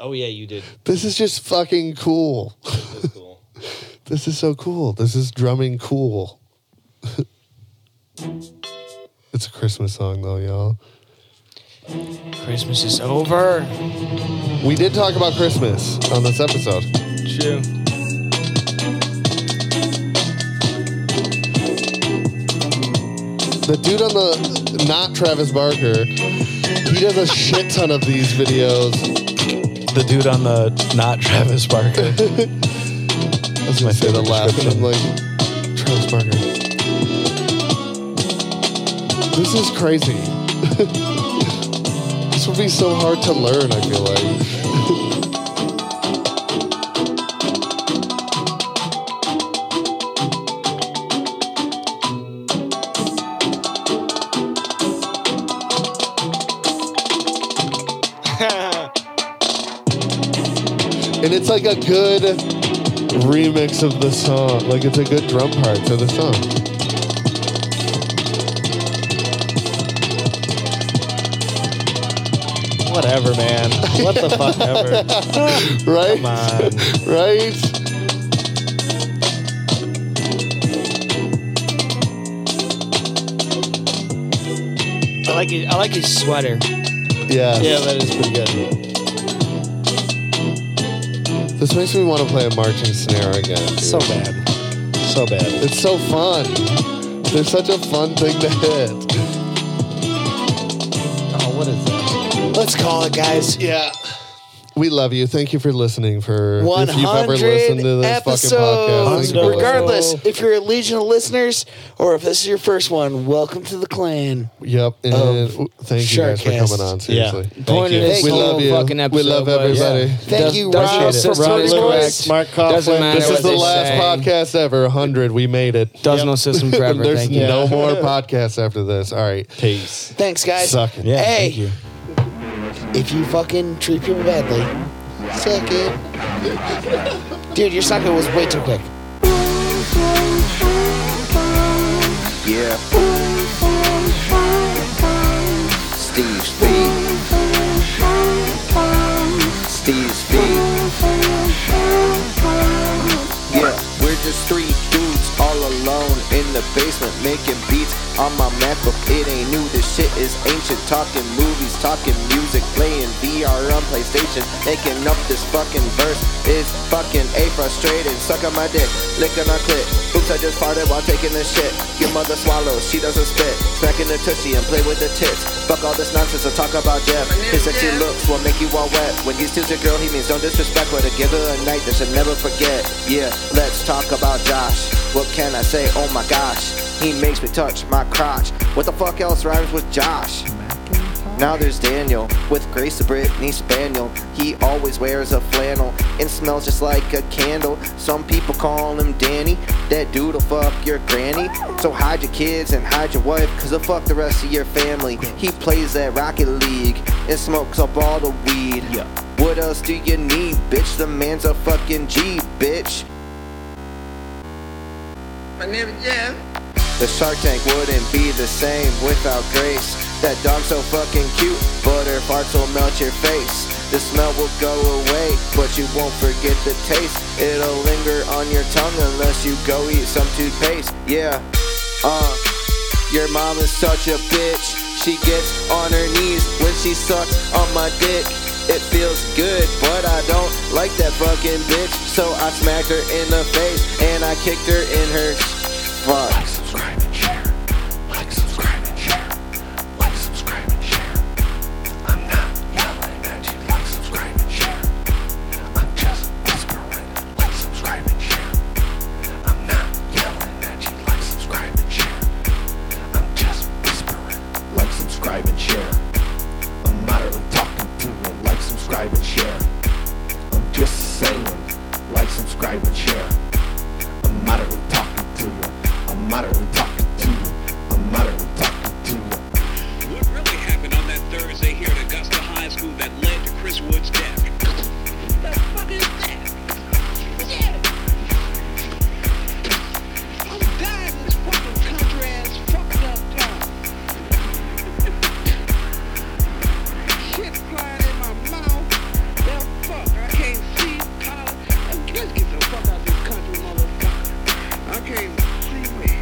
Speaker 2: Oh yeah, you did.
Speaker 6: This is just fucking cool. This is so cool. This is drumming cool. it's a Christmas song, though, y'all.
Speaker 2: Christmas is over.
Speaker 6: We did talk about Christmas on this episode.
Speaker 2: True.
Speaker 6: The dude on the not Travis Barker, he does a shit ton of these videos.
Speaker 4: The dude on the not Travis Barker.
Speaker 6: I was gonna
Speaker 4: my
Speaker 6: say the
Speaker 4: favorite
Speaker 6: laugh, and I'm
Speaker 4: description.
Speaker 6: like, Travis Barker. This is crazy. this would be so hard to learn. I feel like. And it's like a good remix of the song. Like it's a good drum part to the song.
Speaker 1: Whatever, man. What the fuck ever.
Speaker 6: Right?
Speaker 1: Come on.
Speaker 6: Right?
Speaker 2: I like it. I like his sweater.
Speaker 6: Yeah.
Speaker 1: Yeah, that is pretty good.
Speaker 6: This makes me want to play a marching snare again. dude.
Speaker 1: So bad. So bad.
Speaker 6: It's so fun. They're such a fun thing to hit.
Speaker 1: Oh, what is that?
Speaker 8: Let's call it, guys.
Speaker 6: Yeah. We love you. Thank you for listening. For if you've ever
Speaker 8: 100
Speaker 6: listened to this fucking
Speaker 8: episodes.
Speaker 6: podcast, thank you for listening.
Speaker 8: Regardless, if you're a legion of listeners or if this is your first one, welcome to the clan.
Speaker 6: Yep. And
Speaker 8: of
Speaker 6: thank you guys for
Speaker 8: Sharkcast.
Speaker 6: coming on. Seriously, thank
Speaker 2: Point
Speaker 6: you.
Speaker 2: of this
Speaker 6: we
Speaker 2: whole
Speaker 6: love you.
Speaker 2: fucking
Speaker 6: we
Speaker 2: episode
Speaker 6: love
Speaker 2: was-
Speaker 6: everybody.
Speaker 8: Thank you,
Speaker 1: Does-
Speaker 8: Rob,
Speaker 1: does-
Speaker 8: for
Speaker 1: does- Rob
Speaker 8: starting
Speaker 1: Lewis,
Speaker 8: us.
Speaker 1: Mark
Speaker 2: Doesn't
Speaker 1: Coughlin.
Speaker 2: matter
Speaker 6: This
Speaker 2: what
Speaker 6: is the
Speaker 2: they
Speaker 6: last
Speaker 2: say.
Speaker 6: podcast ever. hundred. We made it.
Speaker 2: Does no system forever.
Speaker 6: There's
Speaker 2: Thank you.
Speaker 6: no more podcasts after this. All right.
Speaker 1: Peace.
Speaker 8: Thanks, guys.
Speaker 6: Sucking.
Speaker 4: Yeah,
Speaker 8: Hey.
Speaker 4: thank you.
Speaker 8: If you fucking treat people badly, suck it. Dude, your suck it was way too quick.
Speaker 5: Yeah. Steve's feet. Steve's feet. Yeah, we're just three basement making beats on my MacBook. It ain't new, this shit is ancient. Talking movies, talking music, playing VR on PlayStation. Making up this fucking verse is fucking A frustrating. Suck on my dick, licking on clit. Oops, I just farted while taking a shit. Your mother swallows, she doesn't spit. Smacking her tushy and play with the tits. Fuck all this nonsense and talk about Jeff. His sexy looks will make you all wet. When he steals your girl, he means don't disrespect her. To give her a night that she'll never forget. Yeah, let's talk about Josh. What can I say? Oh my gosh, he makes me touch my crotch. What the fuck else rhymes with Josh? Now there's Daniel with Grace the Brittany Spaniel. He always wears a flannel and smells just like a candle. Some people call him Danny. That dude'll fuck your granny. So hide your kids and hide your wife, cause he'll fuck the rest of your family. He plays that Rocket League and smokes up all the weed. What else do you need, bitch? The man's a fucking G, bitch. The Shark Tank wouldn't be the same without Grace. That dog's so fucking cute, but her farts will melt your face. The smell will go away, but you won't forget the taste. It'll linger on your tongue unless you go eat some toothpaste. Yeah, uh, your mom is such a bitch. She gets on her knees when she sucks on my dick. It feels good, but I don't like that fucking bitch. So I smacked her in the face and I kicked her in her. Fuck.
Speaker 11: What really happened on that Thursday here at Augusta High School that led to Chris Wood's death? The fuck is that? Yeah. I'm dying in this fucking country ass fucked up town. Shit flying in my mouth. That fuck, I can't see collar. Let's get the fuck out of this country, motherfucker. I can't see me.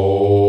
Speaker 6: Reno.